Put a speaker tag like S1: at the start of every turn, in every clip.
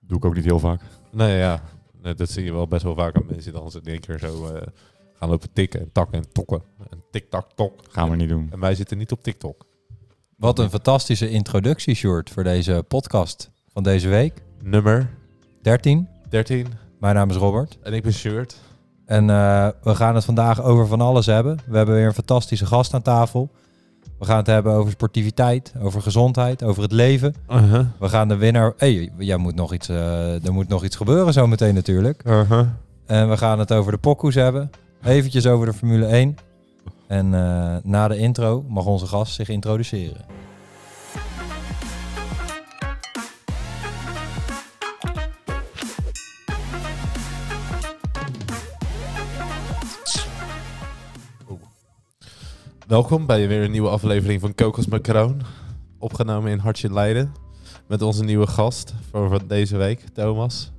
S1: Doe ik ook niet heel vaak.
S2: Nou ja, nee, dat zie je wel best wel vaak aan mensen die dan in één keer zo eh, gaan lopen tikken en takken en tokken. En tik-tak-tok.
S1: Gaan we niet doen.
S2: En wij zitten niet op TikTok.
S3: Wat een fantastische introductie, Short, voor deze podcast van deze week.
S2: Nummer
S3: 13.
S2: 13.
S3: Mijn naam is Robert.
S2: En ik ben Shirt.
S3: En eh, we gaan het vandaag over van alles hebben. We hebben weer een fantastische gast aan tafel. We gaan het hebben over sportiviteit, over gezondheid, over het leven.
S2: Uh-huh.
S3: We gaan de winnaar... Hey, jij moet nog iets, eh, er moet nog iets gebeuren zo meteen natuurlijk.
S2: Uh-huh.
S3: En we gaan het over de pokoes hebben. Eventjes over de Formule 1. En eh, na de intro mag onze gast zich introduceren.
S2: Welkom bij weer een nieuwe aflevering van Kokos Macroon. Opgenomen in Hartje Leiden. Met onze nieuwe gast voor van deze week, Thomas.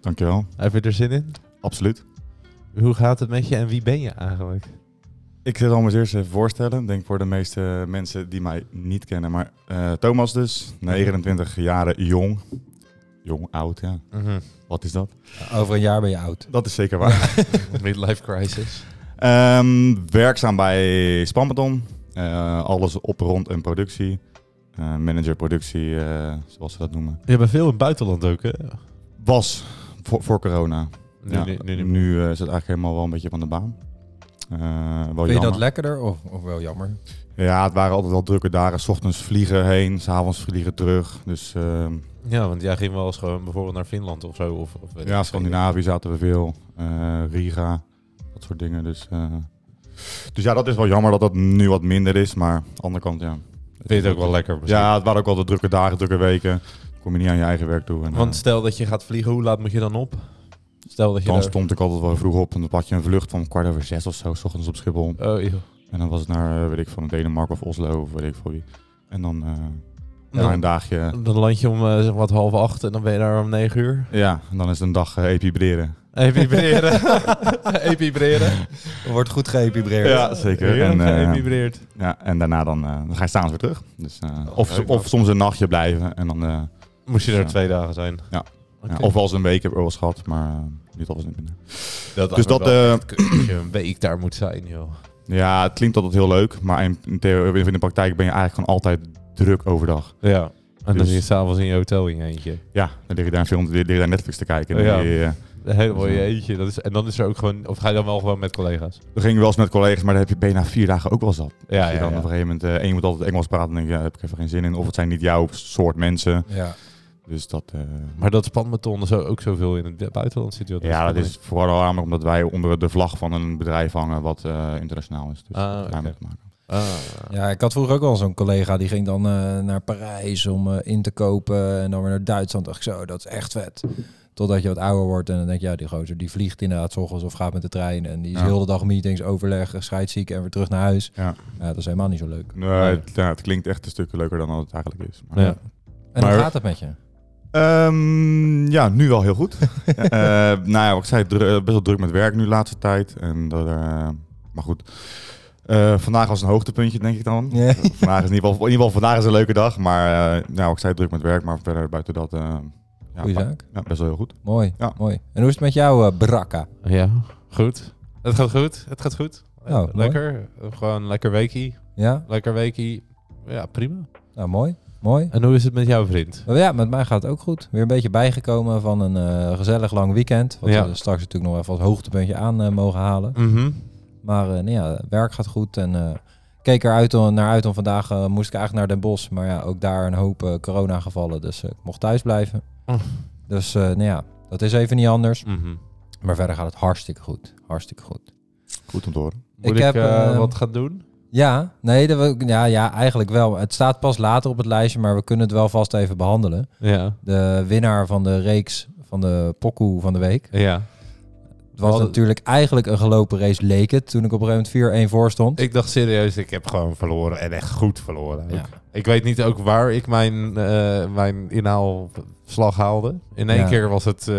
S1: Dankjewel.
S2: Heb je er zin in?
S1: Absoluut.
S2: Hoe gaat het met je en wie ben je eigenlijk?
S1: Ik wil me eerst even voorstellen. Ik Denk voor de meeste mensen die mij niet kennen. Maar eh, Thomas dus, 29 jaren jong. Jong, oud, ja.
S2: Mm-hmm.
S1: Wat is dat?
S3: Over een jaar ben je oud.
S1: Dat is zeker waar.
S2: Midlife crisis.
S1: Ehm, werkzaam bij Spanbeton. Eh, alles op rond en productie. Eh, manager productie, eh, zoals ze dat noemen.
S2: Je bent veel in het buitenland ook, hè?
S1: Was voor, voor corona.
S2: Nu,
S1: Ja,
S2: nu, nu,
S1: nu
S2: nu.
S1: eh, is het eigenlijk helemaal wel een beetje van de baan. Eh, wel
S3: Vind je
S1: jammer.
S3: dat lekkerder of, of wel jammer?
S1: Ja, het waren altijd wel drukke dagen. S ochtends vliegen heen, s'avonds vliegen terug. Dus ehm,
S2: Ja, want jij ging wel eens gewoon bijvoorbeeld naar Finland of zo. Of, of weet ik
S1: ja,
S2: veel.
S1: Scandinavië zaten we veel. eh, Riga, dat soort dingen. Dus, eh, dus ja, dat is wel jammer dat dat nu wat minder is. Maar aan de andere kant, ja.
S2: Vind je het ook wel lekker misschien?
S1: Ja, het waren ook altijd drukke dagen, drukke weken. Dan Kom je niet aan je eigen werk toe. En,
S2: Want
S1: eh,
S2: stel dat je gaat vliegen, hoe laat moet je dan op? Stel dat je
S1: dan
S2: daar-
S1: stond ik altijd wel vroeg op. En dan had je een vlucht van kwart over zes of zo, s ochtends op Schiphol.
S2: Oh, joh.
S1: En dan was het naar, eh, weet ik van Denemarken of Oslo of weet ik veel wie. En dan eh,
S2: Dan-
S1: na een dagje...
S2: Dan land je om eh, zeg maar wat half acht en dan ben je daar om negen uur.
S1: Ja, en dan is het een dag eh, epibreren.
S2: Epibreren. Epibreren.
S3: Er wordt goed geëpibreerd.
S1: Ja, zeker. En,
S2: En,
S1: eh,
S2: Geëpibreerd.
S1: ja, en daarna dan, eh, dan ga je staan weer terug. Dus, eh, of,
S2: leuk,
S1: of soms een nachtje blijven. En dan, eh,
S2: Moest je
S1: Ja.
S2: er twee dagen zijn.
S1: Ja.
S2: Oké.
S1: ja, of wel eens een week heb ik wel eens gehad, maar eh, niet altijd minder.
S2: dat
S1: dus dat, eh,
S2: dat je een week daar moet zijn, joh.
S1: ja, het klinkt altijd heel leuk, maar in, in, theo- in de praktijk ben je eigenlijk gewoon altijd druk overdag.
S2: Ja. En dan
S1: Dus-
S2: zit je s'avonds in je hotel in je eentje.
S1: Ja, dan lig je daar een film, lig je daar Netflix te kijken. En
S2: Ja.
S1: die, eh,
S2: Helemaal in je
S1: Zo.
S2: eentje. Dat is, en dan is er ook gewoon... Of ga je dan wel gewoon met collega's?
S1: dan ging je wel eens met collega's, maar dan heb je bijna vier dagen ook wel zat.
S2: Ja,
S1: Als je
S2: ja,
S1: dan
S2: ja.
S1: op een gegeven moment, eh, en je moet altijd Engels praten, dan denk je, ja, daar heb ik even geen zin in. Of het zijn niet jouw soort mensen.
S3: Ja.
S1: Dus dat... eh,
S2: Maar dat spanbeton zo ook zoveel in het buitenland zit, joh.
S1: Ja, dat is vooral namelijk omdat wij onder de vlag van een bedrijf hangen wat eh, internationaal is. Dus
S2: Ah,
S1: dat heeft
S2: oké.
S1: daarmee te maken.
S2: Ah.
S3: Ja, ik had vroeger ook wel zo'n collega die ging dan eh, naar Parijs om eh, in te kopen en dan weer naar Duitsland. Dacht ik zo, dat is echt vet. Totdat je wat ouder wordt en dan denk je, ja, die gozer die vliegt inderdaad 's ochtends of gaat met de trein en die is
S1: Ja.
S3: heel de dag meetings, overleg, scheidsziek en weer terug naar huis.
S1: Ja.
S3: dat is helemaal niet zo leuk.
S1: Nee, Het, ja, het klinkt echt een stuk leuker dan dat het eigenlijk is. Maar-
S2: Ja.
S3: En
S2: Maar-
S3: hoe gaat het met je?
S1: Ehm, ja, nu wel heel goed. Eh, nou ja, wat ik zei, dru- eh, best wel druk met werk nu de laatste tijd. En dat, eh, maar goed, Eh, vandaag was een hoogtepuntje, denk ik dan.
S3: Ja.
S1: Vandaag is in ieder, geval, in ieder geval vandaag is een leuke dag. Maar eh, nou, wat ik zei, druk met werk, maar verder buiten dat... eh, ja,
S3: Goeie
S1: pa-
S3: zaak.
S1: ja, best wel heel goed.
S3: Mooi,
S1: Ja.
S3: mooi. En hoe is het met jou, eh Brakka?
S2: Ja, goed. Het gaat goed. Het gaat goed.
S3: Oh, mooi.
S2: lekker. Gewoon lekker weekie.
S3: Ja,
S2: Lekker weekie. Ja, prima.
S3: nou mooi, mooi.
S2: En hoe is het met jouw vriend?
S3: Maar Ja, met mij gaat het ook goed. Weer een beetje bijgekomen van een eh, gezellig lang weekend. Wat
S2: Ja.
S3: we straks natuurlijk nog even als hoogtepuntje aan eh, mogen halen.
S2: Mhm.
S3: Maar eh, nee, ja, werk gaat goed en eh, keek eruit om, naar uit om vandaag eh, moest ik eigenlijk naar Den Bosch. Maar ja, ook daar een hoop eh corona gevallen. Dus eh, ik mocht thuis blijven.
S2: Oh.
S3: Dus eh, nou ja, dat is even niet anders.
S2: Mhm.
S3: Maar verder gaat het hartstikke goed. Hartstikke goed.
S1: Goed om te horen.
S2: Moet ik,
S3: heb,
S2: eh,
S3: ehm,
S2: wat gaan doen?
S3: Ja, nee, dat wil ik- ja, ja, eigenlijk wel. Het staat pas later op het lijstje, maar we kunnen het wel vast even behandelen.
S2: Ja.
S3: De winnaar van de reeks van de pokoe van de week.
S2: ja.
S3: Het was
S2: Wat-
S3: natuurlijk eigenlijk een gelopen race, leek het, toen ik op een gegeven moment 4-1 voor stond.
S2: Ik dacht serieus, ik heb gewoon verloren. En echt goed verloren.
S3: Ja.
S2: Ik, ik weet niet ook waar ik mijn, eh, mijn inhaalslag haalde. In één
S3: Ja.
S2: keer was het eh,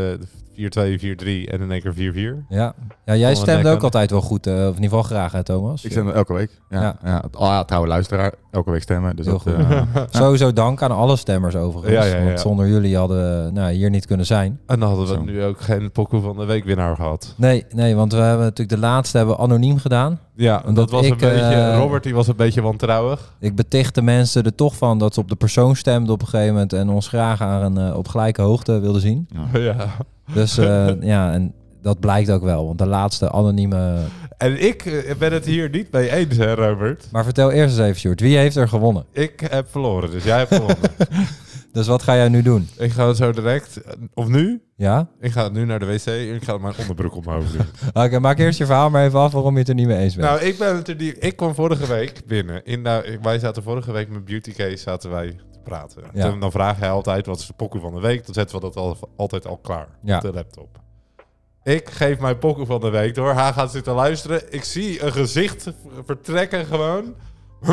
S2: 4-2, 4-3 en in één keer 4-4.
S3: Ja, ja jij
S2: Volgende
S3: stemt
S2: nek
S3: ook
S2: aan.
S3: altijd wel goed, eh, of in ieder geval graag, hè, Thomas?
S1: Ik stem elke week. Ja,
S3: Ja.
S1: ja. het- ah, ja, trouwe luisteraar, elke week stemmen. Dus
S3: Heel
S1: dat,
S3: goed.
S1: eh,
S3: Sowieso dank aan alle stemmers overigens.
S2: Ja, ja, ja,
S3: Want
S2: ja.
S3: zonder jullie hadden we nou, hier niet kunnen zijn.
S2: En dan hadden we
S1: Zo.
S2: nu ook geen pokoe van de week winnaar gehad.
S3: Nee, nee, want we hebben natuurlijk de laatste hebben we anoniem gedaan.
S2: Ja, en
S3: Omdat
S2: dat was
S3: ik,
S2: een beetje...
S3: eh,
S2: Robert die was een beetje wantrouwig.
S3: Ik beticht de mensen er toch van dat ze op de persoon stemden op een gegeven moment en ons graag aan een, eh, op gelijke hoogte wilden zien.
S2: ja.
S3: Dus eh, ja, en dat blijkt ook wel, want de laatste anonieme...
S2: En ik eh, ben het hier niet mee eens, hè Robert?
S3: Maar vertel eerst eens even, Sjoerd, wie heeft er gewonnen?
S2: Ik heb verloren, dus jij hebt gewonnen.
S3: Dus wat ga jij nu doen?
S2: ik ga het zo direct... eh, Of nu?
S3: Ja?
S2: Ik ga nu naar de wc en ik ga mijn onderbroek omhoog doen.
S3: Oké, maak eerst je verhaal maar even af waarom je het er niet mee eens bent.
S2: Nou, ik ben het er die. Ik kwam vorige week binnen. In, nou, ik- wij zaten vorige week met Beauty Case zaten wij te praten.
S3: Ja.
S2: Toen, dan vraagt hij altijd wat is de pokoe van de week. Dan zetten we dat al, altijd al klaar
S3: Ja.
S2: op de laptop. Ik geef mijn pokoe van de week door. Hij gaat zitten luisteren. Ik zie een gezicht v- vertrekken gewoon. Hm.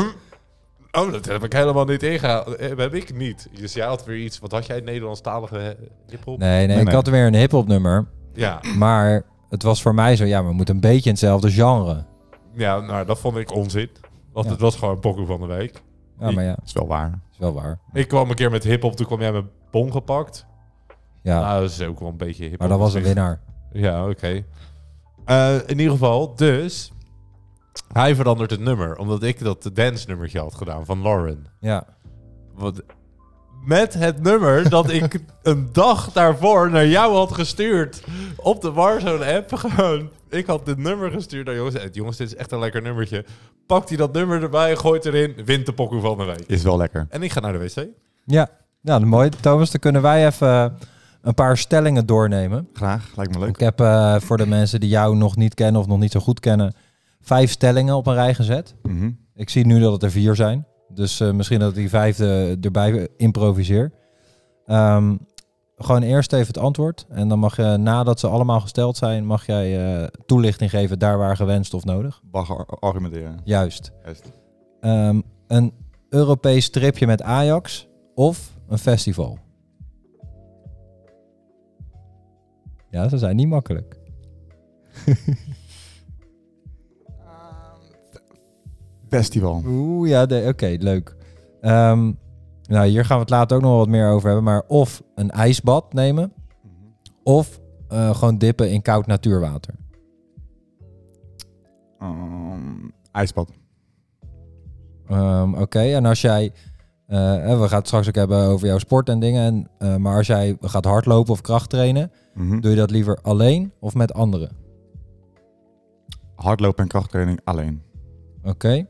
S2: Oh, dat heb ik helemaal niet ingehaald. Eh, Heb ik niet. Dus jij had weer iets. Wat had jij Nederlandstalige eh, hiphop?
S3: nee, nee,
S1: Nee,
S3: ik
S1: nee.
S3: had weer een hip-hop nummer,
S2: Ja.
S3: maar het was voor mij zo, ja, maar we moeten een beetje in hetzelfde genre.
S2: ja, nou dat vond ik onzin. Want
S3: Ja.
S2: het was gewoon pokoe van de week.
S3: Ja, maar ja,
S1: dat is wel waar.
S3: is wel waar.
S2: Ik kwam een keer met hip-hop, toen kwam jij met Bon gepakt.
S3: Ja,
S2: Nou, dat is ook wel een beetje hip-hop.
S3: maar dat was een
S2: natuurlijk.
S3: winnaar.
S2: Ja, oké. Eh, in ieder geval, dus. Hij verandert het nummer, omdat ik dat dance-nummertje had gedaan van Lauren.
S3: Ja,
S2: Wat, met het nummer dat ik een dag daarvoor naar jou had gestuurd. Op de Warzone-app gewoon. Ik had dit nummer gestuurd naar jongens. Eh, Jongens, dit is echt een lekker nummertje. Pakt hij dat nummer erbij, gooit erin, wint de pokoe van de week.
S1: Is wel lekker.
S2: En ik ga naar de wc.
S3: ja. Nou, mooi. Thomas, dan kunnen wij even een paar stellingen doornemen.
S1: Graag, lijkt me
S3: Ik
S1: leuk.
S3: heb eh, voor de mensen die jou nog niet kennen of nog niet zo goed kennen, vijf stellingen op een rij gezet.
S1: Mhm.
S3: Ik zie nu dat het er vier zijn. Dus eh, misschien dat ik die vijfde erbij improviseer. Ehm, gewoon eerst even het antwoord. En dan mag je, nadat ze allemaal gesteld zijn, mag jij eh, toelichting geven daar waar gewenst of nodig.
S1: Bagger ar- argumenteren.
S3: Juist.
S1: Juist.
S3: Ehm, een Europees tripje met Ajax of een festival? Ja, ze zijn niet makkelijk.
S1: Ehm, Festival.
S3: Oeh, ja, nee, oké, leuk. Ehm, nou, hier gaan we het later ook nog wel wat meer over hebben. Maar of een ijsbad nemen,
S1: Mhm.
S3: of eh, gewoon dippen in koud natuurwater.
S1: Ehm, ijsbad.
S3: Ehm, oké, en als jij... eh, hè, we gaan het straks ook hebben over jouw sport en dingen. En, eh, maar als jij gaat hardlopen of kracht trainen,
S1: Mhm.
S3: doe je dat liever alleen of met anderen?
S1: Hardlopen en krachttraining alleen.
S3: Oké.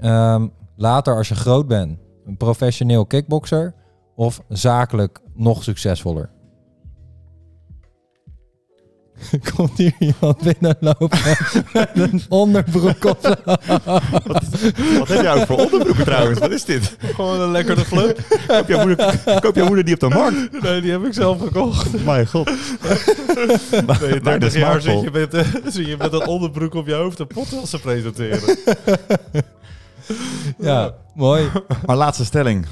S3: Ehm, later, als je groot bent, een professioneel kickbokser of zakelijk nog succesvoller? Komt hier iemand binnenlopen met een onderbroek op?
S1: Wat heb jij ook voor onderbroeken trouwens? Wat is dit?
S2: Gewoon een lekkere flup.
S1: Koop jouw moeder, koop jouw moeder die op de markt?
S2: Nee, die heb ik zelf gekocht.
S1: Oh Mijn god.
S2: Ben je
S1: Maar dat
S2: 30
S1: is
S2: jaar
S1: smaakvol.
S2: zit je, met, eh, zit je met dat onderbroek op je hoofd een podcast te presenteren.
S3: ja, mooi.
S1: Maar laatste stelling.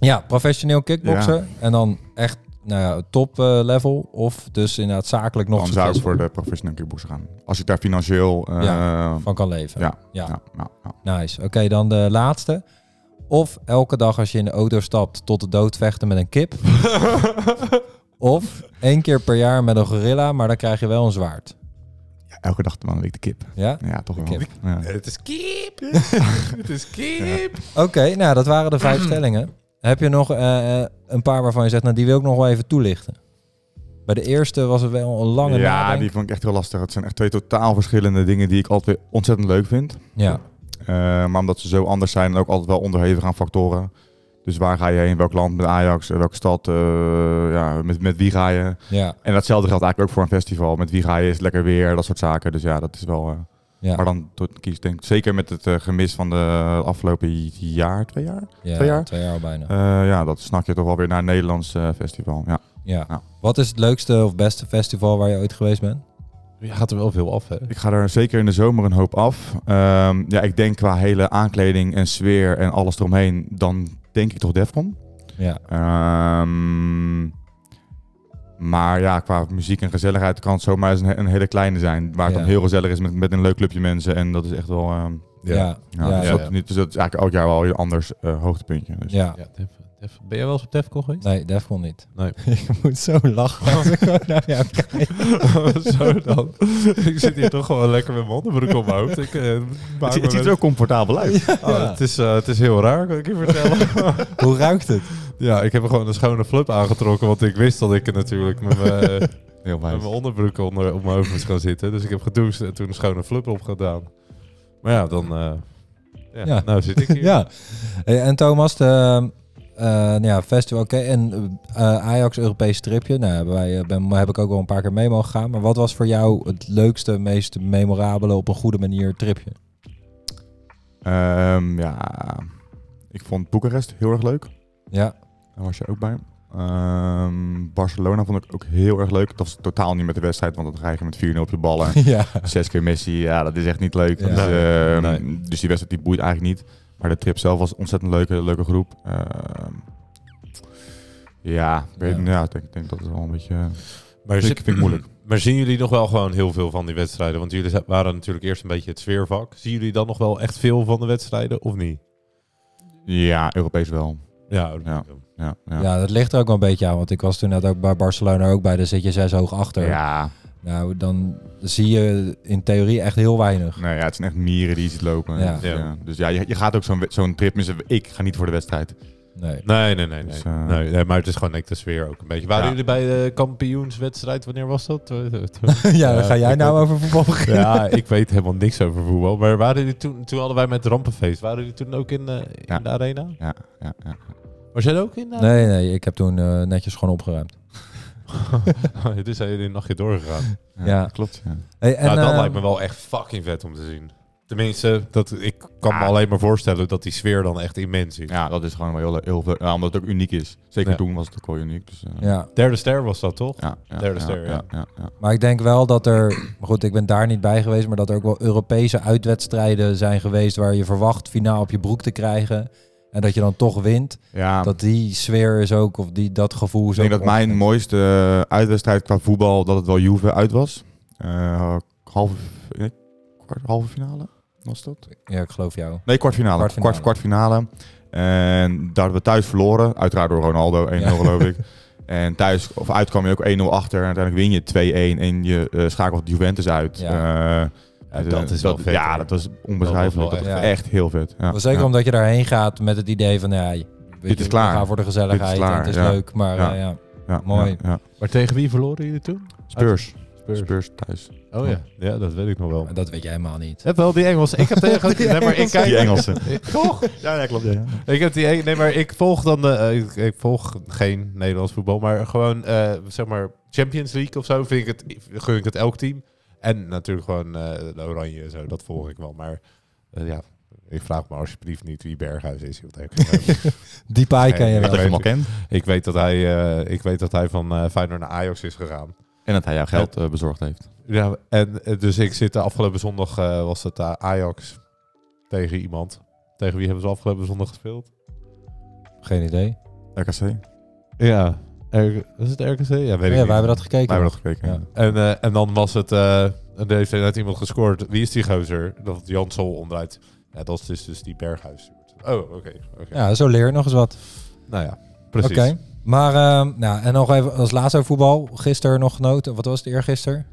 S3: Ja, professioneel kickbokser. En dan echt nou ja, top eh, level. Of dus inderdaad zakelijk nog
S1: Dan zou ik
S3: succesvoller
S1: voor de professioneel kickboxer gaan. Als ik daar financieel... eh,
S3: Ja, van kan leven.
S1: ja.
S3: ja.
S1: ja, ja, ja.
S3: Nice. Oké, dan de laatste. Of elke dag als je in de auto stapt tot de dood vechten met een kip. of één keer per jaar met een gorilla, maar dan krijg je wel een zwaard.
S1: Ja, elke dag van de week de kip. Eh,
S3: Ja?
S1: Ja, toch wel.
S3: kip.
S1: Ja.
S2: Het is keep. Het is keep.
S3: Oké, nou dat waren de vijf stellingen. Heb je nog eh, eh, een paar waarvan je zegt, nou die wil ik nog wel even toelichten. Bij de eerste was het wel een lange
S1: ja,
S3: nadenk.
S1: die vond ik echt heel lastig. Het zijn echt twee totaal verschillende dingen die ik altijd weer ontzettend leuk vind.
S3: Ja,
S1: Eh, maar omdat ze zo anders zijn en ook altijd wel onderhevig aan factoren. Dus waar ga je heen? Welk land? Met Ajax? eh, Welke stad? eh, ja, met, met wie ga je?
S3: ja,
S1: En datzelfde geldt eigenlijk ook voor een festival. Met wie ga je? Is het lekker weer? Dat soort zaken. Dus ja, dat is wel... eh,
S3: ja.
S1: Maar dan tot, kies denk ik zeker met het eh, gemis van de afgelopen j- jaar, twee jaar.
S3: ja,
S1: twee jaar?
S3: Twee jaar al bijna.
S1: Eh, ja, dat snak je toch wel weer naar een Nederlands eh, festival. Ja.
S3: ja.
S1: nou.
S3: Wat is het leukste of beste festival waar je ooit geweest bent?
S2: Je gaat er wel veel af, hè?
S1: Ik ga er zeker in de zomer een hoop af. Ehm, ja, ik denk qua hele aankleding en sfeer en alles eromheen, dan denk ik toch Defcon.
S3: Ja,
S1: Ehm, Maar ja, qua muziek en gezelligheid kan het zomaar eens een, een hele kleine zijn. Waar het
S3: Ja.
S1: dan heel gezellig is met, met een leuk clubje mensen. En dat is echt wel... ehm,
S3: Ja,
S4: Ja.
S1: ja,
S3: ja, ja,
S1: dus,
S4: ja.
S1: Dat, niet- dus dat is eigenlijk elk jaar wel weer een anders eh, hoogtepuntje. Dus.
S3: ja.
S2: Ja, Def- Def- ben jij wel eens op Defcon geweest?
S3: Nee, Defcon niet.
S2: Nee.
S3: ik moet zo lachen als ik gewoon naar jou kijk.
S2: Zo dan. ik zit hier toch gewoon lekker met mijn onderbroek op mijn hoofd. Ik, eh, maak
S1: Het,
S2: me
S1: ziet er
S2: met-
S1: ook comfortabel uit.
S2: Oh, het, is, eh, het is heel raar, kan ik je vertellen.
S3: Hoe ruikt het?
S2: ja, ik heb er gewoon een schone flup aangetrokken, want ik wist dat ik er natuurlijk met mijn, eh, met
S1: Heel wijs.
S2: mijn onderbroek onder, op mijn hoofd moest gaan zitten. Dus ik heb gedoucht en toen een schone flup opgedaan. Maar ja, dan... eh, ja,
S3: Ja.
S2: nou zit ik hier.
S3: ja. Hey, en Thomas, de, eh, nou ja, festival, oké. En eh, Ajax Europees tripje, nou, hebben wij, eh, ben, heb ik ook wel een paar keer mee mogen gaan. Maar wat was voor jou het leukste, meest memorabele, op een goede manier tripje?
S1: Ehm, ja, ik vond Boekarest heel erg leuk.
S3: Ja,
S1: Daar was je ook bij. Ehm, Barcelona vond ik ook heel erg leuk. Dat was totaal niet met de wedstrijd, want dan ga je met 4-0 op je ballen.
S3: ja.
S1: Zes keer Messi, ja, dat is echt niet leuk.
S3: Ja.
S1: Dus, ehm,
S2: Nee.
S1: dus die wedstrijd die boeit eigenlijk niet. Maar de trip zelf was een ontzettend leuke, leuke groep. Ehm, ja, ik weet,
S3: Ja.
S1: ja. ik denk, ik denk dat het wel een beetje... eh,
S2: Maar,
S1: Vind ik-
S2: zi-
S1: vind ik moeilijk.
S2: maar zien jullie nog wel gewoon heel veel van die wedstrijden? Want jullie za- waren natuurlijk eerst een beetje het sfeervak. Zien jullie dan nog wel echt veel van de wedstrijden, of niet?
S1: Ja, Europees wel.
S2: Ja,
S1: Ja. Ja, ja.
S3: ja, dat ligt er ook wel een beetje aan. Want ik was toen net ook bij Barcelona ook bij, daar zit je zes hoog achter.
S1: Ja,
S3: Nou, dan zie je in theorie echt heel weinig.
S1: nee, ja, het zijn echt mieren die je ziet lopen.
S3: Ja.
S1: Dus
S2: Ja.
S1: ja, dus ja je, je gaat ook zo'n we- zo'n trip missen. Ik ga niet voor de wedstrijd.
S3: Nee.
S2: Nee, nee, nee. nee.
S1: Dus, eh,
S2: nee, nee, maar het is gewoon echt de sfeer ook een beetje. Waren
S1: Ja.
S2: jullie bij de kampioenswedstrijd? Wanneer was dat?
S3: Ja,
S2: Ja,
S3: ga jij
S2: ik
S3: nou
S2: ook.
S3: over voetbal beginnen?
S2: ja, ik weet helemaal niks over voetbal. Maar waren jullie toen, toen hadden wij met Rampenfeest, waren jullie toen ook in, eh, in
S1: Ja.
S2: de arena?
S1: Ja, ja, ja.
S2: Was jij er ook in? eh? de
S3: Nee, nee, ik heb toen eh, netjes gewoon opgeruimd.
S2: arena? dus zijn jullie een nachtje doorgegaan.
S3: Ja.
S1: klopt. Ja.
S3: Hey, en,
S2: nou, dat
S3: eh,
S2: lijkt me wel echt fucking vet om te zien. Tenminste, dat, ik kan me
S1: Ah.
S2: alleen maar voorstellen dat die sfeer dan echt immens is.
S1: ja, dat is gewoon wel heel, heel veel. Ja, omdat het ook uniek is. Zeker
S2: Ja.
S1: toen was het ook wel uniek. Dus, eh,
S3: Ja,
S2: Derde ster was dat, toch?
S1: ja, ja,
S2: Derde ster, ja.
S1: ja, ja.
S3: maar ik denk wel dat er, maar goed, ik ben daar niet bij geweest, maar dat er ook wel Europese uitwedstrijden zijn geweest waar je verwacht finaal op je broek te krijgen en dat je dan toch wint.
S1: Ja,
S3: Dat die sfeer is ook, of die, dat gevoel is
S1: ik denk
S3: ook
S1: dat mijn
S3: ongekend.
S1: mooiste eh, uitwedstrijd qua voetbal, dat het wel Juve uit was. Eh, halve, nee, kwart, halve finale was dat?
S3: Ja, ik geloof jou.
S1: Nee, kwartfinale.
S3: Kwartfinale.
S1: Kwart, kwartfinale. En daar hadden we thuis verloren. Uiteraard door Ronaldo, 1-0
S3: Ja.
S1: geloof ik. En thuis, of uit kwam je ook 1-0 achter. En uiteindelijk win je 2-1 en je eh, schakelt Juventus uit.
S3: Ja.
S1: Eh,
S2: Ja,
S1: dus,
S2: dat
S1: eh,
S2: is wel vet.
S1: Ja,
S2: hoor.
S1: dat was onbeschrijfelijk.
S2: Dat
S1: Dat
S2: was
S1: was
S3: wel echt-
S1: echt heel vet. Ja.
S3: Maar zeker
S1: Ja.
S3: omdat je daarheen gaat met het idee van, ja, je- weet je,
S1: is klaar.
S3: We gaan voor de gezelligheid
S1: Dit is klaar,
S3: en het is
S1: ja.
S3: leuk, maar
S1: Ja.
S3: eh, ja.
S1: Ja,
S3: Mooi.
S1: ja, ja.
S2: Maar tegen wie verloren jullie toen?
S1: Spurs.
S2: Spurs.
S1: Spurs thuis.
S2: Oh ja. ja, dat weet ik nog wel.
S3: Maar dat weet jij helemaal niet.
S2: Heb wel die Engels. Ik heb tegen. nee, maar ik kijk.
S1: Die Engelsen.
S2: Toch?
S1: Ja, ja klopt.
S2: Ik heb die. Nee, maar ik volg dan de. eh, ik, ik volg geen Nederlands voetbal, maar gewoon eh, zeg maar Champions League of zo. Vind ik het. Gun ik het elk team. En natuurlijk gewoon eh, de Oranje en zo. Dat volg ik wel. Maar eh, ja, ik vraag me alsjeblieft niet wie Berghuis is. joh.
S3: Die paai ken je
S2: Nee,
S1: Dat je
S3: wel.
S1: hem al kent.
S2: ik weet dat hij. eh, ik weet dat hij van eh Feyenoord naar Ajax is gegaan.
S1: En dat hij jouw geld eh, bezorgd heeft.
S2: Ja, en eh, dus ik zit de afgelopen zondag eh, was het eh, Ajax tegen iemand. Tegen wie hebben ze afgelopen zondag gespeeld?
S3: Geen idee.
S1: RKC. Wij
S2: Ja, is het RKC? Ja,
S3: Ja,
S2: weet
S3: wij
S2: ik niet.
S3: hebben dat gekeken.
S1: hebben dat gekeken.
S3: Ja.
S2: En, eh, en dan was het, eh, en er heeft net iemand gescoord. Wie is die gozer? Dat het Jan Sol omdraait. Ja, dat is dus, dus die Berghuis. Oh, oké. oké.
S3: Ja, zo leer je nog eens wat.
S2: Nou ja, precies.
S3: Oké. Maar, ehm, nou, en nog even als laatste over voetbal. Gisteren nog genoten. Wat was het eergisteren?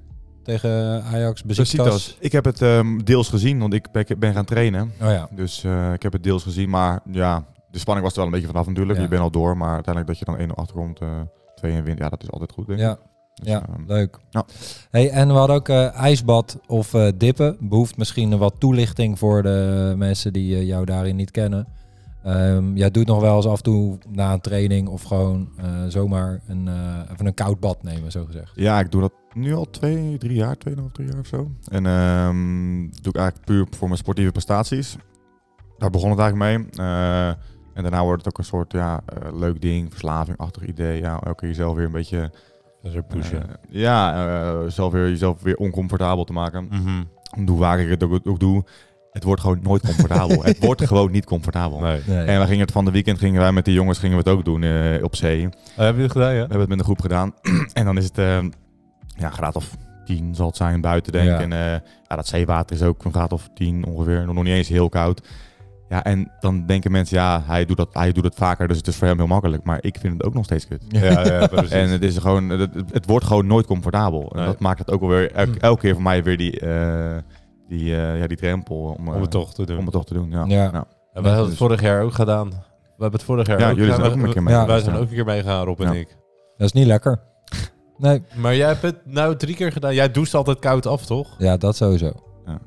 S3: Tegen Ajax Besiktas.
S1: Besiktas. Ik heb het ehm, deels gezien, want ik ben- ben gaan trainen.
S3: Oh ja.
S1: Dus eh, ik heb het deels gezien, maar ja, de spanning was er wel een beetje vanaf natuurlijk.
S3: Ja.
S1: Je bent al door, maar uiteindelijk dat je dan 1-0 achterkomt, eh 2-1 wint, ja, dat is altijd goed denk ik.
S3: Ja,
S1: Dus,
S3: ja
S1: ehm,
S3: leuk.
S1: ja.
S3: Hey, en we hadden ook eh, ijsbad of eh, dippen. Behoeft misschien wat toelichting voor de mensen die eh, jou daarin niet kennen. Ehm jij doet nog wel eens af en toe na een training of gewoon eh, zomaar een, eh, even een koud bad nemen, zo gezegd.
S1: ja, ik doe dat nu al twee, drie jaar, tweeënhalf, drie jaar of zo. En ehm, doe ik eigenlijk puur voor mijn sportieve prestaties. Daar begon het eigenlijk mee. Eh, en daarna wordt het ook een soort ja, eh, leuk ding, verslavingachtig idee. Ja, elke keer jezelf weer een beetje...
S2: Dat is een
S1: eh,
S2: pushen.
S1: ja, eh, zelf weer, jezelf weer oncomfortabel te maken.
S2: Mhm.
S1: doe waar ik het ook, ook doe. Het wordt gewoon nooit comfortabel. het wordt gewoon niet comfortabel.
S2: Nee.
S3: Nee.
S1: En we gingen het van de weekend gingen wij met die jongens gingen we het ook doen eh, op zee. We
S2: heb je het gedaan, ja?
S1: hebben het met een groep gedaan. en dan is het eh, ja, een graad of 10 zal het zijn buiten denk ik.
S3: Ja.
S1: En eh, ja, dat zeewater is ook een graad of 10 ongeveer. Nog niet eens heel koud. Ja, en dan denken mensen, ja, hij doet, dat, hij doet het vaker, dus het is voor hem heel makkelijk. Maar ik vind het ook nog steeds kut.
S2: Ja, ja, precies.
S1: En het, is gewoon, het, het- het wordt gewoon nooit comfortabel. En
S2: Nee.
S1: dat maakt het ook alweer elke,
S2: Hm.
S1: elke keer voor mij weer die, eh, die, eh, ja, die drempel om, eh,
S2: om het toch te doen.
S1: om het toch te doen. Ja.
S3: Ja.
S1: Nou,
S2: En wij hadden het vorig jaar ook gedaan. We hebben het vorig jaar
S1: ja,
S2: ook
S1: jullie zijn
S2: gedaan.
S1: ook een keer
S2: We-
S1: mee.
S3: Ja.
S2: Wij zijn
S1: Ah, Ja.
S2: ook een keer meegegaan, Rob en
S1: Ja.
S2: ik.
S3: Dat is niet lekker. Nee,
S2: Maar jij hebt het nou drie keer gedaan. Jij doucht altijd koud af, toch?
S3: ja, dat sowieso.
S1: Ja.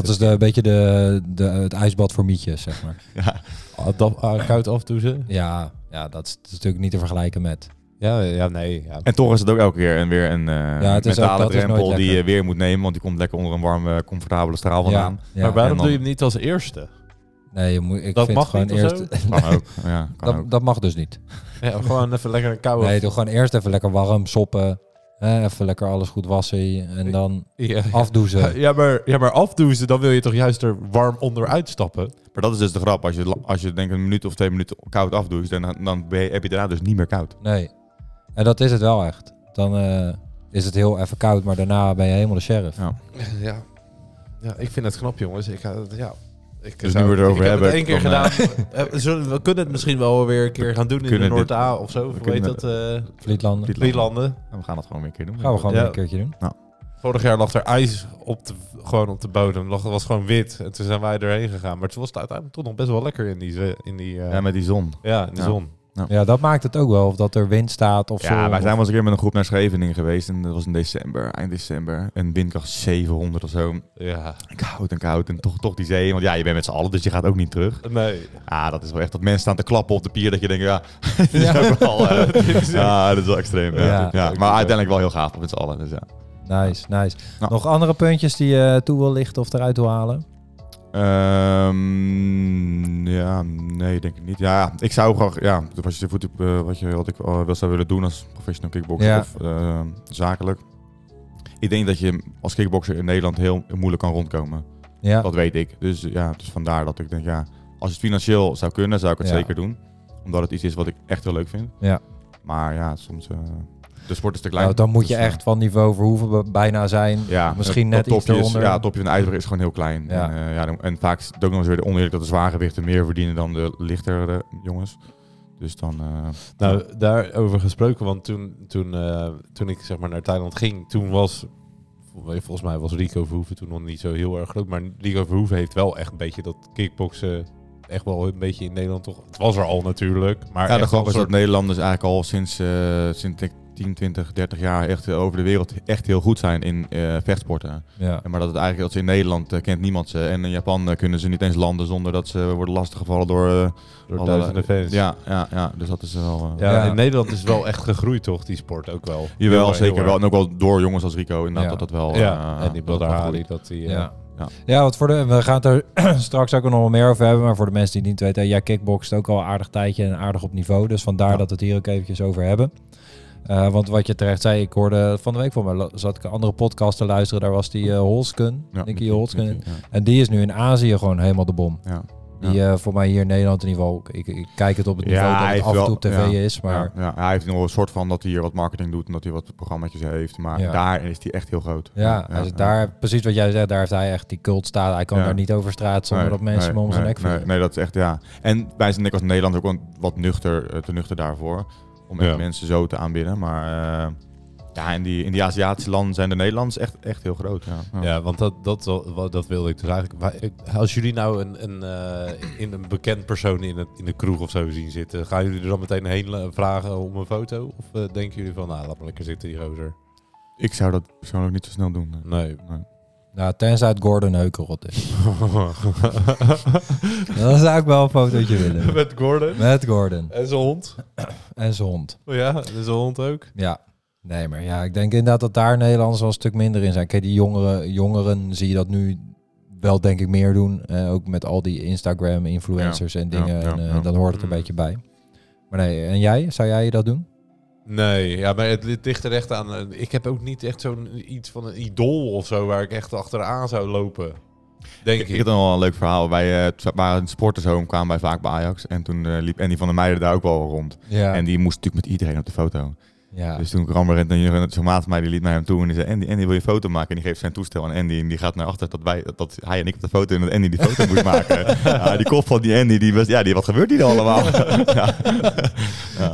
S3: Dat is de, een beetje de, de, het ijsbad voor mietjes, zeg maar.
S1: Ja.
S2: Ah, dat- ah, koud afdouchen?
S3: Ja, ja dat is natuurlijk niet te vergelijken met.
S2: Ja, ja nee. Ja.
S1: En toch is het ook elke keer en weer een eh,
S3: het is ook-
S1: mentale
S3: dat is nooit
S1: drempel die
S3: lekker.
S1: je weer moet nemen. Want die komt lekker onder een warme, comfortabele straal vandaan.
S3: Ja, ja.
S2: maar waarom
S1: en dan-
S2: doe je hem niet als eerste?
S3: Nee, je moet, ik
S2: Dat
S3: vind
S2: mag
S3: gewoon
S2: niet of
S3: eerst.
S2: zo? Oh,
S1: Kan ook. Ja, kan ook.
S3: dat, dat mag dus niet.
S2: Ja, gewoon even lekker een koude...
S3: Nee, doe gewoon eerst even lekker warm soppen. Hè, even lekker alles goed wassen en dan
S2: ja,
S3: afdoezen.
S2: ja, maar, ja, maar afdouchen, dan wil je toch juist er warm onderuit stappen?
S1: Maar dat is dus de grap. Als je, la- als je denk ik een minuut of twee minuten koud afdoet, dan, dan ben je, heb je daarna dus niet meer koud.
S3: Nee. En dat is het wel echt. Dan eh, is het heel even koud, maar daarna ben je helemaal de sheriff.
S1: Ja.
S2: Ja. ja, ik vind het knap, jongens. Ik, eh, ja. Ik eh,
S1: Dus nu we het
S2: ik
S1: erover
S2: heb
S1: hebben,
S2: het één keer
S1: dan, eh,
S2: gedaan. Eh, zullen- we kunnen het misschien wel weer een keer gaan doen in de
S1: kunnen dit-
S2: Noord-A of zo. Hoe heet
S1: kunnen-
S2: dat? eh
S3: Vlietlanden.
S1: Vliet-
S2: Vlietlanden.
S1: En we gaan dat gewoon weer een keer doen.
S3: Gaan we gewoon weer
S2: Ja.
S3: een keertje doen.
S2: Vorig jaar lag er ijs op de, gewoon op de bodem. Lag, was gewoon wit. En toen zijn wij erheen gegaan. Maar toen was het uiteindelijk toch nog best wel lekker in die, ze- in die, eh,
S1: Ja, met die zon.
S2: ja, in de
S1: Ja.
S2: zon.
S3: Ja, dat maakt het ook wel. Of dat er wind staat of zo.
S1: Ja, wij zijn
S3: Of-
S1: wel eens een keer met een groep naar Scheveningen geweest. En dat was in december, eind december. En windkracht 700 of zo.
S2: Ja.
S1: En Koud en koud. En toch, toch die zee. Want ja, je bent met z'n allen, dus je gaat ook niet terug.
S2: Nee.
S1: Ah, dat is wel echt dat mensen staan te klappen op de pier. Dat je denkt, ja, dit is ook wel... eh, ja, dat is wel extreem. Ja.
S3: Ja.
S1: Ja, maar uiteindelijk wel heel gaaf met z'n allen. Dus ja.
S3: Nice, nice.
S1: Nou.
S3: Nog andere puntjes die je toe wil lichten of eruit wil halen?
S1: Ehm, ja, nee, denk ik niet. Ja, ik zou graag, ja, wat je, voet, eh, wat je wat ik eh, wel zou willen doen als professional kickboxer
S3: Ja.
S1: of eh, zakelijk. Ik denk dat je als kickboxer in Nederland heel moeilijk kan rondkomen.
S3: Ja,
S1: Dat weet ik. Dus ja, dus vandaar dat ik denk, ja, als het financieel zou kunnen, zou ik het
S3: Ja.
S1: zeker doen. Omdat het iets is wat ik echt heel leuk vind.
S3: Ja.
S1: Maar ja, soms, eh, de sport is te klein.
S3: nou, dan moet
S1: Dus,
S3: je
S1: eh,
S3: echt van niveau Verhoeven b- bijna zijn.
S1: ja,
S3: Misschien
S1: het-
S3: net
S1: dat
S3: iets
S1: topje is-
S3: eronder.
S1: Ja, het topje van de ijsberg is gewoon heel klein.
S3: Ja.
S1: En, eh, ja, dan- en vaak is het ook nog eens weer de oneerlijk dat de zwaargewichten meer verdienen dan de lichtere jongens. Dus dan... eh,
S2: Nou, daarover gesproken, want toen, toen, eh, toen ik zeg maar naar Thailand ging, toen was, volgens mij was Rico Verhoeven toen nog niet zo heel erg groot, maar Rico Verhoeven heeft wel echt een beetje dat kickboksen, echt wel een beetje in Nederland toch, het was er al natuurlijk, maar
S1: ja, de
S2: echt wel
S1: grap is
S2: een
S1: dat Nederlanders eigenlijk al sinds, eh, sinds ik 10, 20, 30 jaar echt eh, over de wereld echt heel goed zijn in eh, vechtsporten.
S3: Ja.
S1: En Maar dat het eigenlijk, dat ze in Nederland eh, kent niemand ze. En in Japan eh, kunnen ze niet eens landen zonder dat ze worden lastiggevallen door... eh,
S2: soort- door
S1: alle-
S2: duizenden fans. Ja.
S1: ja, ja, ja, dus dat is wel... eh,
S3: Ja.
S2: in Nederland is wel echt gegroeid toch, die sport ook wel.
S1: Jawel,
S2: Heel-
S1: zeker
S2: heel
S1: wel.
S2: erg.
S1: En ook wel door jongens als Rico inderdaad,
S3: Ja.
S1: dat dat wel...
S2: ja,
S1: eh,
S2: en die
S1: dat dat
S2: Badr
S1: wel
S2: Ali,
S1: groeit.
S2: dat die... eh,
S3: Ja.
S1: Ja.
S3: Ja. want voor de, we gaan het er straks ook nog wel meer over hebben. Maar voor de mensen die het niet weten, jij kickboxt ook al een aardig tijdje en aardig op niveau. Dus vandaar
S1: Ja.
S3: dat we het hier ook eventjes over hebben. Eh, want wat je terecht zei, ik hoorde van de week van mij, zat ik een andere podcast te luisteren. Daar was die eh, Holsken,
S1: Ja,
S3: Nicky
S1: Nicky,
S3: Holsken.
S1: Nicky, ja.
S3: En die is nu in Azië gewoon helemaal de bom.
S1: Ja.
S3: Die eh, voor mij hier in Nederland in ieder geval, ik, ik kijk het op het
S1: Ja,
S3: niveau dat
S1: hij
S3: het
S1: heeft
S3: af en toe
S1: wel-
S3: op tv
S1: ja,
S3: is. Maar
S1: Ja, ja, hij heeft nog wel een soort van dat hij hier wat marketing doet en dat hij wat programma's heeft. Maar
S3: Ja.
S1: daar is hij echt heel groot.
S3: Ja, dus daar, precies wat jij zegt, daar heeft hij echt die cult staan. Hij kan
S1: Ja.
S3: daar niet over straat zonder
S1: Nee,
S3: dat mensen
S1: nee,
S3: hem om zijn
S1: nee,
S3: nek vallen.
S1: nee, nee, dat is echt, ja. En wij zijn net als Nederland ook wel wat nuchter, eh, te nuchter daarvoor. Om echt
S2: Ja.
S1: mensen zo te aanbidden. Maar eh, ja, in die, in die Aziatische landen zijn de Nederlanders echt, echt heel groot. Ja, ja.
S2: Ja, want dat, dat, wel- wa- dat wilde ik dus eigenlijk. Wa- ik- Als jullie nou een, een, eh, in een bekend persoon in, het, in de kroeg of zo zien zitten, gaan jullie er dan meteen heen la- vragen om een foto? Of eh, denken jullie van, nou, laat maar lekker zitten, die gozer?
S1: Ik zou dat persoonlijk niet zo snel doen. nee.
S2: Nee.
S3: Nou, tenzij het Gordon Heukelrot is. Dan zou ik wel een fotootje willen.
S2: Met Gordon
S3: Met Gordon
S2: en zijn hond.
S3: en zijn hond.
S2: Ja, en zijn hond ook.
S3: Ja. Nee, maar ja, ik denk inderdaad dat daar Nederlanders wel een stuk minder in zijn. Kijk, die jongeren, jongeren zie je dat nu wel denk ik meer doen. Eh, ook met al die Instagram-influencers en
S1: ja,
S3: dingen.
S1: ja,
S3: en, eh,
S1: ja.
S3: Dat hoort er een
S2: Mm.
S3: beetje bij. Maar nee, en jij? Zou jij dat doen?
S2: Nee, ja, maar het, het ligt er echt aan. eh, Ik heb ook niet echt zo'n iets van een idool of zo waar ik echt achteraan zou lopen. Denk
S1: Ik, ik had nog wel een leuk verhaal. Wij eh, waren in sportershome, kwamen wij vaak bij Ajax. En toen eh, liep Andy van der Meijden daar ook wel rond.
S3: Ja.
S1: En die moest natuurlijk met iedereen op de foto.
S3: ja.
S1: Dus toen kwam er een- een zo'n maat van mij, die liet naar hem toe. En die zei, Andy, Andy wil je een foto maken? En die geeft zijn toestel aan Andy. En die gaat naar achter dat, wij, dat hij en ik op de foto en dat Andy die foto moest maken. Ja, die kop van die Andy, die was, ja, die, wat gebeurt hier dan allemaal? ja,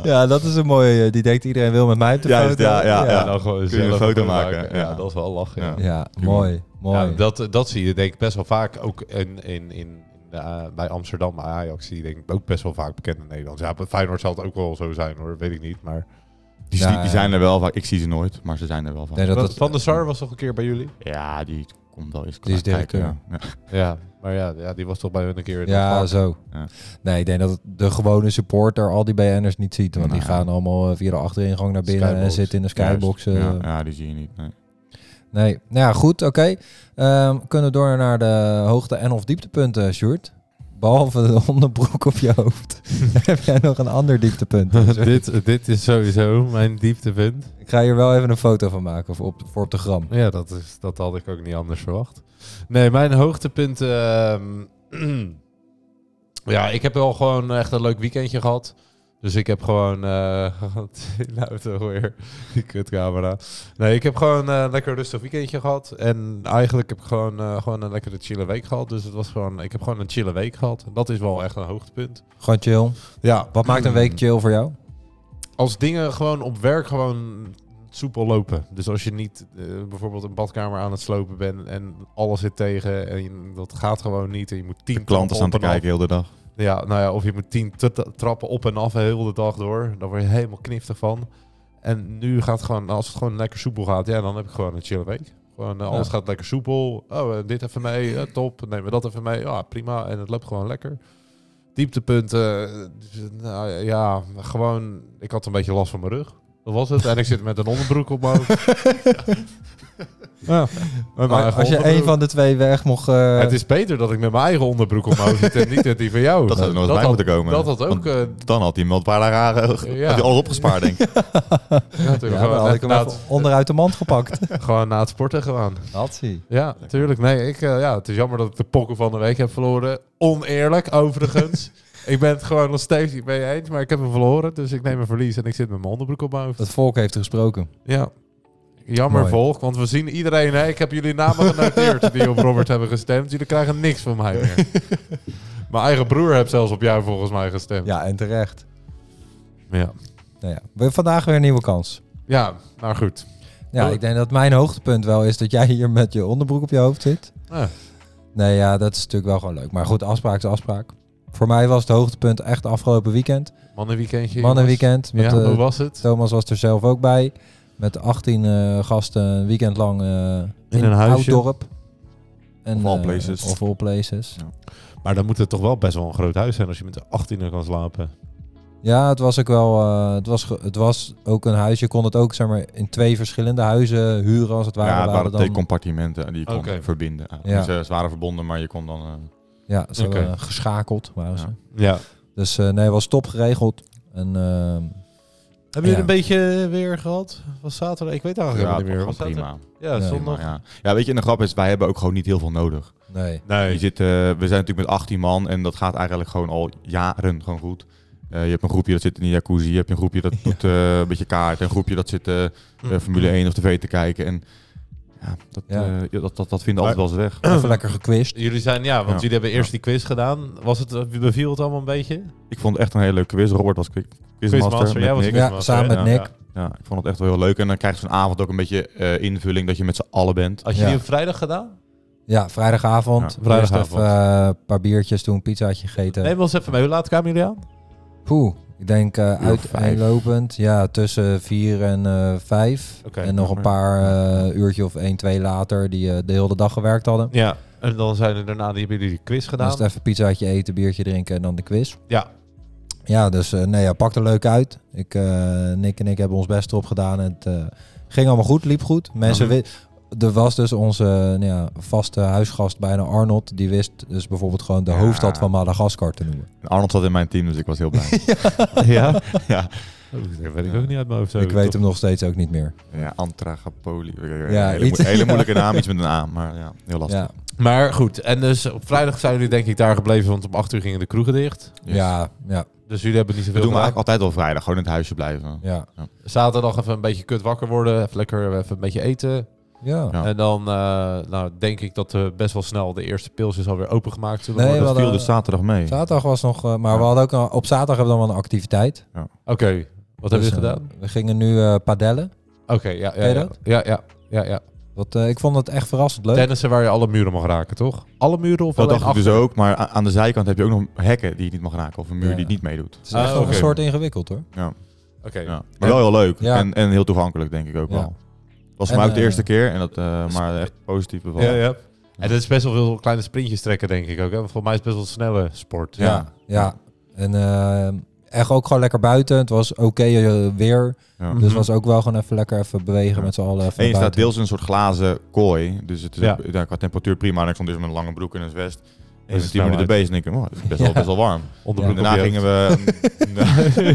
S3: ja, dat is een mooie. eh, Die denkt iedereen wil met mij op de
S1: Juist,
S3: foto.
S1: ja, ja, ja.
S2: dan Nou, gewoon
S1: Kun je een
S2: zelf
S1: foto
S2: een
S1: maken,
S2: Ja.
S1: ja.
S2: dat is wel lachen.
S1: Ja.
S2: Ja.
S3: Ja, mooi. Mooi.
S2: Ja, dat, eh, dat zie je denk ik best wel vaak ook in, in, in de, eh, bij Amsterdam, bij Ajax, zie je denk ik ook best wel vaak bekende Nederlanders. Ja, bij Feyenoord zal het ook wel zo zijn hoor, weet ik niet. Maar
S1: die,
S3: Ja,
S1: die zijn er wel vaak. Ik zie ze nooit, maar ze zijn er wel vaak.
S3: nee, dat, dat,
S2: Van der Sar was toch een keer bij jullie?
S1: Ja, die komt wel eens
S3: Die is eh,
S1: kijken,
S3: directeur.
S1: ja. Ja.
S2: Ja, maar ja, ja die was toch bij hun een keer in het
S3: ja,
S2: park.
S3: zo.
S1: Ja.
S3: Nee, ik denk dat de gewone supporter al die BN'ers niet ziet. Want die
S1: Nee.
S3: gaan allemaal eh, via de achteringang naar binnen en
S2: Skybox.
S3: zitten in de skybox. eh,
S1: Ja, ja, die zie je niet. nee.
S3: Nee, nou ja, goed, oké. Ehm, kunnen we door naar de hoogte- en of dieptepunten, Sjoerd? Behalve de hondenbroek op je hoofd. Heb jij nog een ander dieptepunt?
S2: dit, dit is sowieso mijn dieptepunt.
S3: Ik ga hier wel even een foto van maken voor op, voor op de gram.
S2: Ja, dat, is, dat had ik ook niet anders verwacht. Nee, mijn hoogtepunt... ehm, ja, ik heb wel gewoon echt een leuk weekendje gehad. Dus ik heb gewoon... eh in de auto weer, die kutcamera. Nee, ik heb gewoon eh, een lekker rustig weekendje gehad. En eigenlijk heb ik gewoon, eh, gewoon een lekkere chille week gehad. Dus het was gewoon... Ik heb gewoon een chille week gehad. Dat is wel echt een hoogtepunt.
S3: Gewoon chill.
S2: Ja.
S3: Wat maakt een week chill voor jou?
S2: als dingen gewoon op werk gewoon soepel lopen. Dus als je niet eh, bijvoorbeeld een badkamer aan het slopen bent en alles zit tegen en je- dat gaat gewoon niet en je moet tien
S1: Klanten staan te
S2: trappen op
S1: kijken
S2: en
S1: heel de dag.
S2: af. Ja, nou ja, of je moet tien tra- trappen op en af heel de dag door. Daar word je helemaal kniftig van. En nu gaat gewoon, als het gewoon lekker soepel gaat, ja, dan heb ik gewoon een chille week. Gewoon eh, alles
S3: Ja.
S2: gaat lekker soepel. Oh, eh, dit even mee, eh, top. Neem we dat even mee. Ja, prima. En het loopt gewoon lekker. Dieptepunten, eh, nou ja, gewoon, ik had een beetje last van mijn rug. Dat was het. En ik zit met een onderbroek op mijn hoofd. Ja. Met mijn
S3: Maar
S2: eigen
S3: als je
S2: onderbroek.
S3: één van de twee weg mocht... eh,
S2: Het is beter dat ik met mijn eigen onderbroek op mijn hoofd zit en niet met die van jou.
S1: Dat zou er nog eens bij
S2: had-
S1: moeten komen.
S2: eh, Dat had ook...
S1: Want
S2: eh
S1: Dan had iemand een paar rare
S2: Ja.
S1: had hij al opgespaard, denk ik.
S2: ja, Nou,
S3: ja,
S2: natuurlijk
S3: dan
S2: gewoon,
S3: had
S2: na-
S3: ik hem
S2: na
S3: even onderuit de mand gepakt.
S2: het- gewoon na het sporten gewoon.
S3: Dat zie
S2: Ja, tuurlijk. Nee, ik, eh, ja, het is jammer dat ik de pokken van de week heb verloren. Oneerlijk, overigens. ik ben het gewoon nog steeds niet mee eens, maar ik heb hem verloren. Dus ik neem een verlies en ik zit met mijn onderbroek op mijn hoofd.
S3: Het volk heeft gesproken.
S2: Ja. Jammer
S3: Mooi.
S2: volk, want we zien iedereen. Hè? Ik heb jullie namen genoteerd die op Robert hebben gestemd. Jullie krijgen niks van mij meer. mijn eigen broer heeft zelfs op jou volgens mij gestemd.
S3: Ja, en terecht.
S2: Ja,
S3: Nou ja, we hebben vandaag weer een nieuwe kans.
S2: ja nou goed.
S3: Ja,
S2: Oh.
S3: ik denk dat mijn hoogtepunt wel is dat jij hier met je onderbroek op je hoofd zit.
S1: Ah.
S2: Ja.
S3: Nee, ja, dat is natuurlijk wel gewoon leuk. Maar goed, afspraak is afspraak. Voor mij was het hoogtepunt echt afgelopen weekend.
S2: Mannenweekendje. jongens.
S3: Mannenweekend. Met,
S2: Ja,
S3: eh,
S2: hoe was het?
S3: Thomas was er zelf ook bij. Met 18 eh, gasten een weekend lang eh, in,
S2: een huisje.
S3: Ouddorp. En,
S1: Of all
S3: eh,
S1: places.
S3: of all places.
S2: Maar dan moet het toch wel best wel een groot huis zijn als je met de 18 kan slapen.
S3: Ja, het was ook wel. eh, het, was ge- het was ook een huis. Je kon het ook zeg maar, in twee verschillende huizen huren als het ware.
S1: ja, het
S3: We
S1: waren
S3: hadden
S1: twee
S3: dan-
S1: compartimenten die je kon
S2: Oké. Oh,
S1: verbinden. Ja.
S3: Ja.
S1: Dus, eh, ze waren verbonden, maar je kon dan... eh,
S3: ja, zo,
S2: Oké.
S3: eh, geschakeld waren ze.
S1: Ja.
S2: Ja.
S3: Dus eh, nee, was top geregeld. En ehm,
S2: Hebben jullie
S3: Ja.
S2: een beetje eh, weer gehad? Was zaterdag? Ik weet eigenlijk
S1: ja,
S2: helemaal niet meer. Was
S1: was prima.
S2: zaterdag? Ja,
S3: Nee,
S2: zondag.
S1: Ja. ja, weet je, en de grap is, wij hebben ook gewoon niet heel veel nodig.
S3: nee.
S1: Je
S2: Nee.
S1: zit, eh, we zijn natuurlijk met 18 man en dat gaat eigenlijk gewoon al jaren gewoon goed. Eh, je hebt een groepje dat zit in de jacuzzi, je hebt een groepje dat doet eh, een beetje kaart, een groepje dat zit eh, eh,
S2: Mm.
S1: Formule 1 of tv te kijken. En ja, dat,
S3: Ja.
S1: eh, dat, dat, dat vinden altijd wel eens weg.
S3: Even lekker gequist.
S2: Jullie zijn, ja, want
S1: Ja.
S2: jullie hebben eerst die quiz gedaan. Was het, eh, beviel het allemaal een beetje?
S1: Ik vond het echt een hele leuke quiz. Robert was quiz- quizmaster,
S2: Quizmaster,
S1: met
S2: jij was
S1: Nick.
S3: Ja,
S2: was,
S3: samen
S2: hè?
S3: met
S1: Ja.
S3: Nick.
S1: Ja, ik vond het echt wel heel leuk. En dan krijg je zo'n avond ook een beetje eh, invulling dat je met z'n allen bent.
S2: Had je die
S3: Ja.
S2: op vrijdag gedaan?
S3: Ja, vrijdagavond.
S1: Ja,
S2: vrijdagavond.
S3: Eerst even eh, een paar biertjes, toen een pizzaatje gegeten.
S2: Neem ons even mee. Hoe laat kwamen jullie aan?
S3: Poeh, ik denk eh
S1: Uur of
S3: uiteenlopend. Ja, tussen vier en eh, vijf.
S2: Oké,
S3: en nog een
S1: jammer.
S3: paar eh, uurtje of één, twee later die eh, de hele dag gewerkt hadden.
S2: Ja. En dan zijn er daarna, die hebben jullie die quiz
S3: Dan
S2: gedaan.
S3: is het even pizzaatje eten, biertje drinken en dan de quiz.
S2: Ja.
S3: Ja, dus eh, nee, ja, pakt er leuk uit. Ik, eh, Nick en ik hebben ons best erop gedaan. Het eh, ging allemaal goed, liep goed. Mensen
S1: Mhm.
S3: wi- Er was dus onze nou ja, vaste huisgast bijna Arnold. Die wist dus bijvoorbeeld gewoon de
S1: Ja.
S3: hoofdstad van Madagaskar te noemen.
S1: En Arnold zat in mijn team, dus ik was heel blij.
S2: ja.
S1: ja.
S2: Dat weet ik ook niet uit mijn hoofd. zo.
S3: ik weet
S2: Toch?
S3: hem nog steeds ook niet meer.
S1: ja, Antragapoli.
S3: Ja,
S1: hele, mo-
S3: iets-
S1: hele moeilijke naam, iets met een A, maar ja, heel lastig.
S3: Ja.
S2: Maar goed, en dus op vrijdag zijn jullie denk ik daar gebleven, want om 8 uur gingen de kroegen dicht.
S1: Yes.
S3: Ja, ja,
S2: Dus jullie hebben niet
S1: We
S2: zoveel
S1: doen we
S2: gedaan.
S1: eigenlijk altijd al vrijdag. Gewoon in het huisje blijven.
S3: ja.
S2: Zaterdag even een beetje kut wakker worden, even lekker even een beetje eten.
S3: Ja.
S1: Ja.
S2: En dan eh, nou, denk ik dat we best wel snel de eerste pils is alweer opengemaakt zullen
S3: Nee,
S2: worden.
S1: dat
S3: hadden-
S1: viel dus zaterdag mee.
S3: Zaterdag was nog, eh, maar
S1: Ja.
S3: we hadden ook een- op zaterdag hebben we dan wel een activiteit.
S2: Oké, wat hebben
S3: Dus,
S2: jullie
S3: eh,
S2: gedaan?
S3: We gingen nu eh, padellen.
S2: Oké, ja, ja,
S3: ken je
S2: ja,
S3: dat?
S2: ja, ja, ja, ja.
S3: Wat, eh, ik vond het echt verrassend leuk.
S2: Tennissen waar je alle muren mag raken, toch? Alle muren of
S1: Dat
S2: alleen
S1: dacht ik dus
S2: achter?
S1: ook. Maar a- aan de zijkant heb je ook nog hekken die je niet mag raken. Of een muur
S3: Ja.
S1: die het niet meedoet.
S3: Het is echt
S2: Ah,
S3: nog
S2: oké.
S3: een soort ingewikkeld hoor.
S2: Oké.
S1: Ja. Maar wel heel leuk.
S3: Ja.
S1: En, en heel toegankelijk denk ik ook
S3: Ja.
S1: wel. was
S3: En,
S1: voor mij ook de
S3: eh,
S1: eerste keer. En dat, eh, maar echt positief bevallen.
S2: Ja, ja. En dat is best wel veel kleine sprintjes trekken, denk ik ook. Hè? Want Volgens mij is het best wel een snelle sport.
S1: Ja.
S3: Ja, ja. En eh, echt ook gewoon lekker buiten. Het was oké eh, weer.
S1: Ja.
S3: Dus was ook wel gewoon even lekker even bewegen
S1: Ja.
S3: met z'n allen. Even
S1: En je staat
S3: buiten.
S1: deels in een soort glazen kooi. Dus het is
S2: Ja.
S1: ja, qua temperatuur prima. En ik stond dus met een lange broek en een vest. En
S2: is
S1: is 10
S2: nou
S1: minuten bezig. En ik denk, oh, het is best, wel,
S3: Ja.
S1: best wel warm.
S2: Onderbroek
S1: En daarna
S2: op je
S1: gingen we... Nee,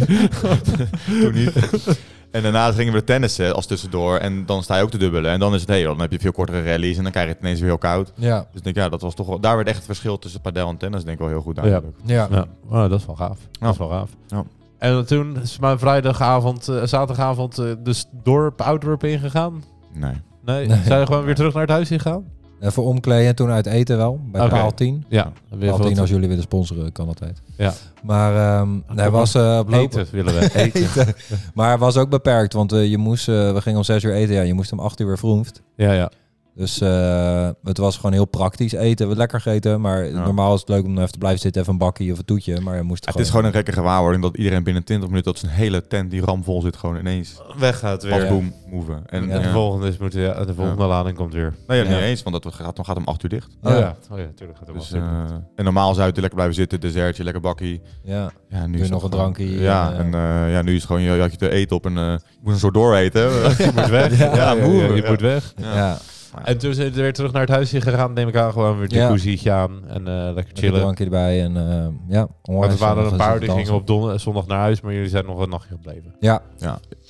S1: Toen niet. En daarna gingen we tennissen als tussendoor. En dan sta je ook te dubbelen. En dan is het heel... Dan heb je veel kortere rallies. En dan krijg je het ineens weer heel koud.
S3: Ja,
S1: Dus ik denk, ja, dat was toch wel... Daar werd echt het verschil tussen padel en tennis denk ik wel heel goed
S2: Ja.
S1: duidelijk.
S3: ja.
S2: Ja, oh, dat is wel gaaf. Dat is wel gaaf.
S1: Ja.
S2: En toen is mijn vrijdagavond, eh, zaterdagavond, eh, dus dorp, Ouddorp ingegaan?
S1: Nee.
S2: Nee,
S3: Nee.
S2: zijn we gewoon weer terug naar het huis ingegaan?
S3: Even omkleden en toen uit eten wel. Bij
S2: Oké.
S3: paal 10.
S2: Ja, weer
S3: Paal
S2: wat
S3: 10 als jullie willen sponsoren, kan altijd.
S2: Ja.
S3: Maar ehm nee, was eh op lopen.
S2: eten willen we. Eten.
S3: Eten. Maar het was ook beperkt, want eh, je moest, eh, we gingen om 6 uur eten. Ja, je moest om 8 uur weer vroemd.
S2: ja, ja.
S3: Dus eh, het was gewoon heel praktisch eten. We hebben lekker gegeten, maar
S1: Ja.
S3: normaal is het leuk om even te blijven zitten. Even een bakkie of een toetje, maar je moest
S1: het is gewoon een gekke gewaarwording dat iedereen binnen 20 minuten... dat zijn hele tent die ramvol zit gewoon ineens...
S2: Weggaat weer.
S1: Pas
S3: Ja.
S1: boem, move. En,
S2: En
S1: ja.
S2: de volgende, is moeten, ja, de volgende lading komt weer.
S1: Nee, ja, niet
S3: Ja.
S1: eens, want dat gaat, dan gaat om 8 uur dicht.
S2: Oh ja,
S3: Ja.
S2: oh, ja tuurlijk. Gaat het
S1: Dus,
S2: wel.
S1: eh, en normaal zou je lekker blijven zitten, dessertje, lekker bakkie.
S3: Ja.
S1: Ja, nu
S3: Doe
S1: is
S3: nog
S1: het
S3: een
S1: gewoon-
S3: drankje,
S1: Ja,
S3: eh,
S1: en eh, ja, nu is het gewoon, je, je had je te eten op een... eh, je moet een soort dooreten.
S2: je moet weg.
S1: Ja, ja,
S2: moe,
S1: ja,
S2: je
S1: ja.
S2: moet weg.
S1: Ja.
S3: Ja.
S2: En toen zijn we weer terug naar het huis gegaan, neem ik aan. Gewoon weer
S3: Ja.
S2: jacuzzietje aan en eh, lekker
S3: Met een
S2: chillen.
S3: drankje erbij en eh, ja,
S2: Want
S3: onwijs.
S2: er waren er een
S3: eh,
S2: paar
S3: gezellig
S2: die gingen
S3: dansen.
S2: op don- zondag naar huis, maar jullie zijn nog een nachtje gebleven.
S3: Ja,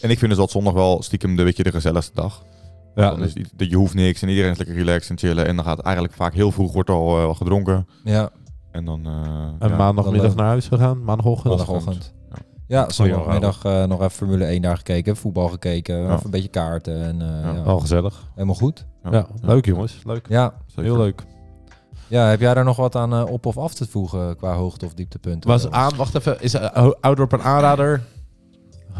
S1: en ik vind dus dat zondag wel stiekem de, beetje de gezelligste dag.
S2: Ja,
S3: dus-
S1: Dan is het- dat je hoeft niks en iedereen is lekker relaxed en chillen. En dan gaat eigenlijk vaak heel vroeg wordt al eh, al gedronken.
S3: ja,
S1: En dan... eh
S2: En
S1: ja.
S2: maandagmiddag
S3: dan, eh,
S2: naar huis gegaan, maandagochtend.
S3: zondagochtend.
S1: Ja.
S3: Ja,
S2: Goeie
S3: zondagmiddag eh, nog even Formule 1 daar gekeken, voetbal gekeken,
S1: Ja.
S3: even een beetje kaarten en eh,
S1: Ja.
S3: ja.
S2: Al Oh, gezellig.
S3: helemaal goed.
S2: Ja.
S1: Ja.
S2: leuk jongens. Leuk.
S3: Ja.
S1: Zeker.
S2: Heel leuk.
S3: ja, heb jij daar nog wat aan eh, op of af te voegen qua hoogte of dieptepunten?
S2: Was aan, wacht even, is uh, Oudorp een aanrader?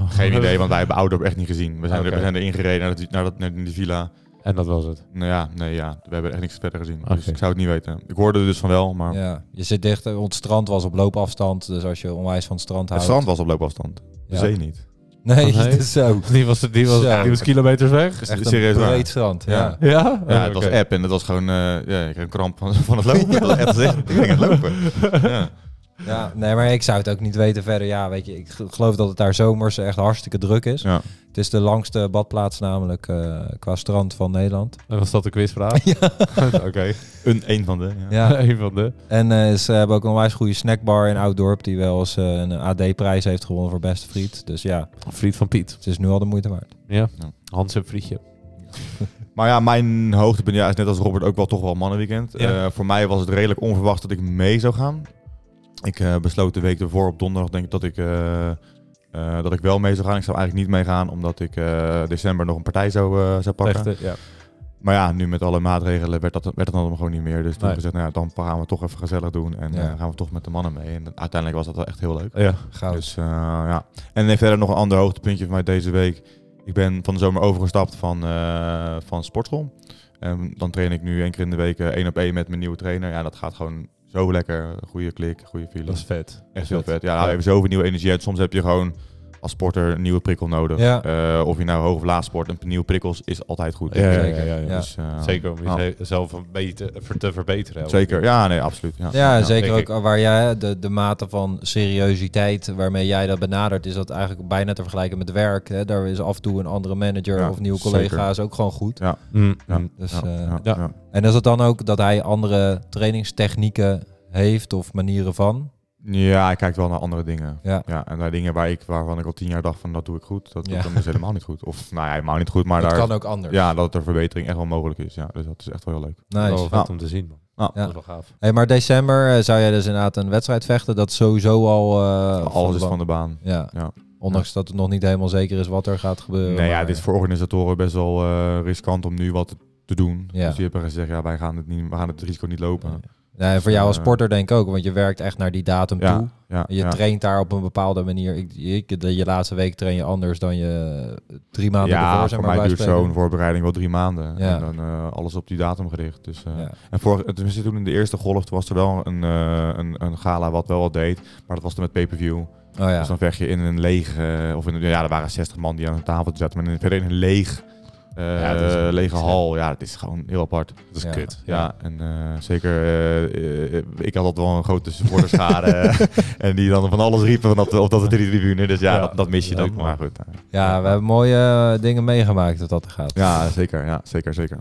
S1: Geen idee, want wij hebben Oudorp echt niet gezien. We zijn, er,
S2: Oké.
S1: we zijn erin gereden naar, dat, naar, dat, naar die villa.
S2: En dat was het.
S1: Nou ja, nee, ja, we hebben echt niks verder gezien. Dus
S2: Oké.
S1: ik zou het niet weten. Ik hoorde er dus van wel, maar...
S3: Ja, je zit dicht, eh, want het strand was op loopafstand, dus als je onwijs van het strand
S1: Het
S3: houdt.
S1: strand was op loopafstand. De
S3: Ja.
S1: zee niet.
S3: Nee,
S2: Nee.
S3: dat is zo.
S2: Die was, die was,
S3: Zo.
S2: die was kilometers weg.
S1: Echt
S3: Echt een
S1: serieus waar.
S3: breed strand, ja.
S1: Ja.
S2: Ja?
S1: Ja, het was app en dat was gewoon... eh, ja, ik kreeg een kramp van, van het lopen. Dat was echt echt- ik ging aan het lopen. Ja.
S3: Ja, nee, maar ik zou het ook niet weten verder. Ja, weet je, ik ge- geloof dat het daar zomers echt hartstikke druk is.
S1: Ja.
S3: Het is de langste badplaats namelijk eh, qua strand van Nederland.
S2: En was dat de quizvraag? Oké.
S1: Een, een van de... Ja.
S3: Ja,
S2: Een van de.
S3: en eh, ze hebben ook een onwijs goede snackbar in Ouddorp... die wel eens eh, een AD-prijs heeft gewonnen voor beste friet. Dus ja,
S2: Vriend van Piet.
S3: het is nu al de moeite waard.
S2: Ja.
S1: Ja.
S2: Hans en Frietje.
S1: Maar ja, mijn hoogtepunt ja, is net als Robert ook wel toch wel mannenweekend.
S2: Ja.
S1: Eh, voor mij was het redelijk onverwacht dat ik mee zou gaan. Ik eh, besloot de week ervoor op donderdag denk ik dat ik, eh, eh, dat ik wel mee zou gaan. Ik zou eigenlijk niet meegaan omdat ik eh, december nog een partij zou, eh, zou pakken.
S2: Echte, ja.
S1: Maar ja, nu met alle maatregelen werd dat, werd dat dan gewoon niet meer. Dus toen
S2: Nee.
S1: gezegd, nou ja, dan gaan we toch even gezellig doen. En
S3: Ja.
S1: eh, gaan we toch met de mannen mee. En uiteindelijk was dat wel echt heel leuk.
S2: ja.
S3: Goud.
S1: Dus eh, ja. En dan verder nog een ander hoogtepuntje van mij deze week. Ik ben van de zomer overgestapt van, eh, van sportschool. En dan train ik nu één keer in de week eh, één op één met mijn nieuwe trainer. Ja, dat gaat gewoon zo lekker. Goede klik, goede
S2: Dat is
S1: feeling.
S2: vet.
S1: Echt heel vet. Ja, we hebben zoveel nieuwe energie uit. Soms heb je gewoon als sporter een nieuwe prikkel nodig.
S3: Ja.
S1: Eh, of je nou hoog of laag sport, een nieuwe prikkels is altijd goed.
S2: Ja, ja, ja,
S3: Zeker.
S2: ja, ja.
S3: Ja.
S1: Dus, eh,
S2: Zeker om
S1: nou,
S2: jezelf een beetje te- te verbeteren. hè.
S1: Zeker, ja, nee, absoluut. Ja, nou,
S3: Ja,
S1: Ja.
S3: zeker
S2: denk
S3: ook waar jij de, de mate van seriositeit waarmee jij dat benadert, is dat eigenlijk bijna te vergelijken met werk. Hè? Daar is af en toe een andere manager
S1: Ja,
S3: of nieuwe
S1: zeker.
S3: collega's ook gewoon goed.
S2: Mm,
S1: Ja.
S2: mm.
S3: Dus,
S1: Ja,
S3: eh,
S1: ja,
S2: ja.
S1: ja.
S3: En is het dan ook dat hij andere trainingstechnieken heeft of manieren van?
S1: Ja, ik kijk wel naar andere dingen.
S3: Ja.
S1: en naar dingen waar ik, waarvan ik al tien jaar dacht van dat doe ik goed, dat doe
S3: Ja.
S1: ik dan dus helemaal niet goed. Of nou ja, helemaal niet goed, maar
S3: dat
S1: daar,
S3: kan ook anders.
S1: ja, dat er verbetering echt wel mogelijk is. Ja, dus dat is echt wel heel leuk.
S3: Nice.
S2: Wel vet
S1: Nou.
S2: om te zien, man.
S1: Nou.
S3: Ja.
S2: Dat is wel gaaf.
S3: Hey, maar december eh, zou jij dus inderdaad een wedstrijd vechten. Dat is sowieso al... eh,
S1: Alles is van
S3: de bank.
S1: de baan.
S3: Ja.
S1: Ja.
S3: Ondanks dat het nog niet helemaal zeker is wat er gaat gebeuren.
S1: nee, ja,
S3: maar-
S1: dit is voor organisatoren best wel eh, riskant om nu wat te doen.
S3: Ja.
S1: Dus die hebben gezegd, ja, wij gaan het, niet, we gaan het risico niet lopen.
S3: Nee, en voor jou als
S1: Eh,
S3: sporter denk ik ook, want je werkt echt naar die datum
S1: Ja,
S3: toe.
S1: Ja,
S3: Je
S1: ja.
S3: traint daar op een bepaalde manier. Ik, ik, de, je laatste week train je anders dan je drie maanden
S1: ja
S3: ervoor. Zeg
S1: voor
S3: maar,
S1: mij
S3: bij
S1: duurt
S3: spreken.
S1: zo'n voorbereiding wel drie maanden.
S3: Ja.
S1: En dan eh, alles op die datum gericht. Dus, eh,
S3: Ja.
S1: En vorig, tenminste, toen in de eerste golf toen was er wel een, eh, een, een gala wat wel wat deed. Maar dat was dan met pay-per-view.
S3: Oh ja.
S1: Dus dan vecht je in een leeg... eh, of in, een- ja, er waren 60 man die aan een tafel zaten. Maar in- verder in een leeg, eh,
S2: Ja, dat is ook
S1: lege
S2: niks, hè.
S1: hal. Ja, dat is gewoon heel apart.
S2: Dat is
S3: Ja.
S2: kut.
S1: Ja, en eh, zeker, eh, eh, ik had altijd wel een grote supporterschade. eh, en die dan van alles riepen vanaf de, op dat drie tribune. Dus ja,
S2: Ja,
S1: dat, dat mis je
S2: leuk,
S1: dan.
S2: man.
S1: Maar goed. eh,
S3: ja, we hebben mooie eh, dingen meegemaakt dat dat er gaat.
S1: ja, zeker. Ja, zeker, zeker.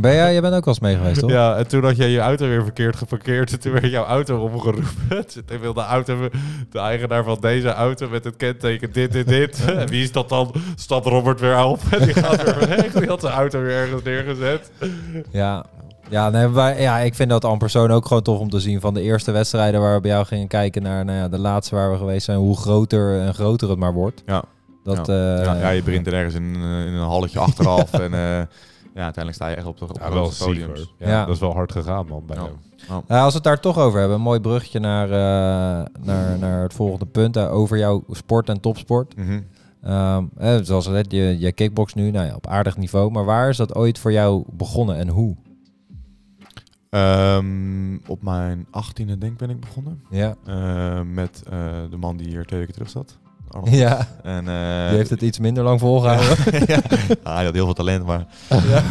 S3: Ben jij, jij bent ook wel eens mee geweest, toch?
S2: Ja, en toen had jij je auto weer verkeerd geparkeerd. En toen werd jouw auto omgeroepen. Toen wilde de, auto, de eigenaar van deze auto met het kenteken dit, dit, dit. En wie is dat dan? Stapt Robert weer op. En die gaat weer weg. Die had zijn auto weer ergens neergezet.
S3: Ja, ja, nee, maar, ja ik vind dat aan persoon ook gewoon tof om te zien. Van de eerste wedstrijden waar we bij jou gingen kijken naar nou ja, de laatste waar we geweest zijn. Hoe groter en groter het maar wordt.
S1: Ja.
S3: Dat, eh,
S1: Nou ja, ja, je begint er ergens in, eh, in een halletje achteraf. en eh, ja, uiteindelijk sta je echt op de op de grote podiums.
S2: Ja,
S3: Ja.
S2: Dat is wel hard gegaan, man. Bij
S1: Ja.
S2: jou.
S3: Nou, als we het daar toch over hebben, een mooi bruggetje naar, eh, naar, naar het volgende punt. eh, over jouw sport en topsport.
S1: Mhm.
S3: Ehm, eh, zoals net, je, je kickbox nu nou ja, op aardig niveau. Maar waar is dat ooit voor jou begonnen en hoe?
S1: Ehm, op mijn 18e denk ben ik begonnen.
S3: Ja,
S1: Eh, met eh, de man die hier twee weken terug zat. Arnold.
S3: ja
S1: En, eh,
S3: die heeft het iets minder lang volgehouden.
S1: ja. Ah, hij had heel veel talent, maar... Ja.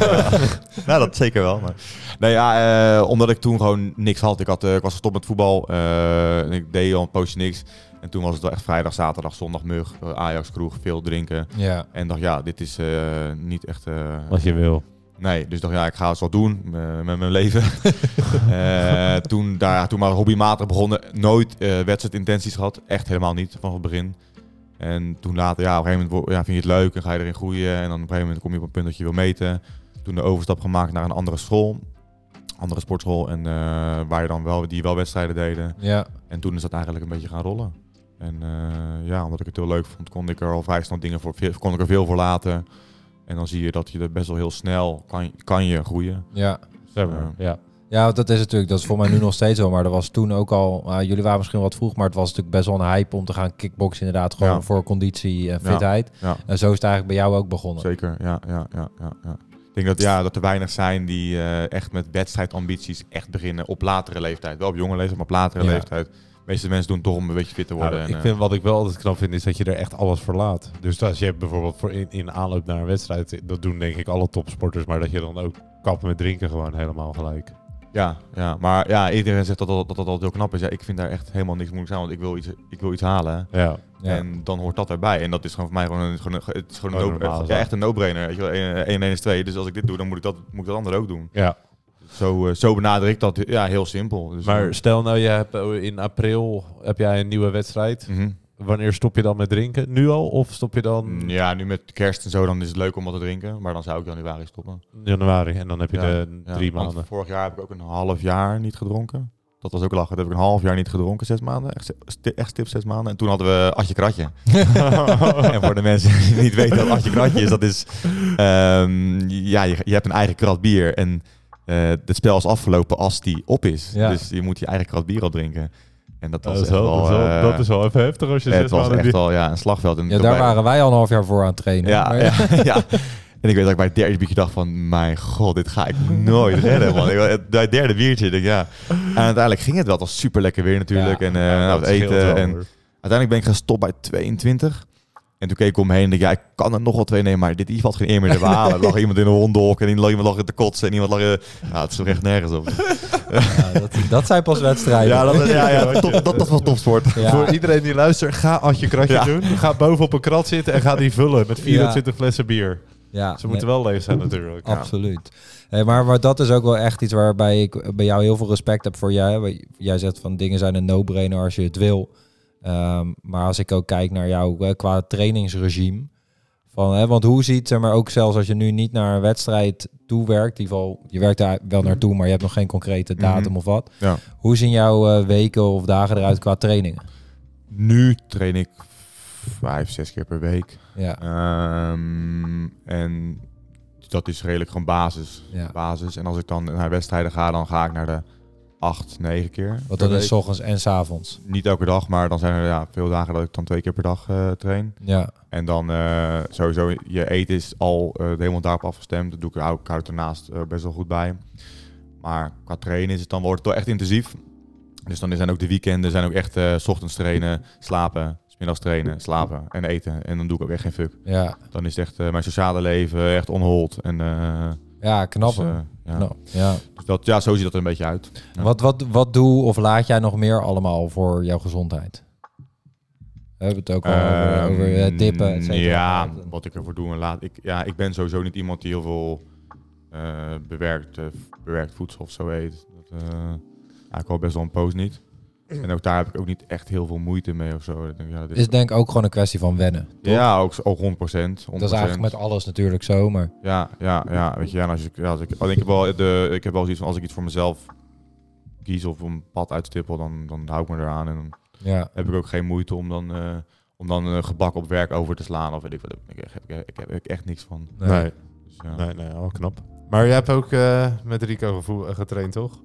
S1: nou, dat zeker wel. Maar... Nee, ja, eh, omdat ik toen gewoon niks had. Ik, had, eh, ik was gestopt met voetbal. eh, en ik deed al een poosje niks. En toen was het wel echt vrijdag, zaterdag, zondag mug. eh, Ajax kroeg, veel drinken.
S3: ja.
S1: En dacht, ja, dit is eh, niet echt... eh,
S2: Wat je wil.
S1: Nee, dus dacht ja, ik ga het wel doen eh, met mijn leven. Eh, toen, daar, toen maar hobbymatig begonnen, nooit eh wedstrijdintenties gehad. Echt helemaal niet, vanaf het begin. En toen later, ja, op een gegeven moment wo- ja, vind je het leuk en ga je erin groeien. En dan op een gegeven moment kom je op een punt dat je wil meten. Toen de overstap gemaakt naar een andere school, andere sportschool. En eh, waar je dan wel, die wel wedstrijden deden.
S3: Ja,
S1: En toen is dat eigenlijk een beetje gaan rollen. En eh, ja, omdat ik het heel leuk vond, kon ik er al vrij snel dingen voor, veel- kon ik er veel voor laten. En dan zie je dat je er best wel heel snel kan, kan je groeien.
S3: ja.
S1: Ja.
S2: Ja.
S3: Ja, want dat is natuurlijk, dat is voor mij nu nog steeds zo. Maar dat was toen ook al, ah, jullie waren misschien wat vroeg, maar het was natuurlijk best wel een hype om te gaan kickboxen inderdaad. Gewoon
S1: Ja.
S3: voor conditie en
S1: Ja.
S3: fitheid.
S1: Ja.
S3: En zo is het eigenlijk bij jou ook begonnen.
S1: Zeker, ja, ja, ja, ja. ja. Ik denk dat, ja, dat er weinig zijn die eh, echt met wedstrijdambities echt beginnen op latere leeftijd. Wel op jonge leeftijd, maar op latere
S3: Ja.
S1: leeftijd. De meeste mensen doen het toch om een beetje fit te worden.
S2: Nou,
S1: en,
S2: ik
S1: eh,
S2: vind, wat ik wel altijd knap vind, is dat je er echt alles voor laat. Dus als je bijvoorbeeld voor in, in aanloop naar een wedstrijd, dat doen denk ik alle topsporters, maar dat je dan ook kappen met drinken gewoon helemaal gelijk.
S1: Ja, ja, maar ja, iedereen zegt dat dat, dat dat altijd heel knap is. Ja, ik vind daar echt helemaal niks moeilijk aan, want ik wil iets, ik wil iets halen.
S2: Ja.
S3: Ja.
S1: En dan hoort dat erbij. En dat is gewoon voor mij gewoon een, gewoon een- het is gewoon
S2: Gewoon
S1: een no-
S2: normaal,
S1: eh,
S2: zo.
S1: ja, echt een no-brainer. Weet je wel. Eén- één, één is twee. Dus als ik dit doe, dan moet ik dat, moet ik dat andere ook doen.
S2: ja.
S1: Zo, eh, zo benader ik dat. Ja, heel simpel. Dus,
S2: Maar stel nou, je hebt eh, in april heb jij een nieuwe wedstrijd.
S1: Mhm.
S2: Wanneer stop je dan met drinken? Nu al? Of stop je dan
S1: Ja, nu met kerst en zo, dan is het leuk om wat te drinken. Maar dan zou ik januari stoppen.
S2: in januari? En dan heb je
S1: Ja,
S2: de
S1: Ja,
S2: drie
S1: want
S2: maanden.
S1: vorig jaar heb ik ook een half jaar niet gedronken. Dat was ook lachen. Dat heb ik een half jaar niet gedronken, zes maanden. Echt, sti- sti- echt stip zes maanden. En toen hadden we Atje Kratje. en voor de mensen die niet weten wat Atje Kratje is, dat is... ehm, ja, je, je hebt een eigen krat bier en eh, het spel is afgelopen als die op is.
S3: Ja.
S1: Dus je moet je eigen krat bier al drinken. En dat was
S2: Dat is,
S1: echt
S2: wel,
S1: wel...
S2: dat, is wel,
S1: eh,
S2: dat is wel even heftig als je
S1: het
S2: zes
S1: was
S2: maanden
S1: echt
S2: niet-
S1: al ja, een slagveld. En
S3: Ja,
S1: toen
S3: daar
S1: bij-
S3: waren wij al een half jaar voor aan het trainen.
S1: ja,
S3: Maar-
S1: ja, ja. En ik weet dat ik bij het derde biertje dacht van, mijn god, dit ga ik nooit redden, man. Ik, het- bij het derde biertje, ik denk ja. En uiteindelijk ging het wel, het was super lekker weer natuurlijk.
S3: Ja.
S1: en eh
S2: Ja,
S1: nou,
S2: dat
S1: het
S2: scheelt
S1: eten.
S2: wel,
S1: En
S2: hoor.
S1: uiteindelijk ben ik gaan stoppen bij 22. En toen keek ik omheen en dacht, ja, ik kan er nog wel twee nemen, maar dit valt geen eer meer te behalen. Er lag iemand in een hondenhok en iemand lag in te kotsen en iemand lag... eh, Nou, het is toch echt nergens op.
S3: Ja, dat, dat zijn pas wedstrijden.
S1: Ja, dat, ja, ja, top, dat, dat was wel topsport.
S3: Ja.
S2: Voor iedereen die luistert, ga als je kratje
S1: Ja.
S2: doen. Ga boven op een krat zitten en ga die vullen met 24 flessen bier.
S3: Ja,
S2: Ze moeten wel leeg zijn natuurlijk.
S3: nee, absoluut. Hey, maar, maar dat is ook wel echt iets waarbij ik bij jou heel veel respect heb voor jij. Want Jij zegt van dingen zijn een no-brainer als je het wil. Ehm, maar als ik ook kijk naar jou eh, qua trainingsregime. Van, hè, want hoe ziet, zeg maar ook zelfs als je nu niet naar een wedstrijd toe werkt, die geval, je werkt daar wel naartoe, maar je hebt nog geen concrete datum
S1: Mhm.
S3: of wat.
S1: Ja.
S3: Hoe zien jouw eh, weken of dagen eruit qua trainingen?
S1: Nu train ik vijf, zes keer per week.
S3: Ja,
S1: Ehm, en dat is redelijk gewoon basis.
S3: ja.
S1: basis. En als ik dan naar wedstrijden ga, dan ga ik naar de acht, negen keer.
S3: Want
S1: per
S3: dat is
S1: week.
S3: s ochtends en s avonds.
S1: Niet elke dag, maar dan zijn er ja, veel dagen dat ik dan twee keer per dag eh, train.
S3: Ja,
S1: En dan eh, sowieso, je eten is al eh, helemaal daarop afgestemd. Dat doe ik, hou, ik hou het ernaast eh, best wel goed bij. Maar qua trainen is het dan wordt het toch echt intensief. Dus dan zijn ook de weekenden, zijn ook echt eh, s ochtends trainen, slapen, 's middags trainen, slapen en eten. En dan doe ik ook echt geen fuck.
S3: ja.
S1: Dan is het echt eh, mijn sociale leven echt on hold. En, eh,
S3: ja knap
S1: dus,
S3: hoor.
S1: eh, ja.
S3: Nou, ja.
S1: Dus dat, ja, zo ziet dat er een beetje uit. Ja.
S3: Wat, wat, wat doe of laat jij nog meer allemaal voor jouw gezondheid? We hebben het ook al over,
S1: Ehm,
S3: over eh, dippen, et cetera.
S1: Ja, wat ik ervoor doe en laat. Ik, ja, ik ben sowieso niet iemand die heel veel eh, bewerkt, eh, bewerkt voedsel of zo eet. Dat, eh, eigenlijk al best wel een poos niet. En ook daar heb ik ook niet echt heel veel moeite mee of zo. Ik denk, ja, dat is-
S3: Is denk ik ook gewoon een kwestie van wennen. toch?
S1: ja, ook, ook 100%. 100%.
S3: Dat is eigenlijk met alles natuurlijk zo, maar
S1: Ja, ja, ja. Weet je, ja, en als ik, ja, als ik, alleen ik, heb wel de, ik heb wel zoiets van als ik iets voor mezelf kies of een pad uitstippel, dan, dan hou ik me eraan en dan
S3: ja.
S1: heb ik ook geen moeite om dan, eh, om dan eh, gebak op werk over te slaan. Of weet ik wat. Ik heb, ik heb, ik heb ik echt niks van.
S3: Nee.
S2: Nee,
S1: Dus, ja.
S2: nee, nee, al knap. Maar jij hebt ook eh, met Rico gevo- eh, getraind, toch?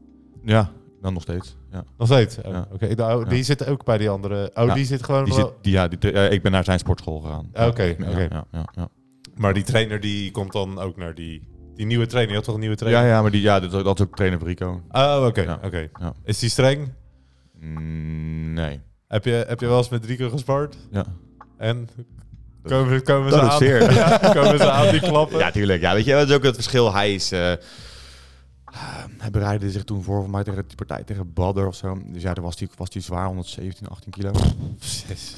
S1: ja, dan nog steeds. Ja.
S2: Nog steeds? Oh,
S1: Ja.
S2: Oké, nou, die
S1: Ja.
S2: zit ook bij die andere... Oh,
S1: Ja,
S2: die zit gewoon...
S1: Die
S2: wel-
S1: zit, die, ja, die, eh, ik ben naar zijn sportschool gegaan.
S2: Ah, Oké,
S1: Ja,
S2: oké.
S1: ja, ja, ja.
S2: Maar die trainer die komt dan ook naar die... Die nieuwe trainer, je had toch een nieuwe
S1: ja,
S2: trainer?
S1: ja, maar die, ja, dat, dat is ook trainer van Rico.
S2: Oh, oké,
S1: Ja.
S2: oké.
S1: Ja.
S2: Is die streng?
S1: Mm, nee.
S2: Heb je, heb je wel eens met Rico gespart?
S1: Ja.
S2: En komen, komen ze
S1: dat
S2: aan?
S1: is zeer.
S2: Ja, komen ze aan die klappen?
S1: Ja, tuurlijk. Ja, weet je, dat is ook het verschil. Hij is... eh, hij bereidde zich toen voor voor mij tegen die partij tegen Badder of zo. Dus ja, daar was hij was die zwaar 117, 18 kilo.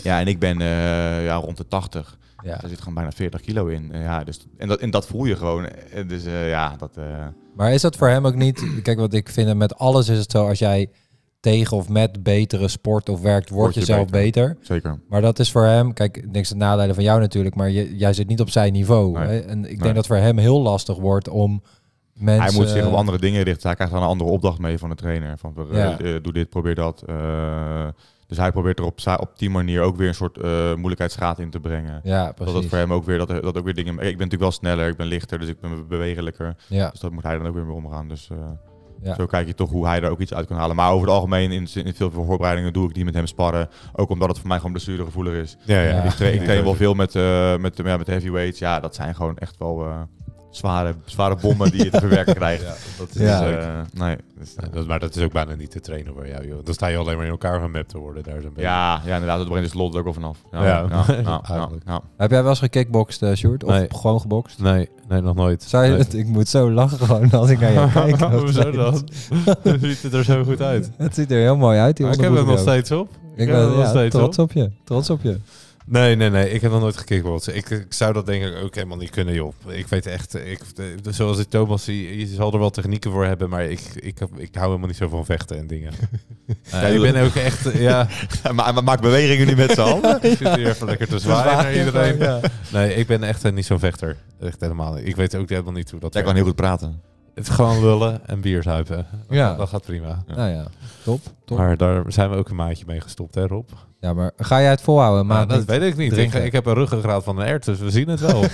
S1: Ja, en ik ben eh, ja, rond de 80.
S3: ja.
S1: Daar zit gewoon bijna 40 kilo in. Eh, ja, dus, en, dat, en dat voel je gewoon. Eh, Dus eh, ja, dat... eh,
S3: Maar is dat voor hem ook niet... Kijk, wat ik vind met alles is het zo... als jij tegen of met betere sport of werkt, word,
S1: Word
S3: je
S1: je
S3: zelf beter.
S1: zeker.
S3: Maar dat is voor hem... Kijk, niks te nadelen van jou natuurlijk... maar je, jij zit niet op zijn niveau.
S1: Nee.
S3: Hè? En ik denk
S1: Nee.
S3: dat voor hem heel lastig wordt om mensen...
S1: hij moet zich op andere dingen richten. Hij krijgt dan een andere opdracht mee van de trainer. Van, eh,
S3: eh, Ja.
S1: eh, doe dit, probeer dat. Eh, dus hij probeert er op, za- op die manier ook weer een soort eh moeilijkheidsgraad in te brengen.
S3: Ja, precies.
S1: Dat dat voor hem ook weer, dat, er- dat ook weer dingen... Ik ben natuurlijk wel sneller, ik ben lichter, dus ik ben bewegelijker.
S3: Ja,
S1: Dus dat moet hij dan ook weer mee omgaan. Dus eh,
S3: Ja.
S1: zo kijk je toch hoe hij er ook iets uit kan halen. Maar over het algemeen, in, in veel voorbereidingen doe ik niet met hem sparren. Ook omdat het voor mij gewoon blessuregevoelig is.
S2: Ja,
S3: Ja.
S1: Ik, tra- ik
S2: Ja.
S1: train wel veel met, eh, met, ja, met heavyweights. Ja, dat zijn gewoon echt wel eh, zware, zware bommen die je te verwerken krijgt.
S2: Ja, dat is
S3: Ja.
S1: Ja.
S2: leuk.
S1: nee. dus, eh,
S2: Ja, dat- maar dat is ook bijna niet te trainen voor jou, joh. Dan sta je alleen maar in elkaar gemapt te worden daar zo'n beetje.
S1: ja, ja, inderdaad. Dat brengt de slot er ook al vanaf. Ja,
S2: Ja.
S1: ja. ja, ja,
S2: Eigenlijk.
S1: ja.
S3: Heb jij wel eens gekickboxd, eh Sjoerd? Of
S2: Nee.
S3: gewoon gebokst?
S2: Nee, nee, nog nooit.
S3: Zou je het- ik moet zo lachen gewoon als ik naar je kijk. nog
S2: Hoezo
S3: steeds.
S2: dan? ziet het er zo goed uit.
S3: Het ziet er heel mooi uit. Die
S2: Maar ik heb het nog
S3: onderbroek ook.
S2: steeds op.
S3: Ik
S2: heb het
S3: ben
S2: nog
S3: ja,
S2: steeds
S3: trots op je. Trots op je.
S2: Nee, nee, nee. Ik heb nog nooit gekickboxd. Ik, ik zou dat denk ik ook helemaal niet kunnen, joh. Ik weet echt... Ik, eh, zoals ik Thomas zie, je zal er wel technieken voor hebben, maar ik, ik, ik hou helemaal niet zo van vechten en dingen. Eh, ik ben ook echt... eh, Ja,
S1: Maar, maar maak bewegingen nu met z'n handen.
S2: ik zit hier even lekker te zwaaien naar iedereen.
S3: Ja.
S2: Nee, ik ben echt eh, niet zo'n vechter. Echt helemaal niet. Ik weet ook helemaal niet hoe dat
S1: Jij kan heel goed praten.
S2: Het is gewoon lullen en bier zuipen. Dat,
S3: Ja.
S2: dat gaat prima.
S1: Ja.
S3: Nou ja, top. top.
S2: Maar daar zijn we ook een maatje mee gestopt, hè Rob?
S3: ja, maar ga jij het volhouden? Maar
S2: Maar dat
S3: niet.
S2: weet ik niet. Ik,
S3: drinken.
S2: ik heb een ruggengraat van een ert, dus we zien het wel.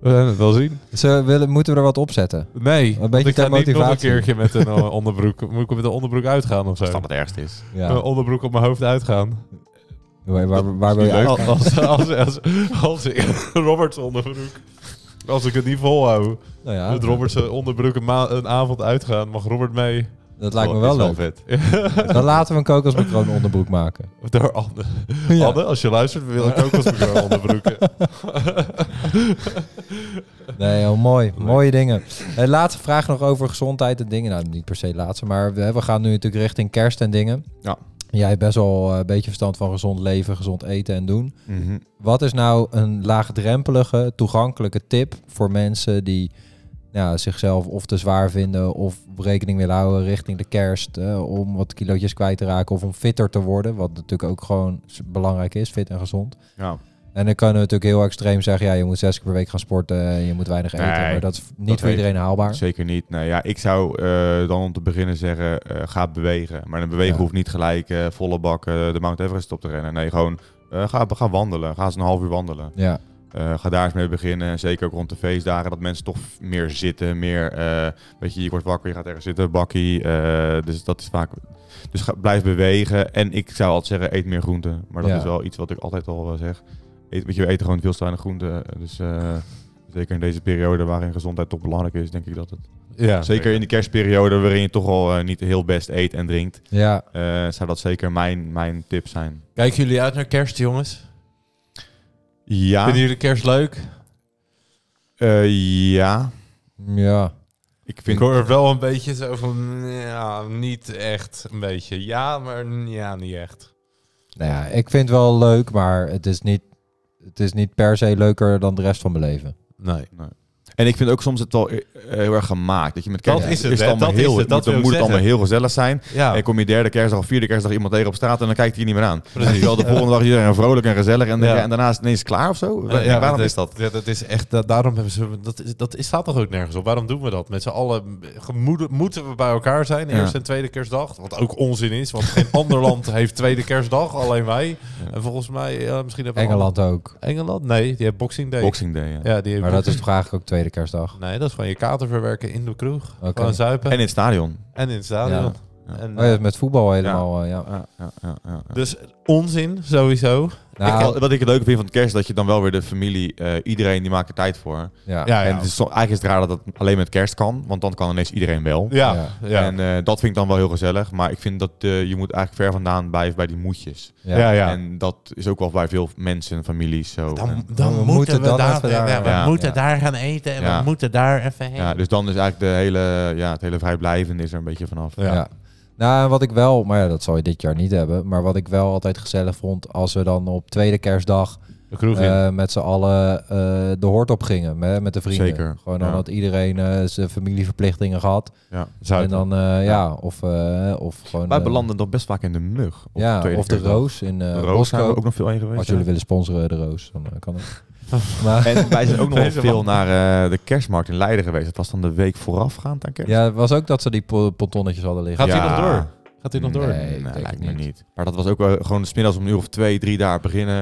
S2: we gaan het wel zien.
S3: Zullen we- willen, moeten we er wat op zetten?
S2: Nee,
S3: Een beetje
S2: want ik
S3: ter
S2: ga niet nog een
S3: motivatie.
S2: keertje met een eh, onderbroek... Moet ik met een onderbroek uitgaan of zo?
S1: Als dat het ergste is.
S3: Ja.
S2: Een onderbroek op mijn hoofd uitgaan.
S3: waar waar, waar wil
S1: niet
S3: je
S1: leuk.
S3: uit-
S2: Als, als, als, als, als ik Roberts onderbroek... Als ik het niet volhou,
S3: Nou ja,
S2: met Roberts eh, onderbroek een, ma- een avond uitgaan, mag Robert mee. Oh,
S3: dat lijkt me wel
S1: Is
S3: leuk.
S1: vet.
S3: Dan laten we een kokosmacroon onderbroek maken.
S2: Of Door Anne.
S3: Ja.
S2: Anne, als je luistert, wil ik ook als mijn onderbroeken.
S3: Nee, heel mooi. Mooie dingen. Eh, laatste vraag nog over gezondheid en dingen. Nou, niet per se laatste, maar we, we gaan nu natuurlijk richting kerst en dingen.
S1: Ja.
S3: Jij hebt best wel eh, een beetje verstand van gezond leven, gezond eten en doen.
S1: Mhm.
S3: Wat is nou een laagdrempelige, toegankelijke tip voor mensen die ja, zichzelf of te zwaar vinden of rekening willen houden richting de kerst eh, om wat kilootjes kwijt te raken of om fitter te worden, wat natuurlijk ook gewoon s- belangrijk is, fit en gezond.
S1: Ja.
S3: En dan kunnen we natuurlijk heel extreem zeggen, ja, je moet zes keer per week gaan sporten, en je moet weinig eten,
S1: Nee,
S3: maar dat is niet
S1: dat
S3: voor
S1: heeft-
S3: iedereen haalbaar.
S1: Zeker niet. Nou ja, ik zou eh, dan om te beginnen zeggen, eh, ga bewegen. Maar dan bewegen
S3: Ja.
S1: hoeft niet gelijk eh, volle bak eh, de Mount Everest op te rennen. Nee, gewoon eh, ga, ga wandelen. Ga eens een half uur wandelen.
S3: Ja,
S1: Eh, ga daar eens mee beginnen. Zeker ook rond de feestdagen. Dat mensen toch meer zitten. Meer, eh, weet je, je wordt wakker, je gaat ergens zitten, bakkie. eh, dus dat is vaak... Dus ga, blijf bewegen. En ik zou altijd zeggen, eet meer groenten. Maar dat
S3: Ja.
S1: is wel iets wat ik altijd al wel zeg. Eet, weet je, we eten gewoon veel te weinig groenten. Dus eh, zeker in deze periode waarin gezondheid toch belangrijk is, denk ik dat het...
S2: Ja.
S1: zeker in de kerstperiode waarin je toch al eh, niet heel best eet en drinkt.
S3: ja.
S1: eh, zou dat zeker mijn, mijn tip zijn.
S2: Kijken jullie uit naar kerst, jongens?
S1: Ja,
S2: Vinden jullie kerst leuk?
S1: eh, ja.
S3: ja.
S1: Ik
S2: Ik
S1: vind...
S2: hoor wel een beetje zo van, ja, niet echt een beetje. Ja, maar n- ja, niet echt.
S3: Nou ja, ik vind het wel leuk, maar het is, niet, het is niet per se leuker dan de rest van mijn leven.
S2: Nee.
S1: En ik vind ook soms het wel eh, heel erg gemaakt. Dat je met kerst
S2: Dat is het, hè?
S1: allemaal
S2: Dat
S1: heel,
S2: is het, dat
S1: moet,
S2: wil ik
S1: moet het allemaal
S2: zeggen.
S1: heel gezellig zijn.
S2: Ja,
S1: En kom je derde kerstdag of vierde kerstdag iemand tegen op straat en dan kijkt hij je niet meer aan.
S2: Precies.
S1: Terwijl de volgende dag iedereen vrolijk en gezellig en,
S2: Ja.
S1: ja, en daarna is het ineens klaar of zo. Wa-
S2: Ja,
S1: waarom is dat?
S2: Ja, dat is echt, da- daarom hebben ze, dat, is, dat is, staat toch ook nergens op. Waarom doen we dat? Met z'n allen gemoede- moeten we bij elkaar zijn,
S1: Ja.
S2: eerste en tweede kerstdag. Wat ook onzin is, want geen ander land heeft tweede kerstdag, alleen wij.
S1: Ja.
S2: En volgens mij, ja, misschien hebben we
S3: Engeland ook.
S2: al- Engeland? Nee, die hebben Boxing Day.
S1: Boxing Day, ja.
S2: Ja, die hebben
S3: Maar dat is toch eigenlijk ook tweede kerstdag?
S2: Nee, dat is gewoon je kater verwerken in de kroeg.
S3: Oké.
S2: Gewoon zuipen
S1: En
S2: en,
S1: in het stadion.
S2: in het stadion.
S1: Ja.
S2: En, eh,
S3: Oh ja, met voetbal helemaal, eh, ja.
S1: Ja, ja, ja, ja, ja.
S2: Dus onzin, sowieso.
S1: Ik-
S3: Nou,
S1: wat ik het leuke vind van het kerst, dat je dan wel weer de familie, eh, iedereen die maakt er tijd voor.
S3: ja.
S2: Ja,
S1: En
S2: ja.
S1: het is, zo- eigenlijk is het raar dat dat alleen met kerst kan, want dan kan ineens iedereen wel.
S2: ja,
S3: Ja.
S2: ja.
S1: En eh, dat vind ik dan wel heel gezellig. Maar ik vind dat eh, je moet eigenlijk ver vandaan blijven bij die moedjes.
S3: ja.
S2: Ja, ja.
S1: En dat is ook wel bij veel mensen en families zo.
S2: dan,
S1: En-
S2: dan
S3: we
S2: moeten,
S3: moeten
S2: we
S3: dan
S2: daar,
S3: even daar-
S2: ja, we
S1: Ja.
S2: moeten
S3: Ja.
S2: daar gaan eten en
S1: Ja.
S2: we moeten daar even heen.
S1: ja, dus dan is eigenlijk de hele, ja, het hele vrijblijvende is er een beetje vanaf.
S2: Ja.
S3: Ja. Nou, en wat ik wel, maar ja, dat zal je dit jaar niet hebben, maar wat ik wel altijd gezellig vond als we dan op tweede kerstdag
S2: De kroeg in.
S3: eh, met z'n allen eh, de hoort op gingen met, met de vrienden.
S1: Zeker,
S3: Gewoon dan
S1: ja.
S3: had iedereen eh, zijn familieverplichtingen gehad.
S1: Ja.
S3: En dan, eh, ja, of, eh, of gewoon...
S1: Wij
S3: eh,
S1: belanden toch best vaak in de mug. op
S3: ja,
S1: tweede
S3: of de
S1: kerstdag.
S3: Roos in eh
S1: De Roos zijn we
S3: Boskoop.
S1: ook nog veel heen geweest.
S3: Als jullie
S1: ja.
S3: willen sponsoren de Roos, dan eh, kan het. maar,
S1: En wij zijn ook nog wel
S2: Deze
S1: veel
S2: man.
S1: naar eh, de kerstmarkt in Leiden geweest. Dat was dan de week voorafgaand aan kerst.
S3: ja, het was ook dat ze die po- pontonnetjes hadden liggen.
S2: Gaat
S1: Ja.
S2: hij nog door? Gaat hij nog door?
S3: Nee, ik
S1: nee, nou,
S3: denk
S1: lijkt
S3: het
S1: me
S3: niet.
S1: niet. Maar dat was ook wel gewoon smiddags om een uur of twee, drie daar beginnen.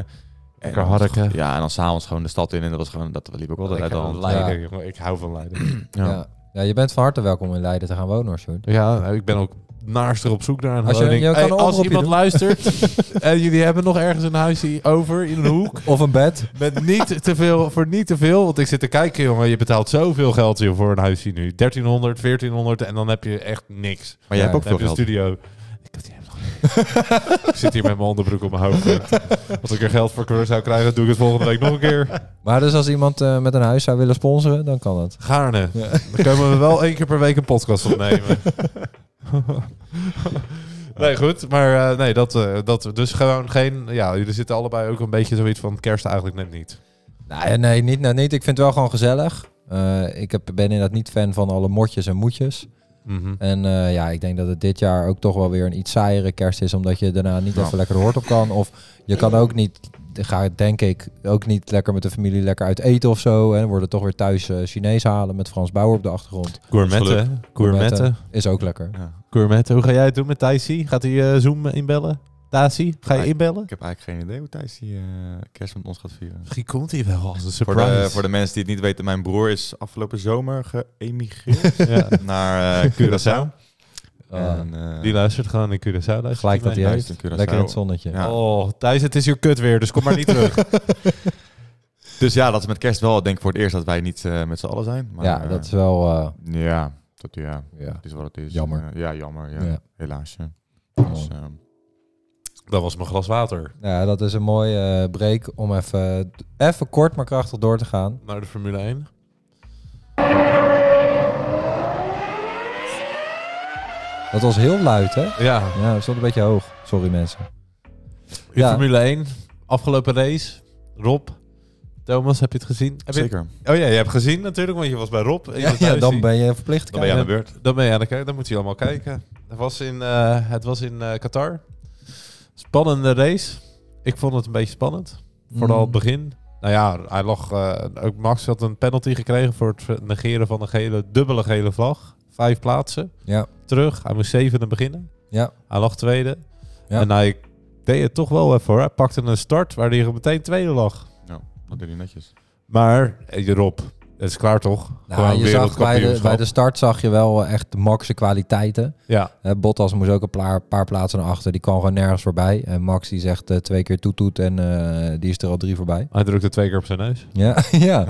S1: En
S2: Lekker
S1: dan-
S2: harken.
S1: Ja, en dan s'avonds gewoon de stad in. En dat was gewoon, dat liep ook altijd uit de hand.
S2: Leiden, jongen. Ik hou van Leiden.
S1: Ja.
S3: Ja. Ja, je bent van harte welkom in Leiden te gaan wonen hoor, Sjoerd.
S2: Ja, nou, ik ben ook naarster op zoek naar een
S3: Als je-
S2: woning.
S3: je kan
S2: Hey,
S3: een
S2: als
S3: oproepje
S2: iemand
S3: doen.
S2: luistert en jullie hebben nog ergens een huisje over in een hoek.
S3: Of een bed.
S2: Met niet te veel, voor niet te veel. Want ik zit te kijken, jongen. Je betaalt zoveel geld joh, voor een huisje nu. 1300, 1400 en dan heb je echt niks.
S1: Maar jij hebt
S3: Ja,
S1: ook
S2: Dan
S1: veel
S2: heb je een
S1: geld.
S2: studio. Ik, heb die helemaal niet. ik zit hier met mijn onderbroek op mijn hoofd. Als ik er geld voor zou krijgen, doe ik het volgende week nog een keer.
S3: Maar dus als iemand eh, met een huis zou willen sponsoren, dan kan dat.
S2: Gaarne. Dan kunnen we wel één keer per week een podcast opnemen. nee, goed. Maar eh, nee, dat, eh, dat dus gewoon geen... Ja, jullie zitten allebei ook een beetje zoiets van kerst eigenlijk net niet.
S3: Nee, nee niet, nou, niet. Ik vind het wel gewoon gezellig. Eh, ik heb, ben inderdaad niet fan van alle motjes en moetjes. En eh, ja, ik denk dat het dit jaar ook toch wel weer een iets saaiere kerst is. Omdat je daarna niet
S1: Ja.
S3: even lekker de hoort op kan. Of je kan ook niet, ga denk ik, ook niet lekker met de familie lekker uit eten of zo. En dan wordt het toch weer thuis eh, Chinees halen met Frans Bauer op de achtergrond.
S2: Gourmetten. Gourmetten.
S3: Is ook lekker.
S1: Ja.
S2: Gourmetten. Hoe ga jij het doen met Taisi? Gaat hij eh, Zoom inbellen? Taisi, ga je
S1: Nee.
S2: inbellen?
S1: Ik heb eigenlijk geen idee hoe Thijs die eh, kerst met ons gaat vieren.
S2: Misschien komt hij wel als een
S1: Voor
S2: surprise.
S1: de, voor de mensen die het niet weten, mijn broer is afgelopen zomer geëmigreerd
S2: Ja.
S1: naar eh Curaçao.
S3: Eh,
S1: En, eh,
S2: Die luistert gewoon in Curaçao. luistert
S3: gelijk dat
S2: mee.
S3: hij
S1: hij
S3: heeft.
S1: is in Curaçao.
S3: Lekker in het zonnetje.
S1: ja.
S2: Oh, Thijs, het is hier kut weer, dus kom maar niet terug.
S1: Dus ja, dat is met kerst wel, denk ik, voor het eerst dat wij niet eh, met z'n allen zijn. Maar,
S3: ja,
S1: eh,
S3: dat is wel. eh,
S1: Ja, dat, ja,
S3: ja.
S1: het is wat het is.
S3: Jammer.
S1: Eh, ja, jammer. Ja.
S3: Ja.
S1: Helaas, ja.
S3: Oh.
S1: Dus, ehm,
S2: Dat was mijn glas water.
S3: Ja, dat is een mooie eh, break om even, even kort maar krachtig door te gaan.
S2: Naar de Formule 1.
S3: Dat Dat was heel luid, hè?
S2: Ja,
S3: Ja, dat stond een beetje hoog. Sorry mensen.
S2: in
S3: Ja.
S2: Formule 1, afgelopen race. Rob, Thomas, heb je het gezien? Heb je-
S1: Zeker.
S2: oh ja, je hebt gezien natuurlijk, want je was bij Rob. Je
S3: Ja,
S2: was thuis
S3: dan
S2: zien.
S3: ben je verplicht te
S1: Dan ben je aan
S3: kijken.
S1: de beurt.
S2: Dan ben je aan de kijk, dan moet je allemaal kijken. Het was in, eh, het was in eh, Qatar. Spannende race. Ik vond het een beetje spannend. Vooral het
S3: Mm.
S2: begin. Nou ja, hij lag, eh, ook Max had een penalty gekregen voor het ver- negeren van een gele, dubbele gele vlag. Vijf plaatsen
S3: Ja,
S2: terug. Hij moest zevende beginnen.
S3: ja.
S2: Hij lag tweede.
S3: Ja.
S2: En hij deed het toch wel even hoor. Hij pakte een start waar hij meteen tweede lag.
S1: Dat deed hij netjes.
S2: Maar, eh, Rob, het is klaar toch?
S3: Nou, je zag bij de, bij de start zag je wel eh, echt Max' kwaliteiten.
S2: Ja,
S3: Hè, Bottas moest ook een paar, paar plaatsen naar achter. Die kwam gewoon nergens voorbij. En Max die zegt eh, twee keer toet toet en eh, die is er al drie voorbij.
S2: hij drukte twee keer op zijn neus.
S3: Ja, ja.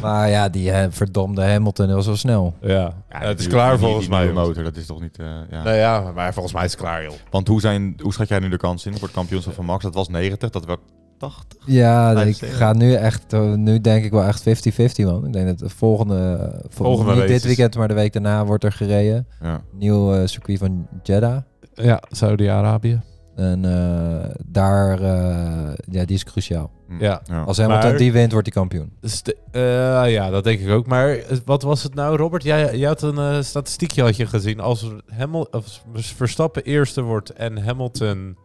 S3: maar ja, die eh, verdomde Hamilton, dat was wel snel.
S2: Ja, het is klaar volgens mij.
S1: De
S2: jongens.
S1: motor, dat is toch niet... eh, ja.
S2: Nou ja, maar volgens mij is het klaar, joh.
S1: Want hoe, zijn, hoe schat jij nu de kans in voor het kampioenschap van Max? Dat was 90, dat werd 80.
S3: Ja,
S1: Hij
S3: ik
S1: is zeker.
S3: ga nu echt, eh, nu denk ik wel echt 50-50 man. Ik denk dat de volgende, eh, vol-
S2: Volgende
S3: niet dit
S2: races.
S3: weekend, maar de week daarna wordt er gereden.
S1: Ja.
S3: Nieuw eh, circuit van Jeddah.
S2: Ja, Saudi-Arabië.
S3: En eh, daar, eh, ja, die is cruciaal.
S1: Hm.
S2: Ja.
S3: Als Hamilton
S2: Maar-
S3: die wint, wordt hij kampioen.
S2: Dus eh, ja, dat denk ik ook. Maar eh, wat was het nou, Robert? Jij, jij had een eh, statistiekje had je gezien. Als, Hamil of Verstappen eerste wordt en Hamilton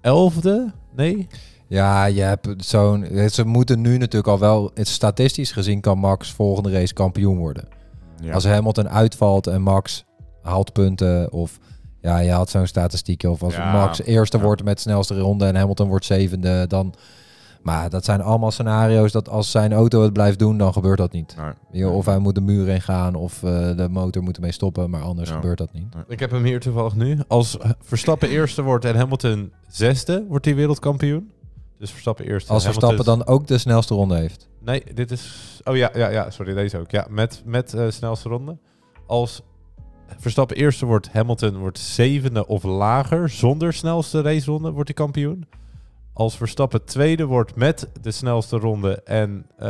S2: elfde? Nee?
S3: Ja, je hebt zo'n. Ze moeten nu natuurlijk al wel. het- Statistisch gezien kan Max volgende race kampioen worden.
S1: Ja.
S3: Als Hamilton uitvalt en Max haalt punten. Of ja, je had zo'n statistiekje. Of als
S1: Ja,
S3: Max eerste
S1: ja.
S3: wordt met de snelste ronde en Hamilton wordt zevende, dan. Maar dat zijn allemaal scenario's dat als zijn auto het blijft doen, dan gebeurt dat niet.
S1: Nee.
S3: Je- Of hij moet de muur in gaan, of eh, de motor moet ermee stoppen, maar anders
S1: Ja.
S3: gebeurt dat niet.
S2: Ik heb hem hier toevallig nu. Als Verstappen eerste wordt en Hamilton zesde, wordt hij wereldkampioen. Dus Verstappen eerste.
S3: Als
S2: en
S3: Verstappen
S2: Hamilton-
S3: dan ook de snelste ronde heeft.
S2: Nee, dit is... Oh ja, ja, ja. Sorry, deze ook. Ja, met, met eh, snelste ronde. Als Verstappen eerste wordt, Hamilton wordt zevende of lager zonder snelste raceronde, wordt hij kampioen. Als Verstappen tweede wordt met de snelste ronde en eh,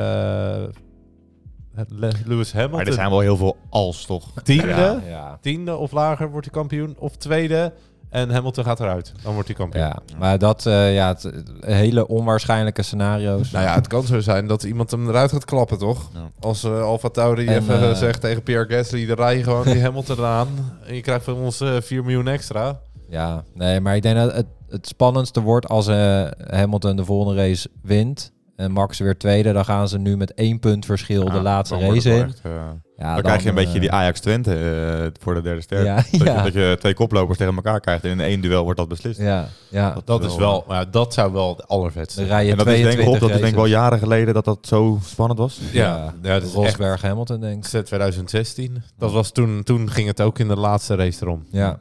S2: Le- Lewis
S1: Maar er
S2: Hamilton
S1: zijn wel heel veel als, toch?
S2: tiende,
S3: Ja, ja.
S2: tiende of lager wordt hij kampioen. Of tweede en Hamilton gaat eruit. Dan wordt hij kampioen.
S3: Ja, maar dat, eh, ja, het, hele onwaarschijnlijke scenario's.
S2: Nou ja, het kan zo zijn dat iemand hem eruit gaat klappen, toch?
S1: Ja.
S2: Als eh Alfa Tauri
S3: En,
S2: even
S3: eh,
S2: eh, zegt tegen Pierre Gasly, dan rij je gewoon die Hamilton eraan. En je krijgt van ons eh 4 miljoen extra.
S3: Ja, nee, maar ik denk dat het, het spannendste wordt als eh, Hamilton de volgende race wint. En Max weer tweede, dan gaan ze nu met één punt verschil
S1: Ja,
S3: de laatste
S1: dan wordt het
S3: race
S1: wel
S3: in.
S1: echt, eh, dan,
S3: Ja,
S1: krijg je een
S3: eh,
S1: beetje die Ajax Twente eh, voor de derde ster.
S3: Ja,
S1: dat, je-
S3: ja.
S1: dat je twee koplopers tegen elkaar krijgt en in één duel wordt dat beslist.
S3: Ja, ja.
S2: Dat is wel, maar dat zou wel de
S3: Dan
S2: allervetste.
S3: rij je
S1: En dat is, denk ik, Rob,
S3: 22
S1: dat is denk ik wel
S3: races.
S1: jaren geleden dat dat zo spannend was.
S2: Ja, ja, dat is echt
S3: Rosberg, Hamilton, denk ik.
S2: sinds 2016. Dat was toen, toen ging het ook in de laatste race erom.
S3: Ja,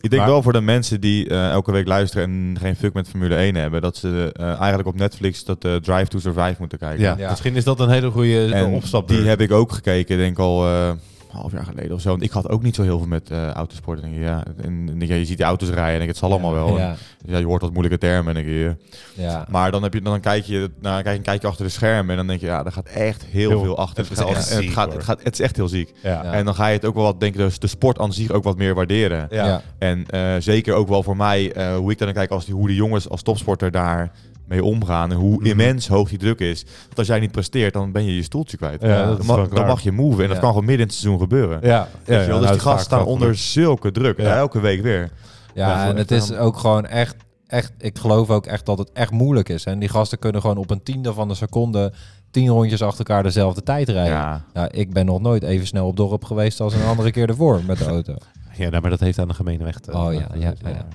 S1: Ik denk
S2: Maar-
S1: wel voor de mensen die eh, elke week luisteren en geen fuck met Formule 1 hebben, dat ze eh, eigenlijk op Netflix dat eh, Drive to Survive moeten kijken.
S2: Ja,
S3: Ja.
S2: misschien is dat een hele goede eh,
S1: En
S2: opstap.
S1: Die heb ik ook gekeken, denk ik al eh, een half jaar geleden of zo. Want ik had ook niet zo heel veel met eh autosport. En, ik, ja, en, en ja, je ziet die auto's rijden en ik, het zal allemaal wel. En,
S3: ja,
S1: ja, je hoort wat moeilijke termen. En ik, ja.
S3: ja.
S1: Maar dan, heb je, dan kijk, je, nou, kijk, kijk je achter de schermen en dan denk je, ja, daar gaat echt heel
S2: Heel-
S1: veel achter.
S2: het is echt
S1: en het,
S2: ziek,
S1: gaat,
S2: hoor.
S1: het, gaat, het is echt heel ziek.
S2: Ja.
S3: Ja.
S1: En dan ga je het ook wel wat, denk ik, dus de sport aan zich ook wat meer waarderen.
S2: Ja.
S3: ja.
S1: En eh, zeker ook wel voor mij, eh, hoe ik dan kijk als die, hoe de jongens als topsporter daar mee omgaan en hoe
S2: Mhm.
S1: immens hoog die druk is. Want als jij niet presteert, dan ben je je stoeltje kwijt.
S2: Ja, dat is
S1: dan, ma-
S2: gewoon
S1: dan
S2: klaar.
S1: mag je move en dat
S3: Ja.
S1: kan gewoon midden in het seizoen gebeuren.
S2: Ja, ja,
S1: Weet je wel,
S2: ja,
S1: dus
S2: nou,
S1: die
S2: het is vaak
S1: gasten staan
S2: wel
S1: onder zulke druk.
S2: Ja.
S1: Elke week weer. Ja, zo
S3: Ja, en
S1: echt
S3: het is
S1: aan-
S3: ook gewoon echt, echt... Ik geloof ook echt dat het echt moeilijk is. En die gasten kunnen gewoon op een tiende van de seconde... tien rondjes achter elkaar dezelfde tijd rijden.
S1: Ja.
S3: Nou, ik ben nog nooit even snel op dorp geweest als een andere keer ervoor met de auto.
S2: Ja, nou, maar dat heeft aan de gemene weg. eh,
S3: Oh ja, ja, ja,
S1: Ja.
S3: ja.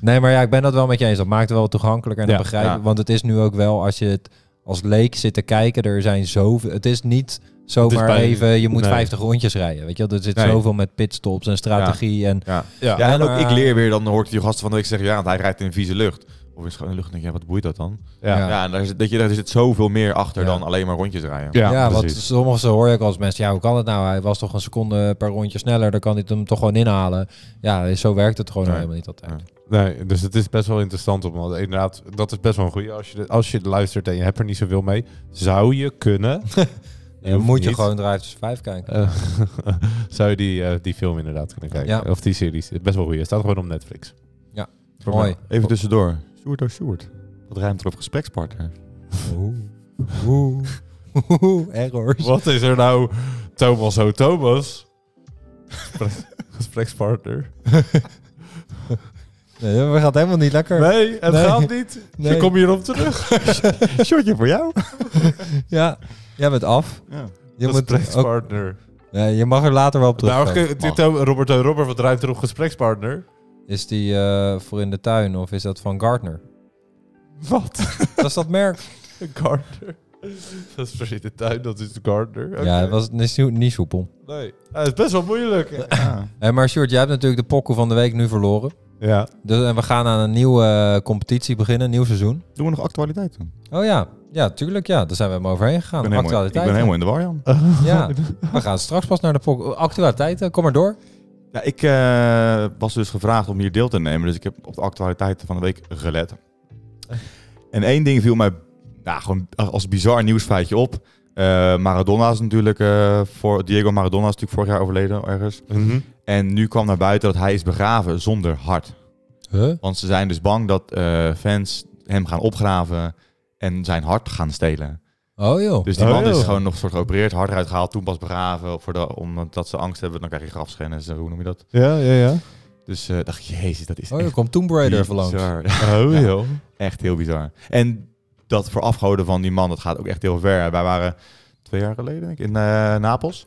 S3: Nee, maar ja, ik ben dat wel met je eens. Dat maakt het wel toegankelijker en
S2: Ja,
S3: dat begrijp
S1: ja.
S3: Want het is nu ook wel, als je het als leek zit te kijken, er zijn zoveel... Het is niet zomaar
S2: bij-
S3: even, je moet
S2: nee.
S3: 50 rondjes rijden. Weet je, wel? er zit
S1: Nee.
S3: zoveel met pitstops en strategie en...
S1: Ja.
S2: Ja.
S1: Ja, en
S3: Ja,
S1: ook
S3: maar-
S1: ik leer weer, dan hoor ik die gasten van de week zeggen, ja, want hij rijdt in vieze lucht. Of in schone lucht, en denk je, ja, wat boeit dat dan?
S2: Ja.
S1: Ja, en daar, zit, dat je, daar zit zoveel meer achter
S3: Ja.
S1: dan alleen maar rondjes rijden.
S3: Ja, want
S2: precies.
S3: sommige hoor je ook als mensen, ja, hoe kan het nou? Hij was toch een seconde per rondje sneller, dan kan hij het hem toch gewoon inhalen. Ja, zo werkt het gewoon
S1: Nee.
S3: helemaal niet altijd.
S1: Nee.
S2: Nee, dus het is best wel interessant om want inderdaad, dat is best wel een goeie. Als je, als je luistert en je hebt er niet zoveel mee, zou je kunnen
S3: Dan moet je
S2: niet.
S3: gewoon Drive to Survive kijken.
S2: Eh, zou je die, eh, die film inderdaad kunnen kijken?
S3: Ja.
S2: Of die series. Best wel goed. Het staat gewoon op Netflix.
S3: Mooi.
S1: Even tussendoor. Sjoerd oh Sjoerd. Wat ruimt er op gesprekspartner?
S3: Oeh. Oeh, errors.
S2: Wat is er nou Thomas O. Thomas? Gesprek- Gesprekspartner.
S3: Nee, we gaat helemaal niet lekker.
S2: Nee, het
S3: Nee.
S2: gaat niet.
S3: Nee.
S2: Ik kom hierop terug.
S1: Shortje voor jou.
S3: Ja, jij bent af.
S1: Ja.
S3: Je, moet ook, Oh,
S2: gesprekspartner.
S3: nee, je mag er later wel op
S2: Nou,
S3: terugkomen.
S2: dit- Tom- Robert O. Robert, wat ruimt er op gesprekspartner?
S3: Is die eh, voor in de tuin of is dat van Gartner?
S2: Wat?
S3: Dat is dat merk.
S2: Gardner. Dat is precies de tuin, dat is de Gardner. Oké.
S3: Ja, dat was niet, zo- niet soepel.
S2: Nee, dat is best wel moeilijk.
S1: Ja.
S3: Eh, maar Sjoerd, jij hebt natuurlijk de pokkel van de week nu verloren.
S2: Ja.
S3: Dus, en we gaan aan een nieuwe eh, competitie beginnen, een nieuw seizoen.
S1: Doen we nog actualiteiten?
S3: Oh ja, ja, tuurlijk ja. Daar zijn we helemaal overheen gegaan.
S1: ik, ben helemaal, ik ben
S3: Actualiteiten.
S1: helemaal in de war, Jan.
S3: Ja, we gaan straks pas naar de pokkel. Actualiteiten, kom maar door.
S1: Ja, ik eh, was dus gevraagd om hier deel te nemen, dus ik heb op de actualiteiten van de week gelet. En één ding viel mij nou, gewoon als bizar nieuwsfeitje op. Eh, Maradona is natuurlijk eh, voor Diego Maradona is natuurlijk vorig jaar overleden ergens.
S2: Mhm.
S1: En nu kwam naar buiten dat hij is begraven zonder hart.
S3: Huh?
S1: Want ze zijn dus bang dat eh, fans hem gaan opgraven en zijn hart gaan stelen.
S3: Oh joh.
S1: Dus die
S2: Oh,
S1: man is
S2: joh.
S1: gewoon nog soort geopereerd, hart eruit gehaald, toen pas begraven. Voor de, omdat ze angst hebben, dan krijg je grafschennis. eh, Hoe noem je dat?
S2: Ja, ja, ja.
S1: Dus eh, dacht ik, jezus, dat is
S3: oh,
S1: echt
S3: er komt Tomb Raider even langs.
S1: bizar.
S2: Oh,
S1: Ja.
S2: joh.
S1: Echt heel bizar. En dat voorafgoden van die man, dat gaat ook echt heel ver. Wij waren twee jaar geleden, denk ik, in eh, Napels.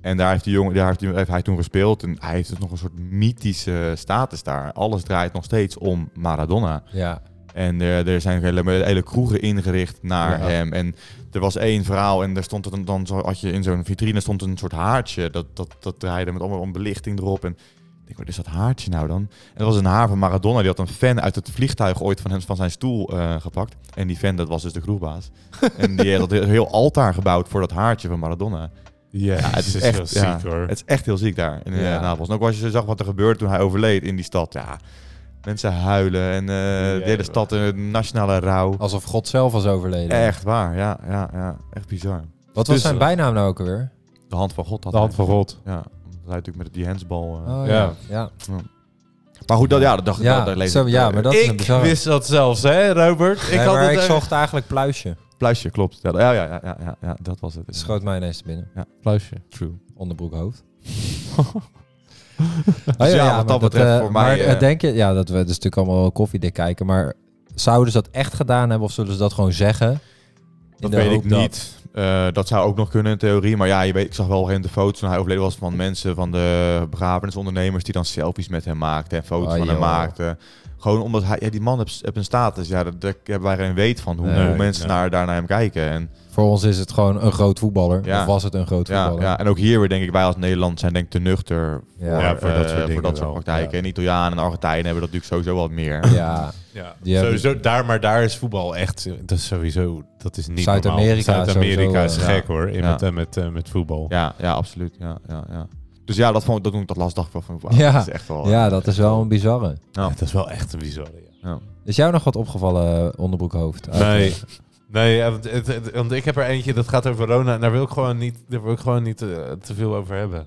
S1: En daar heeft, die jongen, daar heeft, die, heeft hij toen gespeeld. En hij heeft dus nog een soort mythische status daar. Alles draait nog steeds om Maradona.
S3: Ja.
S1: En eh, er zijn hele, hele kroegen ingericht naar
S2: Ja.
S1: hem. En er was één verhaal en daar stond het dan, dan zo, had je in zo'n vitrine stond een soort haartje. Dat, dat, dat draaide met allemaal belichting erop. En ik denk, wat is dat haartje nou dan? En dat was een haar van Maradona. Die had een fan uit het vliegtuig ooit van, hem, van zijn stoel eh, gepakt. En die fan, dat was dus de kroegbaas. en die had een heel altaar gebouwd voor dat haartje van Maradona.
S2: Ja,
S1: het is echt- ja,
S2: hoor.
S1: Het is echt heel ziek daar in eh,
S3: Ja.
S1: Napels. En ook als je zag wat er gebeurde toen hij overleed in die stad. Ja, mensen huilen en eh, de hele
S2: ja.
S1: stad een nationale rouw.
S3: Alsof God zelf was overleden.
S1: Echt waar, ja, ja, ja. Echt bizar.
S3: Wat was
S2: Dus,
S3: zijn
S2: eh,
S3: bijnaam nou ook alweer?
S1: De hand van God had
S2: De hand van
S1: hij.
S2: God.
S1: Ja, omdat hij natuurlijk met die handsbal... eh,
S3: Oh,
S2: ja.
S3: ja. Ja,
S1: Maar goed, dat, ja, dat dacht ik
S3: ja,
S1: wel. Dat lees
S3: zo,
S1: ik,
S3: ja
S1: eh,
S3: maar dat is een
S2: ik
S3: bizarre.
S2: wist dat zelfs, hè, Robert? Ik
S3: Nee,
S2: had
S3: maar
S2: het
S3: ik
S2: eh,
S3: zocht eigenlijk pluisje.
S1: Pluisje, klopt. Ja, ja, ja, ja, ja, ja, ja, dat was het.
S3: Dat schoot mij ineens te binnen.
S2: pluisje.
S1: True.
S3: Onderbroekhoofd. Oh
S1: Dus ja, wat dat betreft voor mij,
S3: Maar
S1: eh,
S3: denk je, ja, dat we dus natuurlijk allemaal koffiedik kijken. Maar zouden ze dat echt gedaan hebben of zullen ze dat gewoon zeggen? In
S1: Dat
S3: de
S1: weet ik
S3: hoop dat-
S1: niet. Eh, dat zou ook nog kunnen in theorie. Maar ja, je weet, ik zag wel op een gegeven moment de foto's toen hij overleden was van mensen van de begrafenisondernemers die dan selfies met hem maakten en foto's
S3: Ah,
S1: van hem
S3: joh.
S1: maakten. Gewoon omdat hij, ja, die man heeft, heeft een status. Ja, dat- daar hebben wij geen weet van hoe,
S3: Nee,
S1: hoe mensen
S2: nee.
S1: naar, daar naar hem kijken. En
S3: Voor ons is het gewoon een groot voetballer.
S1: Ja.
S3: Of was het een groot
S1: Ja,
S3: voetballer?
S1: ja, en ook hier weer denk ik, wij als Nederland zijn denk ik te nuchter
S3: Ja.
S2: Ja, voor dat soort
S1: eh,
S2: dingen
S1: voor dat soort
S2: wel.
S1: praktijken.
S2: Ja.
S1: En Italianen en Argentijnen hebben dat natuurlijk sowieso wat meer.
S3: Ja.
S2: Ja,
S3: Die hebben-
S2: sowieso daar, maar daar is voetbal echt, dat is sowieso, dat is niet
S3: Zuid-Amerika
S2: normaal. Zuid-Amerika is
S3: sowieso, eh,
S2: gek hoor, in
S1: Ja.
S2: met, eh, met, eh, met voetbal.
S1: Ja, ja, absoluut. Ja, ja, ja. Dus ja, dat vond ik, dat noem ik dat lastig van. van-
S3: Ja.
S1: Dat is echt wel.
S3: ja, dat is wel een bizarre.
S1: Ja.
S2: Dat is wel echt een bizarre, ja.
S1: ja.
S3: Is jou nog wat opgevallen, eh, onderbroekhoofd? Uit-
S2: Nee, nee ja, want, het- het- want ik heb er eentje, dat gaat over Rona, en daar wil ik gewoon niet, daar wil ik gewoon niet eh, te veel over hebben.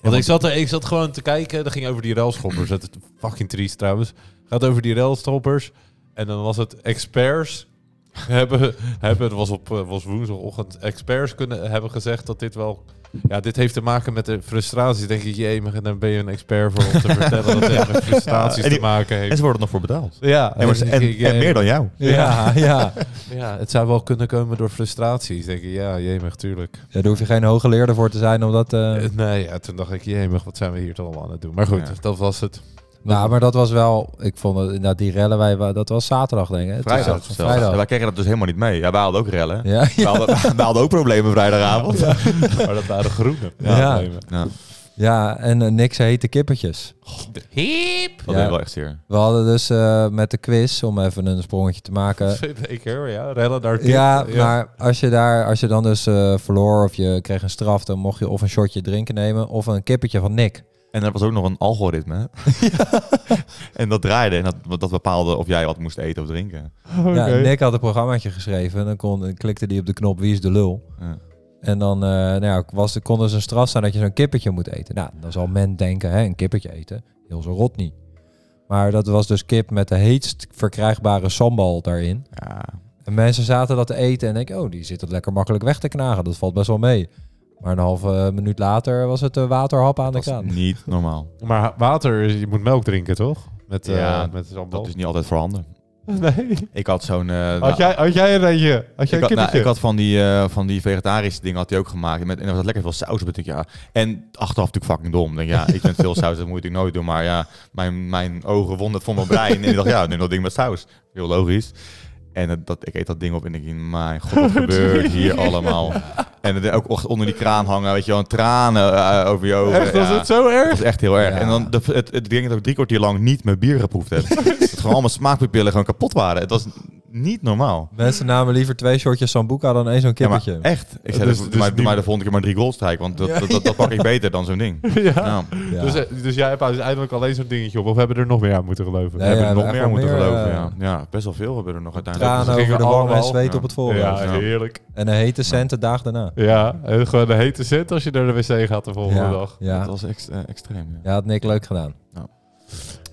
S2: Want ik
S1: want-
S2: zat, er, ik zat gewoon te kijken, dat ging over die railschoppers. dat is fucking triest trouwens. Gaat over die railschoppers. En dan was het experts hebben, hebben het was op eh, was woensdagochtend, experts kunnen hebben gezegd dat dit wel... Ja, dit heeft te maken met de frustraties. Denk ik, jee, maar dan ben je een expert voor om te vertellen dat het met frustraties
S1: Ja, en die-
S2: te maken
S1: En
S2: heeft.
S1: ze worden er nog voor betaald.
S2: Ja,
S1: En, maar-
S2: dus
S1: en,
S2: ik- ik-
S1: en meer dan jou.
S3: Ja, ja.
S2: ja, het zou wel kunnen komen door frustraties. Denk ik, ja, jemig, tuurlijk.
S3: Ja, daar hoef je geen hooggeleerde voor te zijn om dat... eh,
S2: Eh, nee, ja, toen dacht ik, jemig, wat zijn we hier toch allemaal aan het doen? Maar goed,
S1: Ja.
S2: dat was het.
S3: nou, maar dat was wel... Ik vond het inderdaad die rellen, wij, wa- dat was zaterdag denk ik. hè?
S1: Vrijdag.
S3: Toen-
S1: zelfs.
S3: Vrijdag.
S1: Ja, wij kregen dat dus helemaal niet mee. Ja, wij hadden ook rellen.
S3: Ja,
S1: Wij,
S3: ja.
S1: hadden, wij hadden ook problemen vrijdagavond. Ja.
S2: Maar dat waren groene.
S3: Ja. ja, en eh, niks hete kippertjes.
S2: Heep!
S1: Dat
S3: Ja.
S1: deed wel echt zeer.
S3: We hadden dus eh, met de quiz, om even een sprongetje te maken...
S2: Zeker, ja. Rellen daar. tien.
S3: Ja, maar als je, daar, als je dan dus eh, verloor of je kreeg een straf... dan mocht je of een shotje drinken nemen of een kippertje van Nick.
S1: En er was ook nog een algoritme. hè? en dat draaide. En dat, dat bepaalde of jij wat moest eten of drinken.
S3: Ja, Nick had een programmaatje geschreven en dan kon, klikte hij op de knop Wie is de lul?
S1: Ja.
S3: En dan eh, nou ja, was, kon er dus een straf staan dat je zo'n kippetje moet eten. Nou, dan zal men denken, hè, een kippetje eten, heel zo rot niet. Maar dat was dus kip met de heetst verkrijgbare sambal daarin.
S1: Ja,
S3: En mensen zaten dat te eten en denken, oh, die zit het lekker makkelijk weg te knagen. Dat valt best wel mee. Maar een halve eh, minuut later was het eh, waterhap aan de
S1: dat
S3: kraan.
S1: is niet normaal.
S2: Maar ha- water, is- je moet melk drinken, toch? Met, eh
S1: Ja,
S2: met sambal.
S1: Dat is niet altijd voorhanden.
S2: Nee.
S1: Ik had zo'n... eh, nou,
S2: Had jij, had jij een eentje? Had jij
S1: ik, had, nou,
S2: een kippetje?
S1: ik had van die, eh, van die vegetarische dingen had hij ook gemaakt. Met, en er was lekker veel saus op. Ik denk, ja. En achteraf natuurlijk fucking dom. Ik Denk, ja, ik vind veel saus, dat moet ik nooit doen. Maar ja, mijn, mijn ogen wonden voor mijn brein. En ik dacht, ja, nu dat ding met saus. Heel logisch. En dat, dat- ik eet dat ding op en ik denk, mijn god, wat gebeurt hier allemaal? En er ook echt onder die kraan hangen, weet je wel, en tranen eh, over je ogen.
S2: Echt, was
S1: ja.
S2: het zo erg?
S1: Dat is echt heel erg.
S3: Ja.
S1: En dan de, het, het ding dat ik drie kwartier lang niet mijn bier geproefd heb. dat gewoon allemaal smaakpapillen gewoon kapot waren. Het was n- niet normaal.
S3: Mensen namen liever twee shortjes sambuca dan één zo'n
S1: Ja, maar
S3: kippetje.
S1: echt. Ik zei,
S2: Dus-
S1: dus,
S2: dus
S1: maar, doe
S2: die-
S1: maar de volgende keer maar drie goals strijk, want dat,
S3: Ja,
S1: dat, dat, dat pak ik beter dan zo'n ding.
S2: Ja.
S1: Nou,
S3: Ja.
S2: Dus, eh, dus jij hebt uiteindelijk alleen zo'n dingetje op. Of hebben we er nog meer aan moeten geloven?
S1: we
S3: Nee,
S1: hebben
S3: ja,
S1: er nog
S3: echt
S1: meer
S3: wel
S1: moeten
S3: meer,
S1: geloven.
S3: eh,
S1: Ja. ja, best wel veel hebben we er nog uiteindelijk.
S3: Tranen
S2: Ze dus gingen
S3: over de armen en
S2: allemaal-
S3: zweet
S1: ja.
S3: op het
S1: Oh,
S3: voorhoofd.
S2: ja,
S1: ja.
S2: heerlijk.
S3: En een hete cent de dag daarna.
S2: Ja, en gewoon een hete set als je naar de wc gaat de volgende
S3: ja.
S2: dag.
S1: Dat
S3: Ja.
S1: was ex- eh, extreem. Ja.
S3: ja, had Nick leuk gedaan.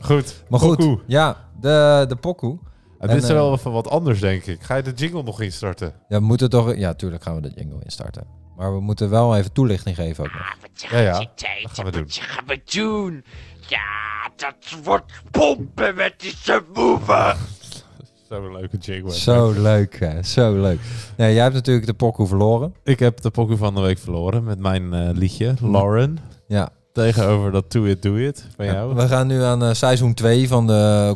S2: Goed.
S3: Maar goed,
S2: Pokoe.
S3: ja, de, de pokoe.
S2: En
S3: En,
S2: dit is
S3: eh,
S2: wel even wat anders, denk ik. Ga je de jingle nog instarten?
S3: Ja, we moeten toch... Ja, tuurlijk gaan we de jingle instarten. Maar we moeten wel even toelichting geven ook nog.
S4: Wat
S2: Ja, ja.
S4: gaat je tijd,
S2: Dat gaan we doen.
S4: Wat gaan we doen? Ja, dat wordt pompen met die subwoofer.
S2: Zo'n leuke jingle.
S3: Zo leuk, hè. Zo leuk. Nee, jij hebt natuurlijk de pokoe verloren.
S2: Ik heb de pokoe van de week verloren met mijn eh, liedje, Lauren.
S3: Ja,
S2: Tegenover dat Do It, Do It van
S3: Ja,
S2: jou.
S3: We gaan nu aan eh, seizoen 2 van de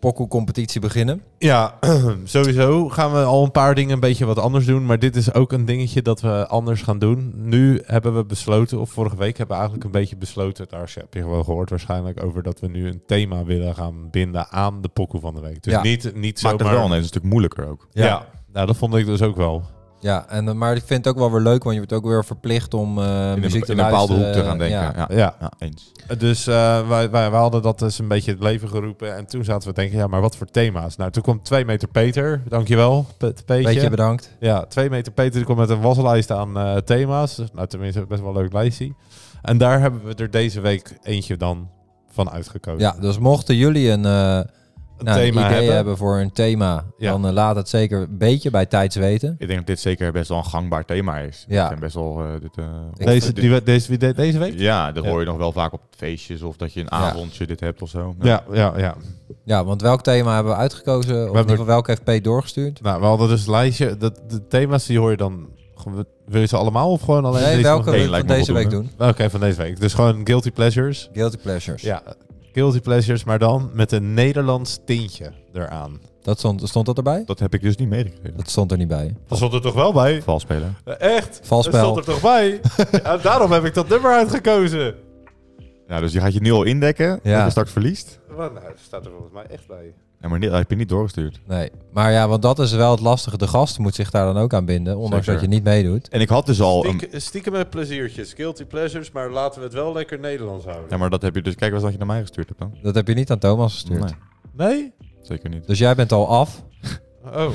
S3: Poku-competitie beginnen.
S2: Ja, sowieso gaan we al een paar dingen een beetje wat anders doen. Maar dit is ook een dingetje dat we anders gaan doen. Nu hebben we besloten, of vorige week hebben we eigenlijk een beetje besloten. Daar heb je gewoon gehoord waarschijnlijk over dat we nu een thema willen gaan binden aan de pokoe van de week. Dus
S3: Ja.
S2: niet, niet
S1: Maakt het
S2: zomaar...
S1: wel ineens een stuk moeilijker ook.
S2: ja. nou dat vond ik dus ook wel.
S3: Ja, en, eh, maar ik vind het ook wel weer leuk, want je wordt ook weer verplicht om eh,
S1: In een,
S3: muziek te
S1: in een bepaalde
S3: luisteren.
S1: hoek te gaan denken.
S3: Ja.
S1: Ja, ja.
S2: Ja,
S1: eens.
S2: Dus eh, wij, wij, wij hadden dat dus een beetje het leven geroepen. En toen zaten we te denken, ja, maar wat voor thema's? Nou, toen kwam 2 meter Peter. Dankjewel, Pe- Peetje.
S3: Beetje bedankt.
S2: ja, 2 meter Peter die kwam met een waslijst aan eh, thema's. Nou, tenminste, best wel een leuk lijstje. En daar hebben we er deze week eentje dan van uitgekozen.
S3: Ja, dus mochten jullie een, eh,
S2: een
S3: nou, een
S2: thema
S3: idee hebben.
S2: hebben.
S3: voor een thema,
S2: Ja.
S3: dan eh, laat het zeker een beetje bij tijds weten.
S1: Ik denk dat dit zeker best wel een gangbaar thema is.
S3: Ja.
S1: Ik ben best wel... eh, dit, eh,
S2: Deze, die, we- deze, wie deed deze week?
S1: ja, dat
S2: Ja.
S1: hoor je nog wel vaak op feestjes of dat je een avondje dit hebt of zo.
S2: Ja, ja, ja.
S3: Ja, want welk thema hebben we uitgekozen? Of in
S2: hebben-
S3: ieder geval welke heeft P doorgestuurd?
S2: Nou, we hadden dus een lijstje. Dat, de thema's die hoor je dan... gewoon- Wil je ze allemaal of gewoon alleen
S3: Nee,
S2: deze
S3: welke
S2: van-
S1: Eén
S3: we van
S1: lijkt me
S3: deze week
S1: voldoende.
S3: doen?
S2: Oké, van deze week. Dus gewoon Guilty Pleasures.
S3: Guilty Pleasures.
S2: Ja, guilty pleasures, maar dan met een Nederlands tintje eraan.
S3: Dat stond, stond dat erbij?
S1: Dat heb ik dus niet meegekregen.
S3: Dat stond er niet bij.
S2: Dat stond er toch wel bij?
S1: Vals spelen.
S2: Echt?
S3: Vals
S2: Dat stond er toch bij? Ja, daarom heb ik dat nummer uitgekozen.
S1: Ja, dus je gaat je nu al indekken
S3: Ja.
S1: dat je straks verliest.
S2: Maar nou, dat staat er volgens mij echt bij.
S1: Ja, maar niet, dat heb je niet doorgestuurd.
S3: Nee, maar ja, want dat is wel het lastige. De gast moet zich daar dan ook aan binden, ondanks
S1: Zeker.
S3: dat je niet meedoet.
S1: En ik had dus al... Een,
S2: Stieke, stiekem met pleziertjes, guilty pleasures, maar laten we het wel lekker Nederlands
S1: ja,
S2: houden.
S1: maar dat heb je dus... Kijk, was dat je naar mij gestuurd hebt dan?
S3: Dat heb je niet aan Thomas gestuurd.
S1: Nee,
S2: Nee?
S1: zeker niet.
S3: Dus jij bent al af.
S2: Oh.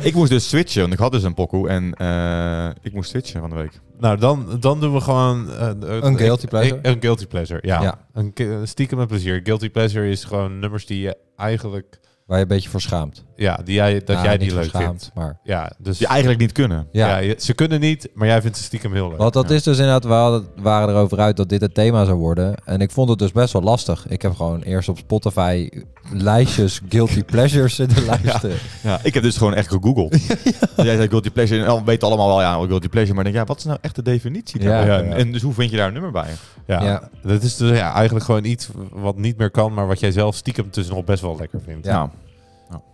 S1: Ik moest dus switchen, want ik had dus een pokoe en eh, ik moest switchen van de week.
S2: Nou, dan, dan doen we gewoon... eh, eh,
S3: Een guilty
S2: ik-
S3: pleasure?
S2: ik- een guilty pleasure, ja.
S3: Ja.
S2: Een ki- een stiekem met plezier. Guilty pleasure is gewoon nummers die je eigenlijk...
S3: Waar je een beetje voor schaamt.
S2: Ja, die jij, dat
S3: Nou,
S2: jij niet leuk
S3: verschaamt,
S2: vindt.
S3: Maar
S2: Ja, dus...
S1: Die eigenlijk niet kunnen.
S3: ja.
S2: Ja. je- ze kunnen niet, maar jij vindt ze stiekem heel leuk.
S3: Want dat is dus inderdaad, we hadden- waren erover uit dat dit het thema zou worden. En ik vond het dus best wel lastig. Ik heb gewoon eerst op Spotify lijstjes guilty pleasures zitten luisteren.
S1: Ja, ik heb dus gewoon echt gegoogeld. Dus Jij zei guilty pleasure en we weten allemaal wel, ja, guilty pleasure. Maar ik denk, ja, wat is nou echt de definitie
S3: Ja.
S1: daarvan?
S2: Ja, ja.
S1: En, en dus hoe vind je daar een nummer bij?
S2: Ja.
S3: Ja.
S2: Dat is dus ja, eigenlijk gewoon iets wat niet meer kan, maar wat jij zelf stiekem dus nog best wel lekker vindt.
S3: Ja.
S1: Nou,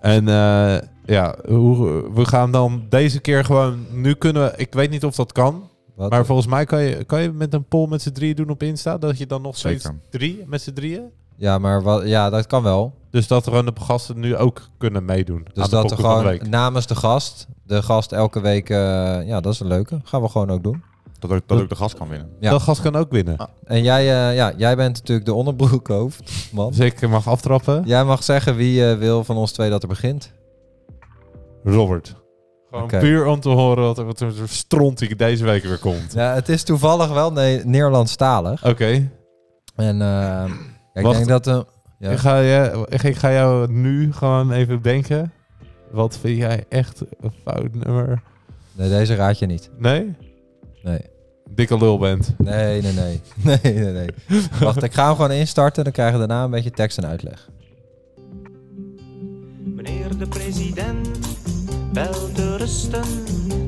S2: En eh, ja, hoe, we gaan dan deze keer gewoon. Nu kunnen we, ik weet niet of dat kan,
S3: Wat?
S2: maar volgens mij kan je, kan je met een poll met z'n drieën doen op Insta. Dat je dan nog steeds
S1: Zeker.
S2: drie met z'n drieën.
S3: ja, maar wat, ja, dat kan wel.
S2: Dus dat gewoon de gasten nu ook kunnen meedoen.
S3: Dus
S2: aan de
S3: dat er
S2: pokoe van de
S3: gewoon
S2: week.
S3: namens de gast, de gast elke week, eh, ja, dat is een leuke. Gaan we gewoon ook doen.
S1: dat ook, dat ook de gast kan winnen.
S3: ja.
S2: Dat gast kan ook winnen.
S3: En jij, eh, ja, jij bent natuurlijk de onderbroekhoofd, man.
S2: Dus ik mag aftrappen.
S3: Jij mag zeggen wie eh, wil van ons twee dat er begint.
S2: Robert. Gewoon
S3: Oké.
S2: puur om te horen wat, wat een soort stront die deze week weer komt.
S3: Ja, het is toevallig wel ne- Nederlandstalig.
S2: Oké.
S3: En eh, ja, ik
S2: Wacht.
S3: denk dat... eh, ja.
S2: Ik, ga je, ik, ik ga jou nu gewoon even denken. Wat vind jij echt een fout nummer?
S3: Nee, deze raad je niet.
S2: Nee?
S3: Nee.
S2: Dikke lul bent.
S3: Nee, nee, nee. Nee, nee, nee. Wacht, ik ga hem gewoon instarten. Dan krijgen we daarna een beetje tekst en uitleg.
S5: Meneer de president, wel te rusten.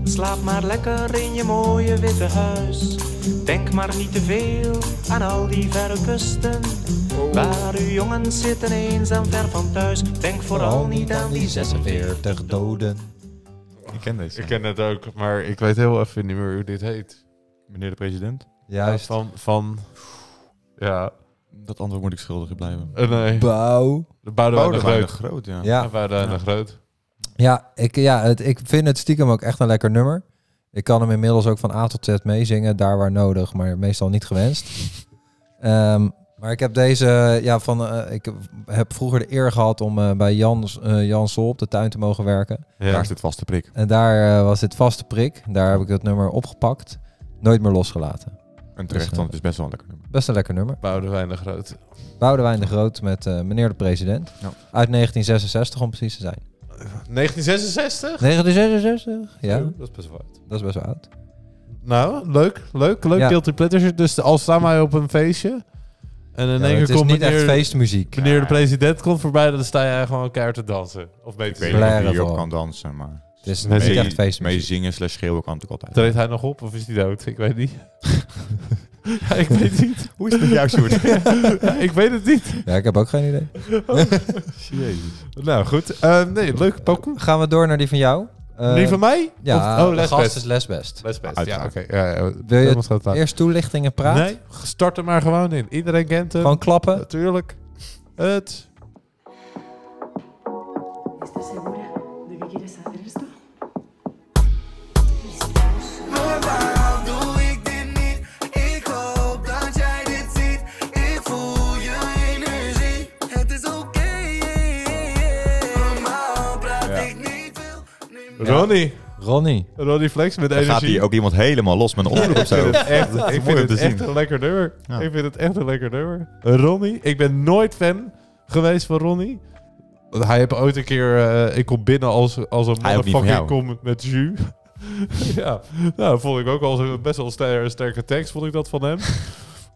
S5: Slaap maar lekker in je mooie witte huis. Denk maar niet te veel aan al die verre kusten. Waar uw jongens zitten eenzaam ver van thuis. Denk vooral niet aan die 46
S3: doden.
S1: Ik ken deze.
S2: Ik ken het ook, maar ik weet heel even niet meer hoe dit heet.
S1: Meneer de president.
S3: Juist.
S2: Van, van... Ja.
S1: Dat antwoord moet ik schuldig blijven.
S2: Eh, nee.
S3: Bouw.
S2: De Boudewijn de
S1: Boudewijn de
S2: Groot.
S1: Groot, ja.
S3: Ja,
S2: Ja, Boudewijn de Groot.
S3: ja, ik, ja het, ik vind het stiekem ook echt een lekker nummer. Ik kan hem inmiddels ook van A tot Z meezingen, daar waar nodig, maar meestal niet gewenst. Ehm, maar ik heb deze, ja, van, eh, ik heb vroeger de eer gehad om eh, bij Jan, eh, Jan Sol op de tuin te mogen werken.
S1: Daar
S2: Ja.
S1: is dit vaste prik.
S3: En daar eh, was dit vaste prik. Daar heb ik dat nummer opgepakt. Nooit meer losgelaten.
S1: En terecht, want het is best wel een lekker nummer.
S3: Best een lekker nummer.
S2: Boudewijn de Groot.
S3: Boudewijn de Groot met eh, meneer de president.
S1: Ja.
S3: Uit 1966 om precies te zijn.
S2: 1966?
S3: 1966? Ja,
S2: Oeh, Dat is best wel oud.
S3: dat is best wel oud.
S2: Nou, leuk, leuk, leuk.
S3: Ja.
S2: Guilty Pleasure. Dus al staan wij op een feestje. En in
S3: Ja,
S2: één
S3: het
S2: keer
S3: is
S2: komt
S3: niet echt
S2: meneer,
S3: feestmuziek.
S2: meneer de president komt voorbij, dan sta jij gewoon elkaar te dansen. Of
S1: Ik
S2: beter
S1: weet
S2: te
S1: niet
S2: zeggen.
S1: of je
S3: Blaren
S1: hierop
S3: vooral.
S1: kan dansen, maar...
S3: Het is
S2: Mensen
S3: niet
S1: Mee-
S3: echt feestmuziek.
S1: Mee zingen slash schreeuwen kan natuurlijk altijd.
S2: Treedt hij nog op of is hij dood? Ik weet niet. ja, ik weet niet.
S1: Hoe is het met jou,
S2: Ja, ik weet het niet.
S3: Ja, ik heb ook geen idee.
S2: Nou, goed. Eh, nee, leuk pokoe.
S3: Gaan we door naar die van jou? Eh,
S2: Die van mij?
S3: Ja,
S2: Of- oh,
S3: de gast
S2: lesbest.
S3: is lesbest.
S2: Lesbest, ja,
S1: Uiteraard.
S2: oké. Ja, ja,
S3: Wil je
S2: helemaal
S3: het
S2: schat aan.
S3: eerst toelichtingen praten?
S2: Nee, eh, start er maar gewoon in. Iedereen kent hem.
S3: Gewoon klappen?
S2: Natuurlijk. Het.
S6: ¿Estás segura de que quieres hacer esto?
S7: Normaal doe ik dit niet. Ik hoop dat jij dit ziet. Ik voel je energie. Het is oké. Normaal praat ik niet veel. Nu
S2: Ronnie.
S3: Ronnie.
S2: Ronnie Flex met
S1: Dan
S2: energie.
S1: gaat hier ook iemand helemaal los met een onderhoek of
S2: Ik
S1: zo.
S2: vind het echt, ik vind
S1: mooi om
S2: het
S1: te
S2: echt
S1: zien.
S2: een lekker nummer.
S1: Ja.
S2: Ik vind het echt een lekker nummer. Ronnie, ik ben nooit fan geweest van Ronnie. Want Hij heeft ooit een keer, eh, ik kom binnen als, als een
S1: Hij ook niet van
S2: motherfucker
S1: jou.
S2: kom met jus. ja, nou vond ik ook al zo- best wel een ster- sterke tekst, vond ik dat van hem.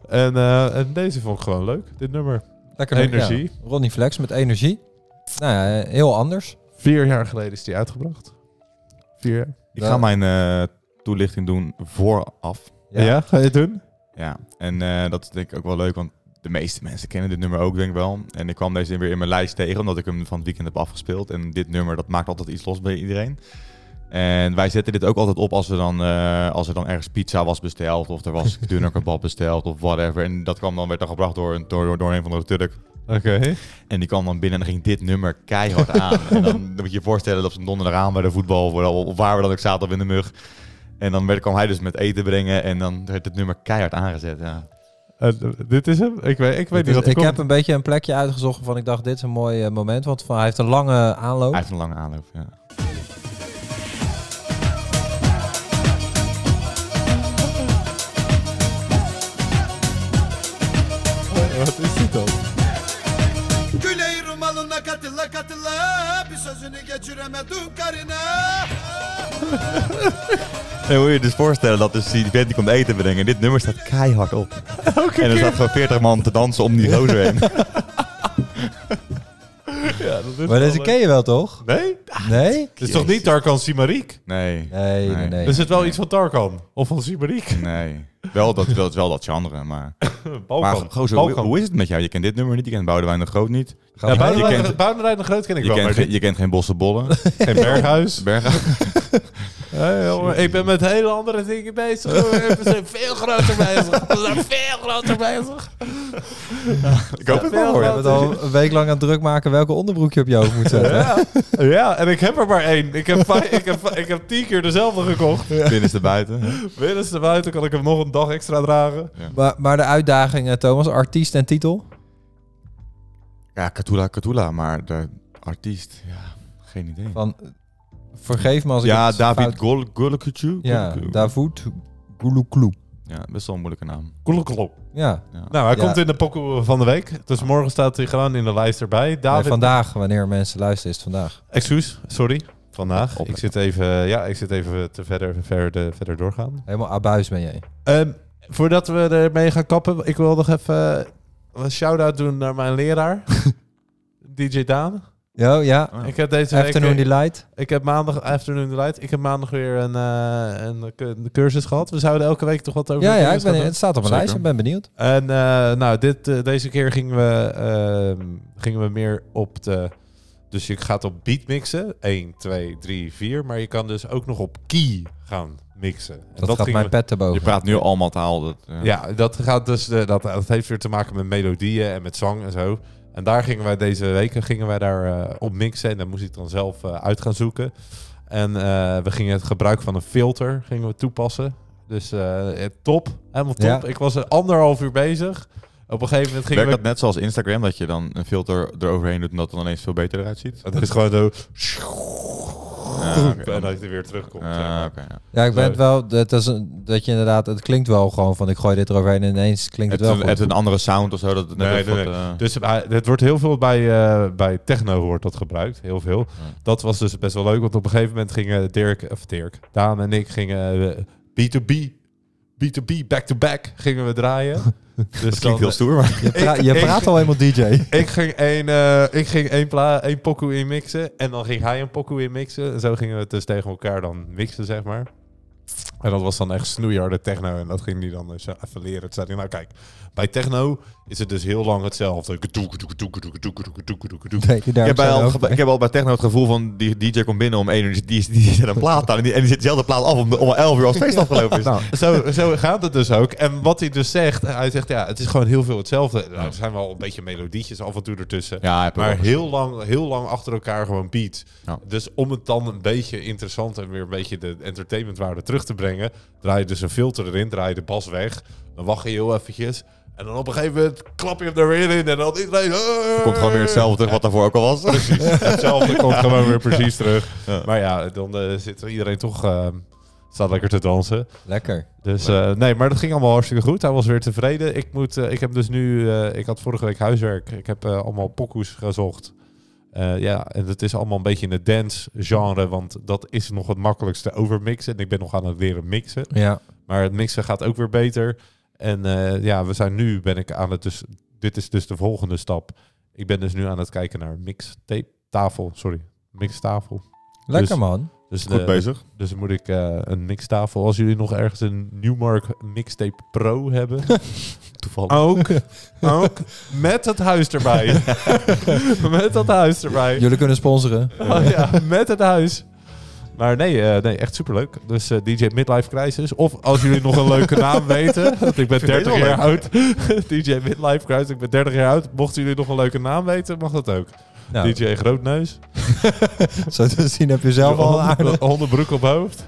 S2: en, eh, en deze vond ik gewoon leuk, dit nummer.
S3: Lekker nummer,
S2: Energie.
S3: ja. Ronnie Flex met energie. Nou ja, heel anders.
S2: Vier jaar geleden is die uitgebracht. Vier jaar.
S1: Ik ga mijn eh, toelichting doen vooraf.
S2: Ja, ga je het doen?
S1: Ja, en eh, dat is denk ik ook wel leuk, want de meeste mensen kennen dit nummer ook, denk ik wel. En ik kwam deze weer in mijn lijst tegen, omdat ik hem van het weekend heb afgespeeld. En dit nummer, dat maakt altijd iets los bij iedereen. En wij zetten dit ook altijd op als er dan, eh, als er dan ergens pizza was besteld, of er was dunner kebab besteld, of whatever. En dat kwam dan, werd dan gebracht door, een- door, door een van de Turk.
S2: Oké.
S1: En die kwam dan binnen en dan ging dit nummer keihard aan. en dan, dan moet je je voorstellen dat ze donderdag aan bij de voetbal, of wel- of waar we dan ook zaten of in de mug. En dan werd, kwam hij dus met eten brengen en dan werd het nummer keihard aangezet. Ja.
S2: Eh, dit is hem? Ik weet, ik weet
S3: Dus
S2: niet wat er
S3: ik
S2: komt.
S3: heb een beetje een plekje uitgezocht van ik dacht dit is een mooi eh, moment, want van, hij heeft een lange aanloop.
S1: Hij heeft een lange aanloop. Ja.
S2: Wat is dit dan?
S7: Güle rumalına katıla katıla. Bir sözünü geçiremedin karına.
S1: En moet je je dus voorstellen dat dus die vent die komt eten brengen. Dit nummer staat keihard op. en er staat gewoon 40 man te dansen om die roze heen.
S2: Ja, dat is
S3: maar
S2: wel
S3: deze
S2: leuk. Ah,
S3: ken je wel toch?
S2: Nee?
S3: Nee?
S2: Het is toch niet Tarkan Simarik?
S1: Nee.
S3: Nee, nee, nee.
S2: Is het wel Dus- iets van Tarkan? Of van Simarik?
S1: Nee. Wel dat, wel, wel dat genre, maar... Maar
S2: Balkan.
S1: gozer, hoe, hoe is het met jou? Je kent dit nummer niet, je kent Boudewijn de Groot niet.
S3: Gaan we-
S1: je
S2: Boudewijn
S1: kent-
S2: Boudewijn de Groot ken ik
S1: Je
S2: wel,
S1: kent,
S2: maar
S1: geen-
S2: dit
S1: je kent geen Bossenbollen.
S2: geen Berghuis.
S1: Bergen.
S2: Hey, jongen, ik ben met hele andere dingen bezig. hoor. We zijn veel groter bezig. We zijn veel groter bezig.
S1: Ik hoop het wel
S2: veel
S3: we
S1: hoor.
S3: hebben het al een week lang aan het druk maken welke onderbroek je op je hoofd moet zetten.
S2: Ja. ja, en ik heb er maar één. Ik heb, vij- ik heb, ik heb tien keer dezelfde gekocht.
S1: Binnenste buiten.
S2: Binnenste buiten kan ik hem nog een dag extra dragen.
S3: Maar, maar de uitdaging, eh, Thomas, artiest en titel?
S1: Ja, Katula, Katula, maar de artiest, ja, geen idee.
S3: Van, Vergeef me als ik
S1: Ja,
S3: het
S1: David
S3: fout-
S1: Gol Golokitju.
S3: Ja,
S1: Golokitju.
S3: David Guluklu.
S1: Ja, best wel een moeilijke naam.
S2: Kloeklok.
S3: Ja, eh,
S1: Ja.
S2: Nou, hij
S3: Ja.
S2: komt in de pokoe van de week. Dus morgen staat hij gewoon in de lijst erbij.
S3: Nee,
S2: David,
S3: vandaag, wanneer mensen luisteren, is het vandaag.
S2: excuus, sorry. Vandaag.
S1: Op-
S2: Ik zit even, ja, ik zit even te verder, verder, verder doorgaan.
S3: Helemaal abuis ben jij.
S2: Ehm, voordat we ermee gaan kappen, ik wil nog even eh, een shout-out doen naar mijn leraar. DJ Daan.
S3: Yo, ja.
S1: Oh, ja.
S2: Ik heb deze week... eh,
S3: Afternoon Delight.
S2: Ik heb maandag, afternoon delight, ik heb maandag weer een, eh, een, cu- een cursus gehad. We zouden elke week toch wat over
S3: Ja,
S2: de
S3: ja, ik
S2: cursus
S3: ben,
S2: gaan
S3: het staat op mijn
S1: Zeker.
S3: lijst. Ik ben benieuwd.
S2: doen. En eh, nou, dit, eh, deze keer gingen we, ehm, gingen we meer op de... Dus je gaat op beat mixen. 1, 2, 3, 4. Maar je kan dus ook nog op key gaan mixen. En
S3: Dat, gaat
S2: gingen
S3: mijn pet te
S1: Je
S3: boven.
S1: praat nu allemaal taal. Dat, ja.
S2: ja, dat, gaat dus, eh, dat, dat heeft weer te maken met melodieën en met zang en zo. En daar gingen wij deze weken gingen wij daar eh, op mixen. En daar moest ik dan zelf eh, uit gaan zoeken. En eh, we gingen het gebruik van een filter gingen we toepassen. Dus eh, eh, top, helemaal top.
S3: Ja.
S2: Ik was er anderhalf uur bezig. Op een gegeven moment gingen
S1: Werkt
S2: we...
S1: dat net zoals Instagram, dat je dan een filter eroverheen doet en dat het dan ineens veel beter eruit ziet?
S2: Dat is gewoon zo...
S1: Ah, oké.
S2: En dat je er weer terugkomt. zeg
S1: Ah,
S2: maar.
S1: oké, ja.
S3: Ja, ik ben
S2: Zo.
S3: het wel. Dat, is een, dat je inderdaad, het klinkt wel gewoon van ik gooi dit eroverheen en ineens klinkt
S1: Het
S3: het wel.
S1: een,
S3: Goed.
S1: het een andere sound of zo. Dat het net
S2: Nee,
S1: even
S2: nee,
S1: wat, eh,
S2: Dus eh, het wordt heel veel bij, eh, bij techno wordt dat gebruikt, heel veel. Dat was dus best wel leuk, want op een gegeven moment gingen Dirk, of Dirk, Daan en ik gingen eh, B2B, B2B, back-to-back gingen we draaien. dus
S1: dat klinkt heel stoer, maar...
S3: je pra-
S2: ik-
S3: je
S2: ik-
S3: praat al helemaal DJ.
S2: Ik ging één, eh ik ging één, pla één pokoe in mixen en dan ging hij een pokoe in mixen. En zo gingen we het dus tegen elkaar dan mixen, zeg maar. En dat was dan echt snoeiharde techno. En dat ging hij dan dus even leren. Toen zei hij, nou kijk, bij techno is het dus heel lang hetzelfde. Gedoe, gedoe, gedoe, gedoe, gedoe, gedoe, gedoe, gedoe, gedoe.
S3: Nee, die daar
S1: Ik heb, bij
S3: zijn
S1: al,
S3: ook
S1: ik
S3: bij.
S1: heb al bij techno het gevoel van die DJ komt binnen om 1 uur, die, die, die zet een plaat aan en die, en die zet dezelfde plaat af om, om 11 uur als het feest afgelopen is.
S2: Nou, zo, zo gaat het dus ook. En wat hij dus zegt, hij zegt ja, het is gewoon heel veel hetzelfde. Nou, er zijn wel een beetje melodietjes af en toe ertussen.
S1: Ja, heb ik
S2: maar
S1: wel
S2: heel lang, heel lang achter elkaar gewoon beat.
S1: Ja.
S2: Dus om het dan een beetje interessant en weer een beetje de entertainmentwaarde terug te brengen, draai je dus een filter erin, draai je de bas weg. Dan wacht je heel eventjes. En dan op een gegeven moment klap je hem er weer in en dan iedereen...
S1: Er komt gewoon weer hetzelfde terug wat daarvoor ook al was.
S2: Hetzelfde komt gewoon weer precies terug. Maar ja, dan eh, zit iedereen toch... eh, staat lekker te dansen.
S3: Lekker.
S2: Dus eh, nee, maar dat ging allemaal hartstikke goed. Hij was weer tevreden. Ik, moet, eh, ik heb dus nu, eh, ik had vorige week huiswerk. Ik heb eh, allemaal pokoes gezocht. Eh, ja, en het is allemaal een beetje in het dance genre, want dat is nog het makkelijkste overmixen. En ik ben nog aan het leren mixen.
S3: Ja.
S2: Maar het mixen gaat ook weer beter. En eh, ja, we zijn nu, ben ik aan het dus, dit is dus de volgende stap. Ik ben dus nu aan het kijken naar mixtape, tafel, sorry, mixtafel.
S3: Lekker
S2: Dus-
S3: man.
S2: Dus de-
S1: Goed bezig.
S2: dus dan moet ik eh, een mixtafel. Als jullie nog ergens een Newmark Mixtape Pro hebben.
S1: Toevallig.
S2: ook. Ook. Met het huis erbij. met dat huis erbij.
S3: Jullie kunnen sponsoren.
S2: Oh ja, met het huis. Maar nee, eh, nee echt superleuk. Dus eh, DJ Midlife Crisis. Of als jullie nog een leuke naam weten. Want ik ben
S1: vind deze
S2: 30
S1: wel
S2: jaar
S1: leuk.
S2: oud. DJ Midlife Crisis. Ik ben 30 jaar oud. Mochten jullie nog een leuke naam weten, mag dat ook.
S3: Nou,
S2: DJ Grootneus.
S3: zo te zien heb je zelf al een aardig.
S2: Hondenbroek op hoofd.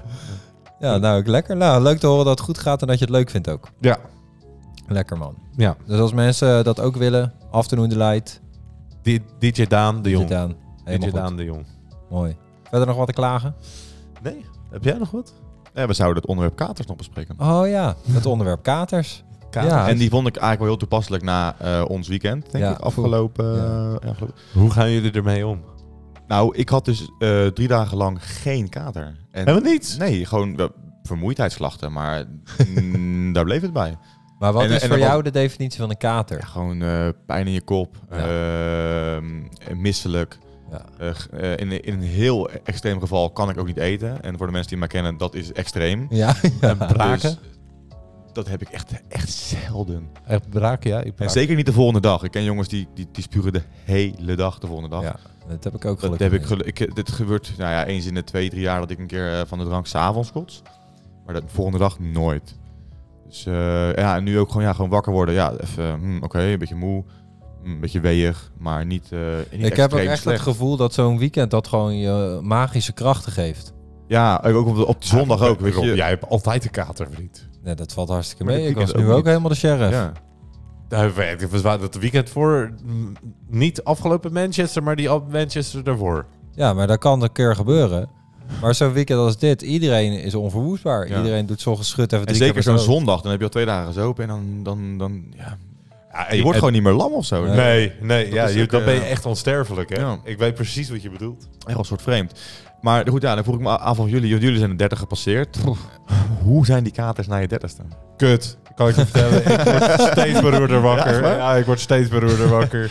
S3: Ja, nou, ik- lekker. Nou, leuk te horen dat het goed gaat en dat je het leuk vindt ook.
S2: Ja.
S3: Lekker man.
S2: ja.
S3: Dus als mensen dat ook willen, Afternoon Delight,
S2: Die- DJ Daan de Jong.
S3: zit aan.
S2: DJ
S3: Helemaal goed.
S2: Daan de Jong.
S3: Mooi. Verder nog wat te klagen?
S2: Nee. Heb jij nog wat?
S1: Ja, we zouden het onderwerp katers nog bespreken.
S3: Oh ja, het onderwerp katers. Ja.
S1: En die vond ik eigenlijk wel heel toepasselijk na eh, ons weekend, denk
S3: Ja.
S1: ik, afgelopen...
S3: Ja.
S1: eh, ja, geloof ik.
S2: Hoe gaan jullie ermee om?
S1: Nou, ik had dus eh, drie dagen lang geen kater. En
S2: Helemaal niets.
S1: Nee, gewoon wel vermoeidheidsklachten, maar mm, daar bleef het bij.
S3: Maar wat
S1: En-
S3: is
S1: en
S3: voor
S1: wat-
S3: jou de definitie van een
S1: Ja,
S3: kater?
S1: gewoon eh, pijn in je kop,
S3: Ja.
S1: ehm, misselijk.
S3: Ja.
S1: Eh, g- eh, in, in een heel extreem geval kan ik ook niet eten. En voor de mensen die mij kennen, dat is extreem.
S3: Ja, ja.
S2: braken?
S3: eh,
S1: Dus dat heb ik echt, echt zelden.
S2: Echt braak, ja. Ik
S1: En zeker niet de volgende dag. Ik ken jongens die, die, die spuren de hele dag de volgende dag.
S3: Ja, dat heb ik ook
S1: Dat
S3: gelukkig.
S1: heb ik
S3: niet.
S1: gelu- ik, dit gebeurt nou ja, eens in de twee, drie jaar dat ik een keer eh, van de drank s'avonds kots. Maar de volgende dag nooit. Dus eh, ja, en nu ook gewoon, ja, gewoon wakker worden. Ja, even, hmm, oké, een beetje moe. hmm, Een beetje weeg, maar niet, eh niet
S3: Ik heb ook
S1: extreem
S3: echt
S1: slecht.
S3: het gevoel dat zo'n weekend dat gewoon je magische krachten geeft.
S1: Ja, ook op, de- op de zondag ook, weet je.
S2: Jij hebt altijd een kater, vriend.
S3: Nee, dat valt hartstikke
S1: Maar
S3: mee.
S1: dit
S3: Ik was
S1: weekend
S3: nu
S1: ook
S3: ook
S1: niet.
S3: helemaal de sheriff.
S1: Ja.
S2: Nou, weet ik, Het was waar dat weekend voor. m, Niet afgelopen Manchester, maar die al- Manchester daarvoor.
S3: Ja, maar dat kan een keer gebeuren. Maar zo'n weekend als dit, iedereen is onverwoestbaar.
S1: Ja.
S3: Iedereen doet zo'n geschut even
S1: En
S3: drie
S1: zeker
S3: keer
S1: zo'n
S3: per dag.
S1: zondag, dan heb je al twee dagen gezopen en dan, dan, dan ja.
S2: Ja,
S1: Je wordt
S2: het-
S1: gewoon niet meer lam of zo.
S2: Nee, nee ja,
S1: is
S2: je-
S1: ook,
S2: dan ben je
S1: eh,
S2: echt onsterfelijk. Hè?
S1: ja.
S2: Ik weet precies wat je bedoelt.
S1: Echt wel een soort vreemd. Maar goed, ja, dan vroeg ik me af van jullie. want Jullie zijn de 30 gepasseerd. Hoe zijn die katers na je 30ste?
S2: Kut, kan ik je vertellen. ik word steeds beroerder wakker.
S1: Ja,
S2: Ja,
S1: echt waar?
S2: ik word steeds beroerder wakker.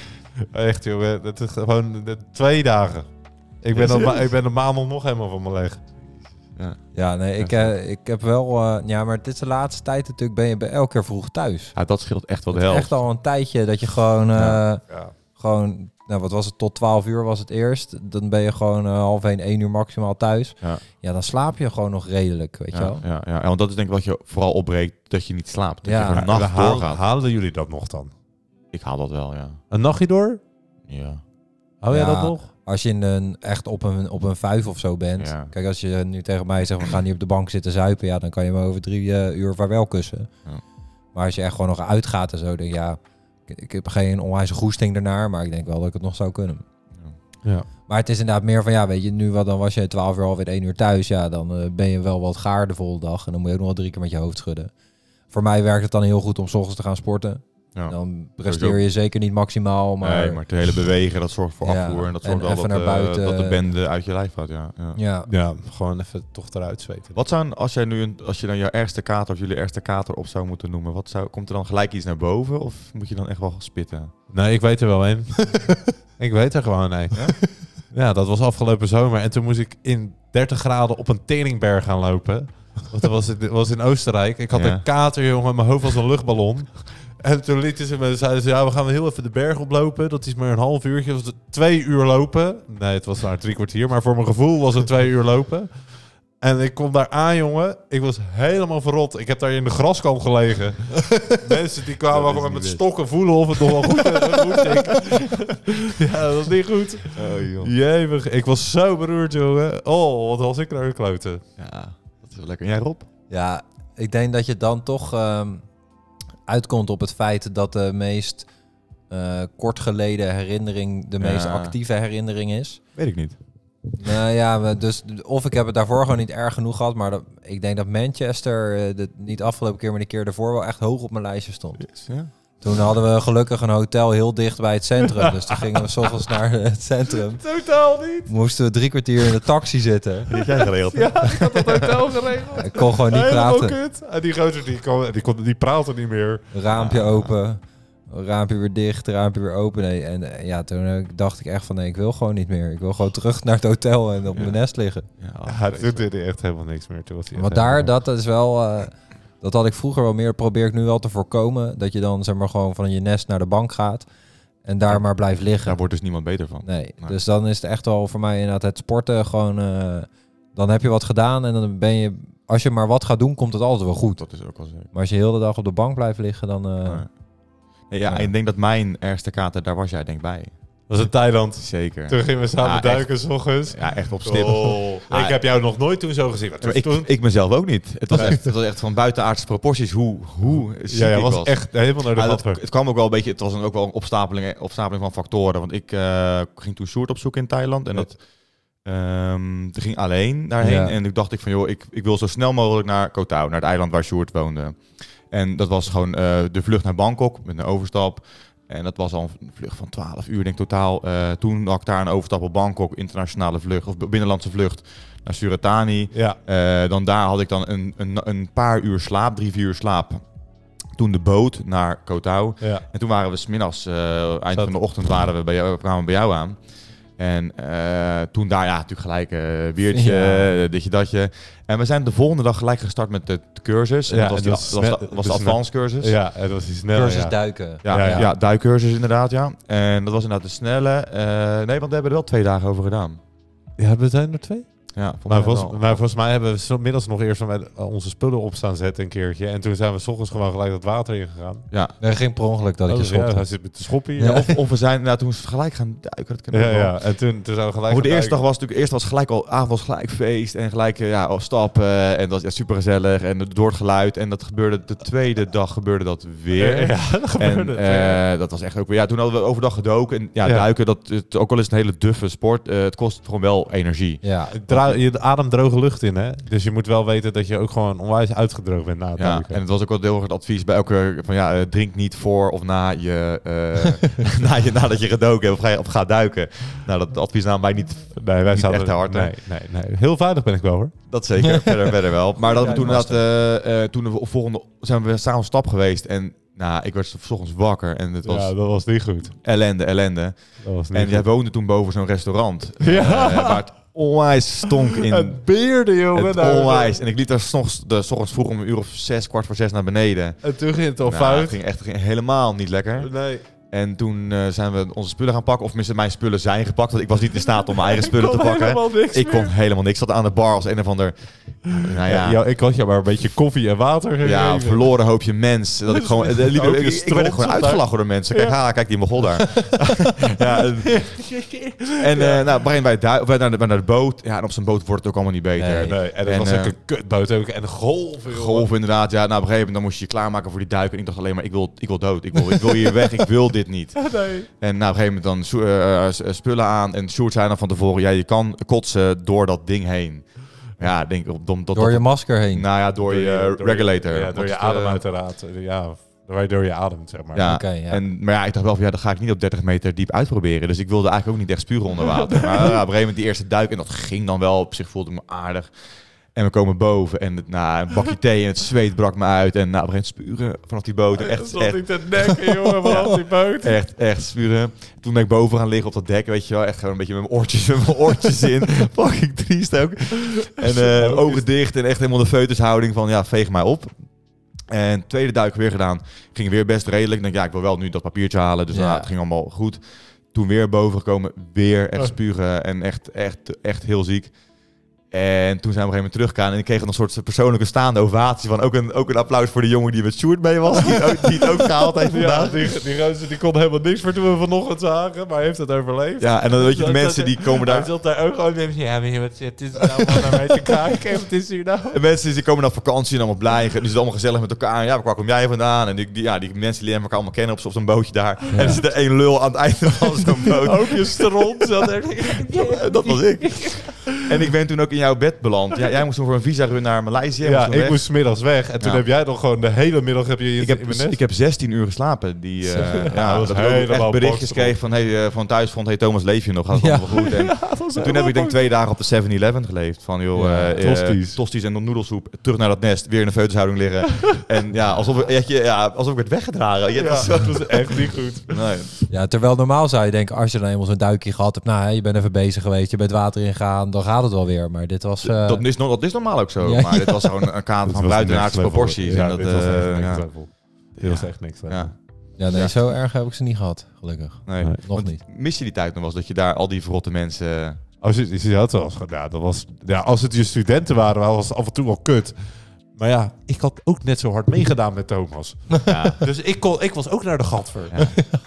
S2: Echt joh, hè, dat is gewoon eh, twee dagen. Ik ben,
S1: Ja,
S2: op, ma-
S1: serieus?
S2: ik ben op maandag nog helemaal van me leeg.
S3: Ja, nee, ik, eh, ik heb wel... eh, ja, maar dit is de laatste tijd natuurlijk ben je bij elke keer vroeg thuis.
S1: Ja, dat scheelt echt wel de helft.
S3: Echt al een tijdje dat je gewoon... eh,
S2: Ja.
S3: Gewoon, nou wat was het, tot 12 uur was het eerst. Dan ben je gewoon eh, half 1, 1 uur maximaal thuis.
S1: Ja.
S3: ja, dan slaap je gewoon nog redelijk, weet je
S1: Ja,
S3: wel.
S1: ja, ja, want dat is denk ik wat je vooral opbreekt, dat je niet slaapt. Dat
S3: Ja.
S1: je
S3: Ja,
S1: gewoon nacht
S2: haal-
S1: doorgaat.
S2: halen jullie dat nog dan?
S1: Ik haal dat wel, ja.
S2: Een nachtje door?
S1: ja.
S2: Hou jij
S3: Ja.
S2: dat nog?
S3: Als je in een, echt op een, op een vijf of zo bent.
S1: Ja.
S3: Kijk, als je nu tegen mij zegt, we gaan niet op de bank zitten zuipen. Ja, dan kan je me over drie eh, uur vaarwel kussen.
S1: Ja.
S3: Maar als je echt gewoon nog uitgaat en zo, denk je, ja, ik, ik heb geen onwijze goesting daarnaar. Maar ik denk wel dat ik het nog zou kunnen.
S2: Ja.
S3: Maar het is inderdaad meer van, ja, weet je, nu wat, dan was je 12 uur alweer 1 uur thuis. Ja, dan eh, ben je wel wat gaar de volgende dag. En dan moet je ook nog wel drie keer met je hoofd schudden. Voor mij werkt het dan heel goed om 's ochtends te gaan sporten.
S1: Ja.
S3: Dan presteer je zeker niet maximaal, maar...
S1: nee, maar het hele bewegen, dat zorgt voor
S3: Ja,
S1: afvoer. En dat
S3: en
S1: zorgt wel
S3: even
S1: dat,
S3: naar
S1: eh,
S3: buiten.
S1: dat de bende uit je lijf gaat. Ja, ja.
S3: Ja,
S2: Ja, gewoon even toch eruit zweten.
S1: Wat zou, als jij nu, een, als je dan jouw ergste kater of jullie ergste kater op zou moeten noemen, wat zou, komt er dan gelijk iets naar boven? Of moet je dan echt wel spitten?
S2: Nee, ik weet er wel een. ik weet er gewoon een. Ja? dat was afgelopen zomer. En toen moest ik in 30 graden op een teringberg gaan lopen. Want dat was, het was in Oostenrijk. Ik had
S1: Ja.
S2: een kater, jongen. Mijn hoofd was een luchtballon. En toen lieten ze me, zeiden ze, ja, we gaan heel even de berg oplopen. Dat is maar een half uurtje. Dat was twee uur lopen. Nee, het was maar drie kwartier. Maar voor mijn gevoel was het twee uur lopen. En ik kom daar aan, jongen. Ik was helemaal verrot. Ik heb daar in de graskamp gelegen. Mensen die kwamen
S1: Dat is
S2: gewoon
S1: niet
S2: met
S1: best.
S2: stokken voelen of het nog wel goed is. ja, dat was niet goed.
S1: Oh joh.
S2: Jemig, ik was zo beroerd, jongen. Oh, wat was ik naar de kloten.
S1: Ja, dat is wel lekker. En jij Rob?
S3: Ja, ik denk dat je dan toch ehm, uitkomt op het feit dat de meest eh, kort geleden herinnering de
S1: Ja.
S3: meest actieve herinnering is.
S1: Weet ik niet.
S3: nou ja, we- dus of ik heb het daarvoor gewoon niet erg genoeg gehad, maar dat, ik denk dat Manchester eh, de, niet afgelopen keer, maar de keer daarvoor wel echt hoog op mijn lijstje stond.
S1: ja.
S3: Toen hadden we gelukkig een hotel heel dicht bij het centrum, dus toen gingen we 's ochtends naar het centrum.
S2: Totaal niet.
S3: Moesten we drie kwartier in de taxi zitten.
S1: Die heb jij geregeld. hè? Oh,
S2: Ja, ik had dat hotel geregeld.
S3: Ik kon gewoon niet
S2: Helemaal
S3: praten.
S2: kut. En die gozer, die, kon, die, kon, die praatte niet meer.
S3: Raampje open. Raampje weer dicht, raampje weer open. Nee, en eh, ja, toen eh, dacht ik echt van nee, ik wil gewoon niet meer. Ik wil gewoon terug naar het hotel en op mijn nest liggen.
S1: Ah,
S2: Ja, toen deed hij echt helemaal niks meer. Toen was hij echt
S3: Want daar,
S2: helemaal-
S3: dat is wel. eh, dat had ik vroeger wel meer. Probeer ik nu wel te voorkomen. Dat je dan zeg maar gewoon van je nest naar de bank gaat. En daar maar blijft liggen.
S1: Daar wordt dus niemand beter van.
S3: Nee.
S1: Nee.
S3: Dus dan is het echt wel voor mij inderdaad het sporten gewoon. eh, dan heb je wat gedaan en dan ben je. Als je maar wat gaat doen, komt het altijd wel goed.
S1: Dat is ook wel zeker.
S3: Maar als je heel de hele dag op de bank blijft liggen, dan. eh,
S1: Nee. Nee, ja,
S3: Ja.
S1: ik denk dat mijn ergste kater, daar was jij denk ik bij.
S2: was in Thailand.
S1: Zeker.
S2: Toen gingen we samen
S1: Ja, Ah, echt.
S2: duiken, s ochtends.
S1: Ja, echt op stip.
S2: Oh,
S1: Ja.
S2: ik heb jou nog nooit toen zo gezien. Maar toen,
S1: Maar ik,
S2: toen-
S1: ik mezelf ook niet. Het was, echt, het was echt van buitenaardse proporties hoe, hoe ziek
S2: ja, ja,
S1: ik
S2: was
S1: was.
S2: echt helemaal naar de
S1: Ja, Ah, dat,
S2: gatver.
S1: het kwam ook wel een beetje, het was dan ook wel een opstapeling, eh, opstapeling van factoren. Want ik eh, ging toen Sjoerd opzoeken in Thailand en dat ehm, die ging alleen daarheen.
S3: Ja.
S1: En toen dacht ik van joh, ik, ik wil zo snel mogelijk naar Koh Tao, naar het eiland waar Sjoerd woonde. En dat was gewoon eh, de vlucht naar Bangkok met een overstap. En dat was al een vlucht van 12 uur, denk ik totaal. Eh, toen had ik daar een overstap op Bangkok, internationale vlucht, of binnenlandse vlucht naar Suratani.
S2: Ja.
S1: Eh, dan daar had ik dan een, een, een paar uur slaap, drie, vier uur slaap. Toen de boot naar Koh Tao.
S2: ja.
S1: En toen waren we smiddags, eh eind
S2: Zat-
S1: van de ochtend waren we bij jou, kwamen we bij jou aan. En eh, toen daar, ja, natuurlijk gelijk eh biertje,
S3: Ja.
S1: eh, ditje, datje. En we zijn de volgende dag gelijk gestart met de cursus. En
S2: Ja,
S1: dat was,
S2: en
S1: die,
S2: dat is
S1: dat was,
S2: net-
S1: de- was
S2: dus
S1: de
S2: net-
S1: advanced cursus.
S2: ja, dat was die snelle.
S3: cursus
S2: ja.
S3: duiken.
S1: Ja,
S2: Ja,
S1: ja,
S2: ja.
S1: duikcursus inderdaad, ja. En dat was inderdaad de snelle. eh, nee, want we hebben er wel twee dagen over gedaan.
S2: ja, we zijn er twee.
S1: Ja,
S2: Maar
S1: volgens mij
S2: volgens,
S1: wel.
S2: maar volgens mij hebben we inmiddels nog eerst met eh, onze spullen op staan zetten een keertje. En toen zijn we 's ochtends gewoon gelijk dat water ingegaan.
S1: ja.
S3: Nee, geen per ongeluk dat ik je
S2: Oh, ja,
S3: schopte.
S2: hij zit met de schoppen hier.
S1: Ja,
S2: Ja,
S1: of, of we zijn nou, toen is het gelijk gaan duiken. Dat kan
S2: ja,
S1: ook wel.
S2: En toen, toen zijn we gelijk...
S1: Hoe de
S2: gaan
S1: eerste dag
S2: duiken.
S1: was natuurlijk, eerst was gelijk al avond was gelijk feest en gelijk eh, ja, al stappen en dat was ja, super gezellig en door het geluid en dat gebeurde de tweede dag gebeurde dat weer.
S2: Ja, dat
S1: En
S2: gebeurde.
S1: eh, dat was echt ook weer. Ja, toen hadden we overdag gedoken. En ja,
S2: Ja.
S1: duiken, dat, het, ook al is het een hele duffe sport, eh, het kost gewoon wel energie.
S3: Ja,
S2: Dra- a- je ademt droge lucht in, hè? Dus je moet wel weten dat je ook gewoon onwijs uitgedroogd bent na het
S1: Ja,
S2: duiken.
S1: en het was ook wel deel van het advies bij elke van ja, eh, drink niet voor of na je, eh, na je nadat je gedoken hebt of ga, je- of ga duiken. Nou, dat advies namen wij niet,
S2: Nee, wij
S1: niet
S2: zouden...
S1: echt te hard. hè.
S2: nee, nee, nee. Heel vaardig ben ik wel, hoor.
S1: Dat zeker, verder, verder wel. Maar dat we
S3: Ja,
S1: toen
S3: je
S1: inderdaad, eh, eh, toen de volgende zijn we s'avonds stap geweest en nou, ik werd s ochtends wakker en het was
S2: Ja, dat was niet goed.
S1: ellende, ellende.
S2: Dat was niet
S1: En
S2: goed.
S1: jij woonde toen boven zo'n restaurant eh,
S2: Ja.
S1: waar het onwijs stonk in.
S2: Het beerde, jongen. nou,
S1: Het
S2: daar.
S1: onwijs. En ik liep daar s'ochtends de- s ochtends vroeg om een uur of zes, kwart voor zes naar beneden.
S2: En toen ging het al
S1: Nou,
S2: fout.
S1: het ging echt ging helemaal niet lekker.
S2: Nee.
S1: En toen eh, zijn we onze spullen gaan pakken. Of tenminste, mijn spullen zijn gepakt. Want ik was niet in staat om mijn eigen spullen te
S2: kon
S1: pakken.
S2: helemaal niks
S1: Ik kon
S2: meer.
S1: helemaal niks. Ik zat aan de bar als een of ander... Nou ja,
S2: Ja, jou- ik had je maar een beetje koffie en water gegeven.
S1: Ja, een verloren hoopje mens. Dat ik gewoon, eh, liep-
S2: Ook
S1: ik,
S2: die
S1: ik werd gewoon
S2: stront
S1: uitgelachen door mensen. Kijk, ha, kijk die mogol daar. ja, en en eh, nou, begin bij, het du- of bij naar, de, bij naar de boot. Ja, en op zijn boot wordt het ook allemaal niet beter.
S3: Nee.
S2: Nee, en dat
S1: En,
S2: was echt
S1: eh,
S2: een kutboot ook. En golven. jongen.
S1: Golf inderdaad. Ja, nou, op een gegeven moment dan moest je je klaarmaken voor die duik. En ik dacht alleen maar, ik wil, ik wil dood. Ik wil, ik wil hier weg. Ik wil dit niet.
S2: Nee.
S1: En nou, op een gegeven moment dan Sjo- eh, eh, s- eh, spullen aan. En Sjoerd zei dan van tevoren, ja, je kan kotsen door dat ding heen. Ja, ik denk op dat, dat,
S3: Door je masker heen.
S1: Nou ja, door, je, eh,
S2: door
S1: regulator.
S2: Ja, door
S1: Want
S2: je
S1: het,
S2: adem
S1: eh,
S2: uiteraard. Ja, waar je door je ademt, zeg maar.
S1: Ja,
S3: Oké, ja.
S1: En, maar ja, ik dacht wel van ja, dat ga ik niet op 30 meter diep uitproberen. Dus ik wilde eigenlijk ook niet echt spuren onder water. Maar ja, op een gegeven moment die eerste duik en dat ging dan wel. Op zich voelde ik me aardig. En we komen boven en het, nou, een bakje thee en het zweet brak me uit. En nou, op een gegeven moment spuren vanaf die boot.
S2: Dat
S1: Echt,
S2: zat
S1: echt,
S2: ik te nekken, jongen, vanaf die boot.
S1: echt, echt spuren. Toen ben ik boven gaan liggen op dat dek, weet je wel. Echt gewoon een beetje met mijn oortjes, met mijn oortjes in. Fucking triest ook. En eh, ogen dicht en echt helemaal de feutushouding van ja, veeg mij op. En tweede duik weer gedaan. Ging weer best redelijk. Ik denk, ja, ik wil wel nu dat papiertje halen. Dus
S3: Ja.
S1: nou, het ging allemaal goed. Toen weer boven gekomen. Weer
S2: Oh.
S1: echt spugen. En echt, echt, echt heel ziek. En toen zijn we op een gegeven moment teruggegaan. En ik kreeg een soort persoonlijke staande ovatie. Van ook een, ook een applaus voor de jongen die met Sjoerd mee was. Die, het ook- die het ook gehaald heeft
S2: Ja,
S1: vandaag.
S2: die, die gozer die kon helemaal niks voor toen we vanochtend zagen, maar hij heeft het overleefd.
S1: Ja, en dan weet je, de mensen die komen
S2: Hij
S1: daar...
S2: zat daar ook gewoon en ja, weet je wat, het is nou allemaal naar mij te kijken, het is hier nou.
S1: De mensen die komen dan op vakantie en allemaal blij. En die zitten allemaal gezellig met elkaar. Ja, waar kom jij vandaan? En die, die- ja, die mensen leren elkaar allemaal kennen op, zo- op zo'n bootje daar. En er zit er één lul aan het einde van zo'n boot.
S2: Ook je stront zat er.
S1: Dat was ik. En ik ben toen ook in jouw bed beland. Ja, jij moest toen voor een visa run naar Maleisië.
S2: Ja,
S1: toen
S2: ik
S1: weg.
S2: moest 's middags weg. En toen
S1: Ja.
S2: heb jij nog gewoon de hele middag heb je je
S1: Ik heb, dus
S2: in mijn nest.
S1: ik heb 16 uur geslapen. Die, eh, ja,
S2: dat was
S1: dat ik ook echt
S2: helemaal
S1: berichtjes
S2: boxer.
S1: kreeg van, hey, eh, van thuis vond, hey Thomas, leef je nog? Gaat het
S3: Ja.
S1: allemaal goed? En, en toen heb ik denk ik twee dagen op de 7-Eleven geleefd. Van joh,
S2: Ja,
S1: eh, eh,
S2: tosties.
S1: tosties en noedelsoep. Terug naar dat nest, weer in de feutushouding liggen. en ja alsof, ik- ja, je- ja, alsof ik werd weggedragen. Ja,
S2: Ja,
S1: dat is-
S2: dat was echt niet goed.
S1: nee.
S3: Ja, terwijl normaal zou je denken, als je dan eenmaal zo'n duikje gehad hebt, nou hè, je bent even bezig geweest, je bent water ingegaan, dan gaat het wel weer. Maar dit was... eh,
S1: dat, is, no- dat is normaal ook zo.
S3: Ja,
S1: maar dit was gewoon een kader van buitenaardse proporties.
S2: Ja,
S1: en dat,
S2: dit was echt
S1: eh,
S2: niks
S1: ja,
S2: level. Dit was echt niks level.
S1: ja,
S3: ja, nee,
S1: ja.
S3: zo erg heb ik ze niet gehad, gelukkig.
S1: nee.
S2: Nee.
S3: Nog
S1: Want
S3: niet.
S1: Mis je die tijd nog wel eens dat je daar al die verrotte mensen...
S2: Als Oh, je, je had wel eens gedaan. Dat was, ja, als het je studenten waren, was het af en toe wel kut. Maar ja, ik had ook net zo hard meegedaan met Thomas.
S1: Ja.
S2: Dus ik, kon, ik was ook naar de gatver.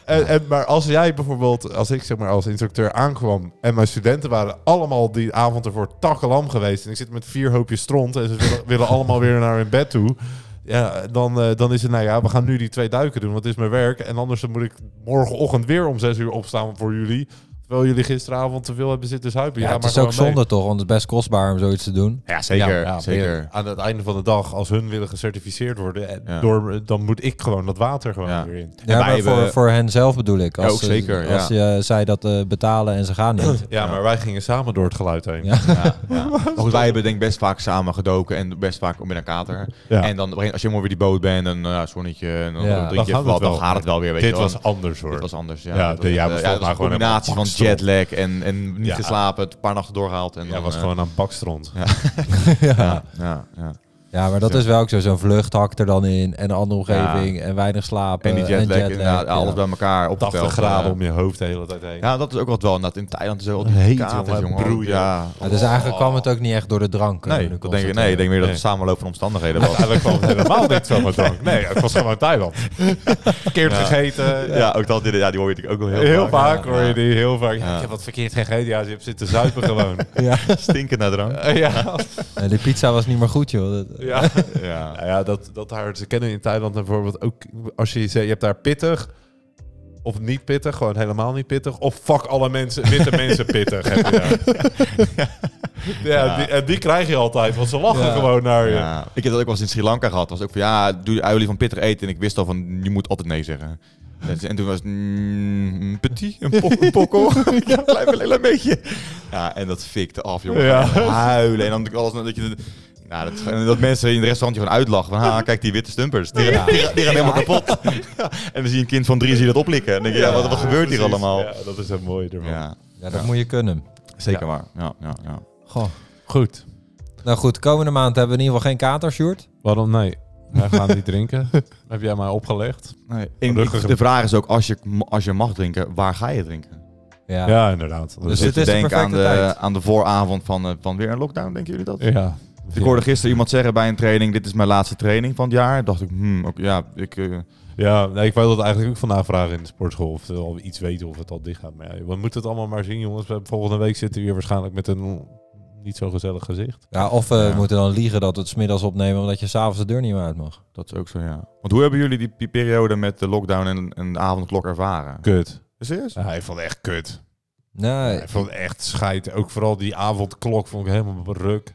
S2: En, en, maar als jij bijvoorbeeld, als ik zeg maar als instructeur aankwam... en mijn studenten waren allemaal die avond ervoor takkelam geweest... en ik zit met vier hoopjes stront en ze willen, willen allemaal weer naar hun bed toe... Ja, dan, eh, dan is het, nou ja, we gaan nu die twee duiken doen, want het is mijn werk. En anders dan moet ik morgenochtend weer om zes uur opstaan voor jullie. Terwijl jullie gisteravond te veel hebben zitten zuipen.
S3: Ja,
S2: Ja,
S3: het
S2: maar
S3: is ook
S2: gewoon mee.
S3: zonde toch, want het is best kostbaar om zoiets te doen.
S1: Ja, zeker.
S2: Ja, ja,
S1: zeker.
S2: weer Aan het einde van de dag, als hun willen gecertificeerd worden, en
S1: Ja.
S2: door, eh, dan moet ik gewoon dat water gewoon
S1: Ja.
S2: weer in.
S3: Ja,
S1: wij
S3: maar voor,
S1: hebben-
S3: voor hen zelf bedoel ik. Als,
S1: ook
S3: ze-
S1: zeker, ja.
S3: Als je zij dat eh, betalen en ze gaan niet.
S2: Ja, maar wij gingen samen door het geluid heen.
S3: Ja.
S1: Ja, ja. Maar goed, wij hebben denk ik best vaak samen gedoken en best vaak met een kater. En dan op een
S2: Ja.
S1: gegeven moment, als je helemaal weer die boot bent en een zonnetje en dan
S3: Ja.
S1: drink
S2: Dan
S1: je
S2: gaat
S1: even wat,
S2: het
S1: dan
S2: wel.
S1: gaat het wel weer. Weet
S2: Dit
S1: je wel.
S2: was anders hoor.
S1: Dit was anders. Ja,
S2: Ja,
S1: Dat
S2: de-
S1: was,
S2: ja,
S1: eh,
S2: we
S1: ja,
S2: stonden
S1: dat was
S2: maar
S1: een
S2: gewoon
S1: combinatie
S2: helemaal
S1: van
S2: bakstrom.
S1: jetlag en, en niet
S2: Ja.
S1: geslapen, het een paar nachten doorgehaald. En
S2: ja,
S1: dan,
S2: was
S1: eh,
S2: gewoon Eh, aan bakstront.
S1: Ja, ja, ja.
S3: Ja, maar dat is wel ook zo. Zo'n vlucht hakt er dan in en een andere omgeving en weinig slapen.
S1: En die jetlag, en
S3: ja.
S1: alles bij elkaar
S2: 80
S1: opgeteld.
S2: graden
S1: eh.
S2: om je hoofd de hele tijd heen.
S1: Ja, dat is ook wat wel. inderdaad, In Thailand is het ook altijd
S2: Heet,
S1: katers,
S2: jongen,
S1: jongen.
S2: broeien.
S1: Ja.
S3: Ja, dus eigenlijk kwam het ook niet echt door de drank. eh,
S1: Oh. Nee,
S3: de
S1: dat denk ik,
S3: kost.
S1: nee, ik denk meer dat het
S2: Nee.
S1: samenloop van omstandigheden was.
S2: En dan kwam het helemaal niks van mijn drank. Nee, het was gewoon Thailand. Verkeerd gegeten.
S1: Ja, ook dat, ja, die hoor je natuurlijk ook wel heel,
S2: Heel, vaak
S1: ja.
S2: hoor je die, heel vaak. Ja,
S1: Ja.
S2: Ik heb wat verkeerd gegeten. Ja, je hebt zitten zuipen gewoon.
S3: Ja.
S1: Stinken naar drank.
S2: ja.
S3: Nee, die pizza was niet meer goed, joh. Dat-
S2: ja.
S1: Ja.
S2: Nou ja, dat, dat daar, ze kennen in Thailand bijvoorbeeld ook, als je zegt, je hebt daar pittig, of niet pittig, gewoon helemaal niet pittig, of fuck alle mensen, witte mensen pittig. Heb je daar. Ja,
S1: Ja.
S2: Die, en die krijg je altijd, want ze lachen
S3: Ja.
S2: gewoon naar je.
S1: Ja. Ik heb dat ook wel eens in Sri Lanka gehad. was ook van, ja, doe je uilie van pittig eten. En ik wist al van, je moet altijd nee zeggen. Dus- En toen was het mm, een petit, een, po een pokkel, een klein, een klein beetje. Ja, en dat fikte af, jongen.
S2: Ja.
S1: Huilen. En dan alles dat je... Nou, dat, en dat mensen in het restaurantje gewoon uitlachen. Van, ha, kijk die witte stumpers. Die, die, die gaan helemaal kapot. Ja. En dan zie je een kind van drie zie je dat oplikken. En dan denk je, ja, wat, wat gebeurt hier
S2: Precies.
S1: allemaal?
S2: Ja, dat is het mooie ervan.
S1: Ja,
S3: Ja, dat
S1: Ja.
S3: moet je kunnen.
S1: zeker
S2: Ja.
S1: waar. Ja, ja, ja.
S3: Goh.
S2: Goed.
S3: Nou goed, komende maand hebben we in ieder geval geen kater, Sjoerd.
S2: Waarom nee? Wij gaan niet drinken. Heb jij mij opgelegd?
S1: Nee,
S2: Gelukkig.
S1: de vraag is ook, als je, als je mag drinken, waar ga je drinken?
S3: Ja.
S2: inderdaad.
S3: Dus
S1: Dus
S3: dit is de
S1: denk aan
S3: perfecte
S1: de,
S3: tijd.
S1: aan de vooravond van, eh, van weer een lockdown, denken jullie dat?
S2: ja.
S1: Ik hoorde gisteren iemand zeggen bij een training, dit is mijn laatste training van het jaar. Dacht ik, hmm, ook, ja, ik... eh,
S2: Ja, nee, ik wou dat eigenlijk ook vandaag vragen in de sportschool. Of ze al iets weten of het al dicht gaat. Maar ja, we moeten het allemaal maar zien, jongens. We- Volgende week zitten we hier waarschijnlijk met een niet zo gezellig gezicht.
S3: Ja, of we
S1: Ja.
S3: moeten dan liegen dat we het smiddags opnemen omdat je s'avonds de deur niet meer uit mag.
S1: dat is ook zo, ja. Want hoe hebben jullie die, die periode met de lockdown en, en de avondklok ervaren?
S2: Kut.
S1: Serieus?
S2: Ja, hij vond het echt kut.
S3: Nee,
S2: Hij vond het echt scheid. Ook vooral die avondklok vond ik helemaal ruk.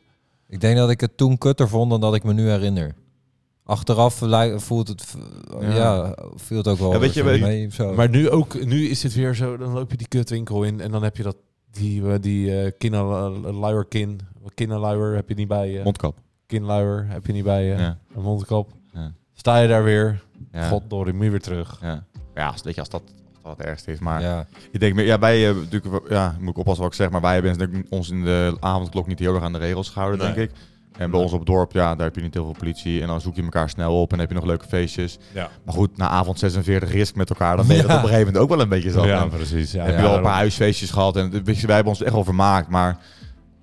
S3: ik denk dat ik het toen kutter vond dan dat ik me nu herinner. Achteraf li- voelt het, ja.
S1: Ja.
S3: voelt ook wel
S1: Ja, weet
S3: weer
S1: je,
S3: zo
S1: weet-
S3: mee of zo.
S2: Maar nu ook, nu is het weer zo. Dan loop je die kutwinkel in en dan heb je dat, die, eh, die eh kinderluierkin. Kinderluier heb je niet bij je.
S1: Mondkap.
S2: Kinluier heb je niet bij je.
S1: Ja.
S2: Een mondkap.
S1: Ja.
S2: Sta je daar weer.
S1: Ja.
S2: Goddorie, nu weer terug.
S1: Ja, ja als, weet je, als dat, als dat het ergste is. Maar
S3: ja.
S1: ik denk, meer- ja, wij, eh, natuurlijk, wel- ja, moet ik oppassen wat ik zeg, maar wij hebben natuurlijk ons in de avondklok niet heel erg aan de regels gehouden,
S2: Nee.
S1: denk ik. En bij ons op het dorp, ja, daar heb je niet heel veel politie. En dan zoek je elkaar snel op en heb je nog leuke feestjes.
S2: Ja.
S1: Maar goed, na avond 46 risk met elkaar, dan ben je dat op een gegeven moment ook wel een beetje zat.
S2: Ja,
S1: En
S2: precies. Ja,
S1: heb
S2: ja,
S1: je wel een
S2: daarom.
S1: paar huisfeestjes gehad en het- weet je, wij hebben ons echt wel vermaakt, maar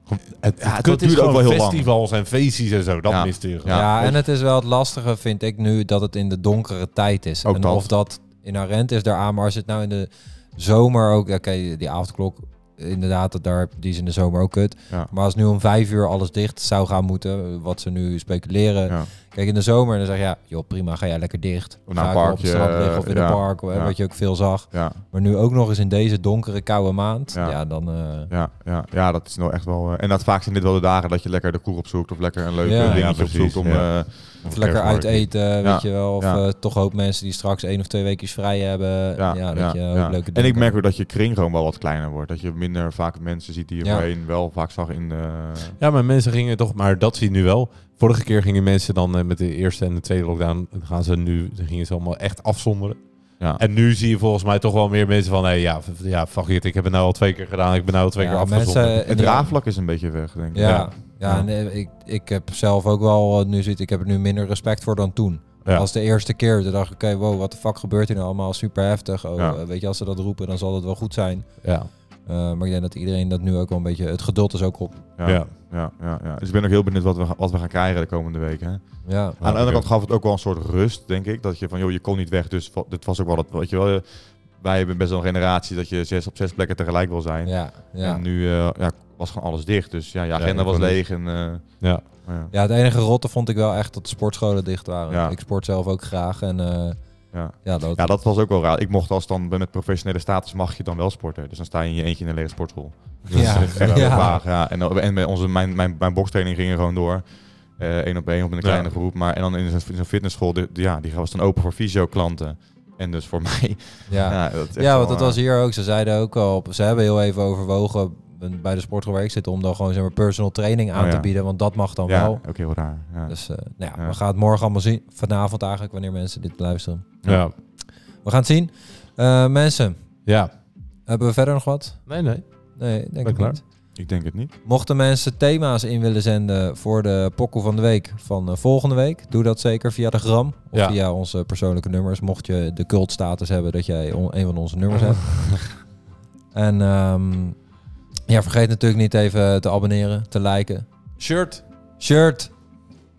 S2: Het,
S1: Ja,
S2: het
S1: het
S2: kut
S1: duurde
S2: is
S1: ook
S2: gewoon
S1: wel heel lang.
S2: festivals en feestjes en zo. Dat
S1: Ja.
S2: mist hier.
S1: Ja.
S3: Ja, en het is wel het lastige, vind ik nu, dat het in de donkere tijd is.
S1: Ook
S3: en
S1: dat.
S3: of dat inherent is daaraan, maar als het nou in de zomer ook... Oké, die avondklok, inderdaad, dat daar, die is in de zomer ook kut.
S1: Ja.
S3: Maar als nu om vijf uur alles dicht zou gaan moeten, wat ze nu speculeren...
S1: ja.
S3: Kijk, in de zomer dan zeg je, ja, joh, prima, ga jij lekker dicht.
S1: Of naar een
S3: Vaak wel
S1: parkje,
S3: Op het strand liggen of in
S1: ja,
S3: een park, hè,
S1: ja.
S3: wat je ook veel zag.
S1: Ja,
S3: Maar nu ook nog eens in deze donkere, koude maand. Ja,
S1: Ja.
S3: dan... eh,
S1: ja, ja, ja, dat is nou echt wel... eh, en dat vaak zijn dit wel de dagen dat je lekker de koer opzoekt of lekker een leuke
S3: Ja.
S1: dingetje
S2: Ja, precies,
S1: opzoekt om...
S2: ja.
S1: eh,
S3: Of lekker uit eten, weet je wel. Of
S1: ja.
S3: eh, toch een hoop mensen die straks één of twee weekjes vrij hebben. Ja,
S1: ja,
S3: dat je
S1: ja,
S3: ook
S1: ja.
S3: leuke
S1: En
S3: dingen
S1: ik merk
S3: kan
S1: ook dat je kring gewoon wel wat kleiner wordt. Dat je minder vaak mensen ziet die je
S3: Ja.
S1: voorheen wel vaak zag in... eh,
S2: Ja, maar mensen gingen toch, maar dat zie je nu wel. Vorige keer gingen mensen dan eh, met de eerste en de tweede lockdown, dan gaan ze nu, dan gingen ze allemaal echt afzonderen.
S1: Ja.
S2: En nu zie je volgens mij toch wel meer mensen van, hé, ja, f- ja, fuck it, ik heb het nou al twee keer gedaan, ik ben nou al twee
S3: Ja,
S2: keer
S3: mensen,
S2: afgezonderd.
S1: het
S3: ja,
S1: draagvlak is een beetje weg, denk ik.
S3: Ja, ja.
S2: Ja. Ja.
S3: en eh, ik, ik heb zelf ook wel, eh, nu zit ik heb er nu minder respect voor dan toen.
S2: Ja.
S3: Als de eerste keer, toen dacht ik, oké, wow, wat de fuck gebeurt hier nou allemaal? Super heftig. Oh,
S1: Ja.
S3: eh, weet je, als ze dat roepen, dan zal het wel goed zijn.
S2: Ja,
S3: Eh, maar ik denk dat iedereen dat nu ook wel een beetje, het geduld is ook op.
S1: Ja, ja. Ja, ja. Dus ik ben ook heel benieuwd wat we, ga- wat we gaan krijgen de komende weken. hè.
S3: Ja,
S1: Aan de andere
S2: oké.
S1: kant gaf het ook wel een soort rust, denk ik. Dat je van, joh, je kon niet weg, dus va- dit was ook wel dat, weet je wel. eh, Wij hebben best wel een generatie dat je zes op zes plekken tegelijk wil zijn.
S3: ja, ja.
S1: En nu eh, ja, was gewoon alles dicht, dus ja, je agenda
S2: ik
S1: was
S2: kon niet.
S1: leeg. En, eh,
S2: Ja.
S1: ja,
S3: Ja, het enige rotte vond ik wel echt dat de sportscholen dicht waren.
S1: Ja.
S3: Ik sport zelf ook graag en eh,
S1: ja.
S3: ja, dat,
S1: Ja, dat was ook wel raar. Ik mocht als dan met professionele status mag je dan wel sporten. Dus dan sta je in je eentje in een lege sportschool. Dus
S3: Ja.
S1: Dat is echt
S3: Ja.
S1: wel vaag, ja. En, dan- en met onze, mijn, mijn, mijn bokstraining ging er gewoon door. Eén op één, op een kleine
S2: Ja.
S1: groep. Maar en dan in zo'n in zo'n fitnessschool, die, die- ja, die was dan open voor fysio-klanten. En dus voor mij.
S3: ja.
S1: Ja, dat is echt
S3: Ja,
S1: wel,
S3: want dat
S1: eh,
S3: was hier ook. Ze zeiden ook al, op- ze hebben heel even overwogen bij de sportschool waar ik zit om dan gewoon zeg maar personal training aan
S1: Oh, ja.
S3: te bieden, want dat mag dan
S1: ja,
S3: wel.
S1: ook heel raar. Ja.
S3: Dus eh, nou ja,
S1: Ja.
S3: we gaan het morgen allemaal zien. Vanavond eigenlijk, wanneer mensen dit luisteren.
S2: ja,
S3: We gaan het zien. Eh, mensen,
S2: ja.
S3: hebben we verder nog wat?
S2: Nee, nee.
S3: Nee, denk ik
S2: klaar.
S3: niet.
S1: Ik denk het niet.
S3: Mochten mensen thema's in willen zenden voor de pokkel van de week van eh, volgende week, doe dat zeker via de gram of
S2: Ja.
S3: via onze persoonlijke nummers. Mocht je de cultstatus hebben dat jij on- een van onze nummers hebt. En ehm, ja, vergeet natuurlijk niet even te abonneren, te liken.
S2: Shirt.
S3: Shirt.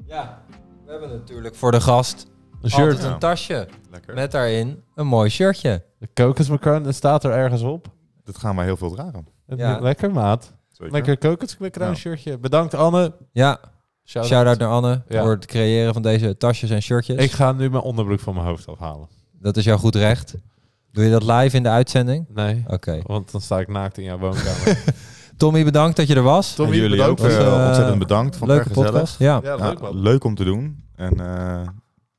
S3: Ja, we hebben natuurlijk voor de gast
S2: Een
S3: altijd
S2: shirt.
S3: een tasje
S1: Lekker.
S3: met daarin een mooi shirtje.
S2: De kokosmacaron, dat staat er ergens op.
S1: Dat gaan wij heel veel dragen.
S3: Ja.
S2: Lekker, maat.
S1: Zeker.
S2: Lekker kokosmacaron shirtje. Bedankt, Anne.
S3: Ja,
S2: Shout-out.
S3: shout-out naar Anne
S2: Ja.
S3: voor het creëren van deze tasjes en shirtjes.
S2: Ik ga nu mijn onderbroek van mijn hoofd afhalen.
S3: Dat is jouw goed recht. Doe je dat live in de uitzending?
S2: Nee.
S3: Oké.
S2: Want dan sta ik naakt in jouw woonkamer.
S3: Tommy, bedankt dat je er was.
S1: En
S2: Tommy,
S1: jullie
S2: bedankt.
S1: ook
S3: Was,
S1: eh,
S3: eh,
S1: ontzettend bedankt. Vond ik
S3: Leuke
S1: erg gezellig.
S3: podcast. Ja.
S2: Ja,
S1: Ja,
S2: leuk man.
S1: Nou, leuk om te doen. En eh,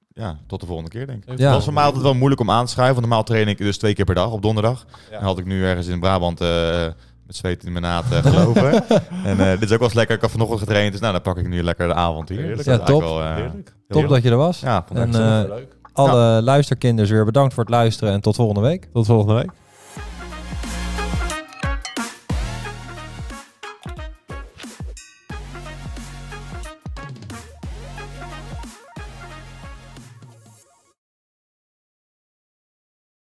S1: ja, tot de volgende keer denk ik.
S3: Ja.
S1: Het was voor mij altijd wel moeilijk om aan te schuiven. Want normaal train ik dus twee keer per dag op donderdag.
S2: Ja.
S1: En had ik nu ergens in Brabant eh, met zweet in mijn naad eh, gelopen. en eh, dit is ook wel eens lekker. Ik had vanochtend getraind. Dus nou, dan pak ik nu lekker de avond hier.
S2: Heerlijk.
S1: Dus dat
S3: Ja,
S1: is eigenlijk
S3: top.
S1: wel, eh,
S2: Heerlijk.
S3: Top dat je er was.
S1: Ja, vond ik
S3: En
S1: echt
S3: eh,
S2: Leuk.
S3: alle luisterkinders weer bedankt voor het luisteren en tot volgende week.
S2: Tot volgende week.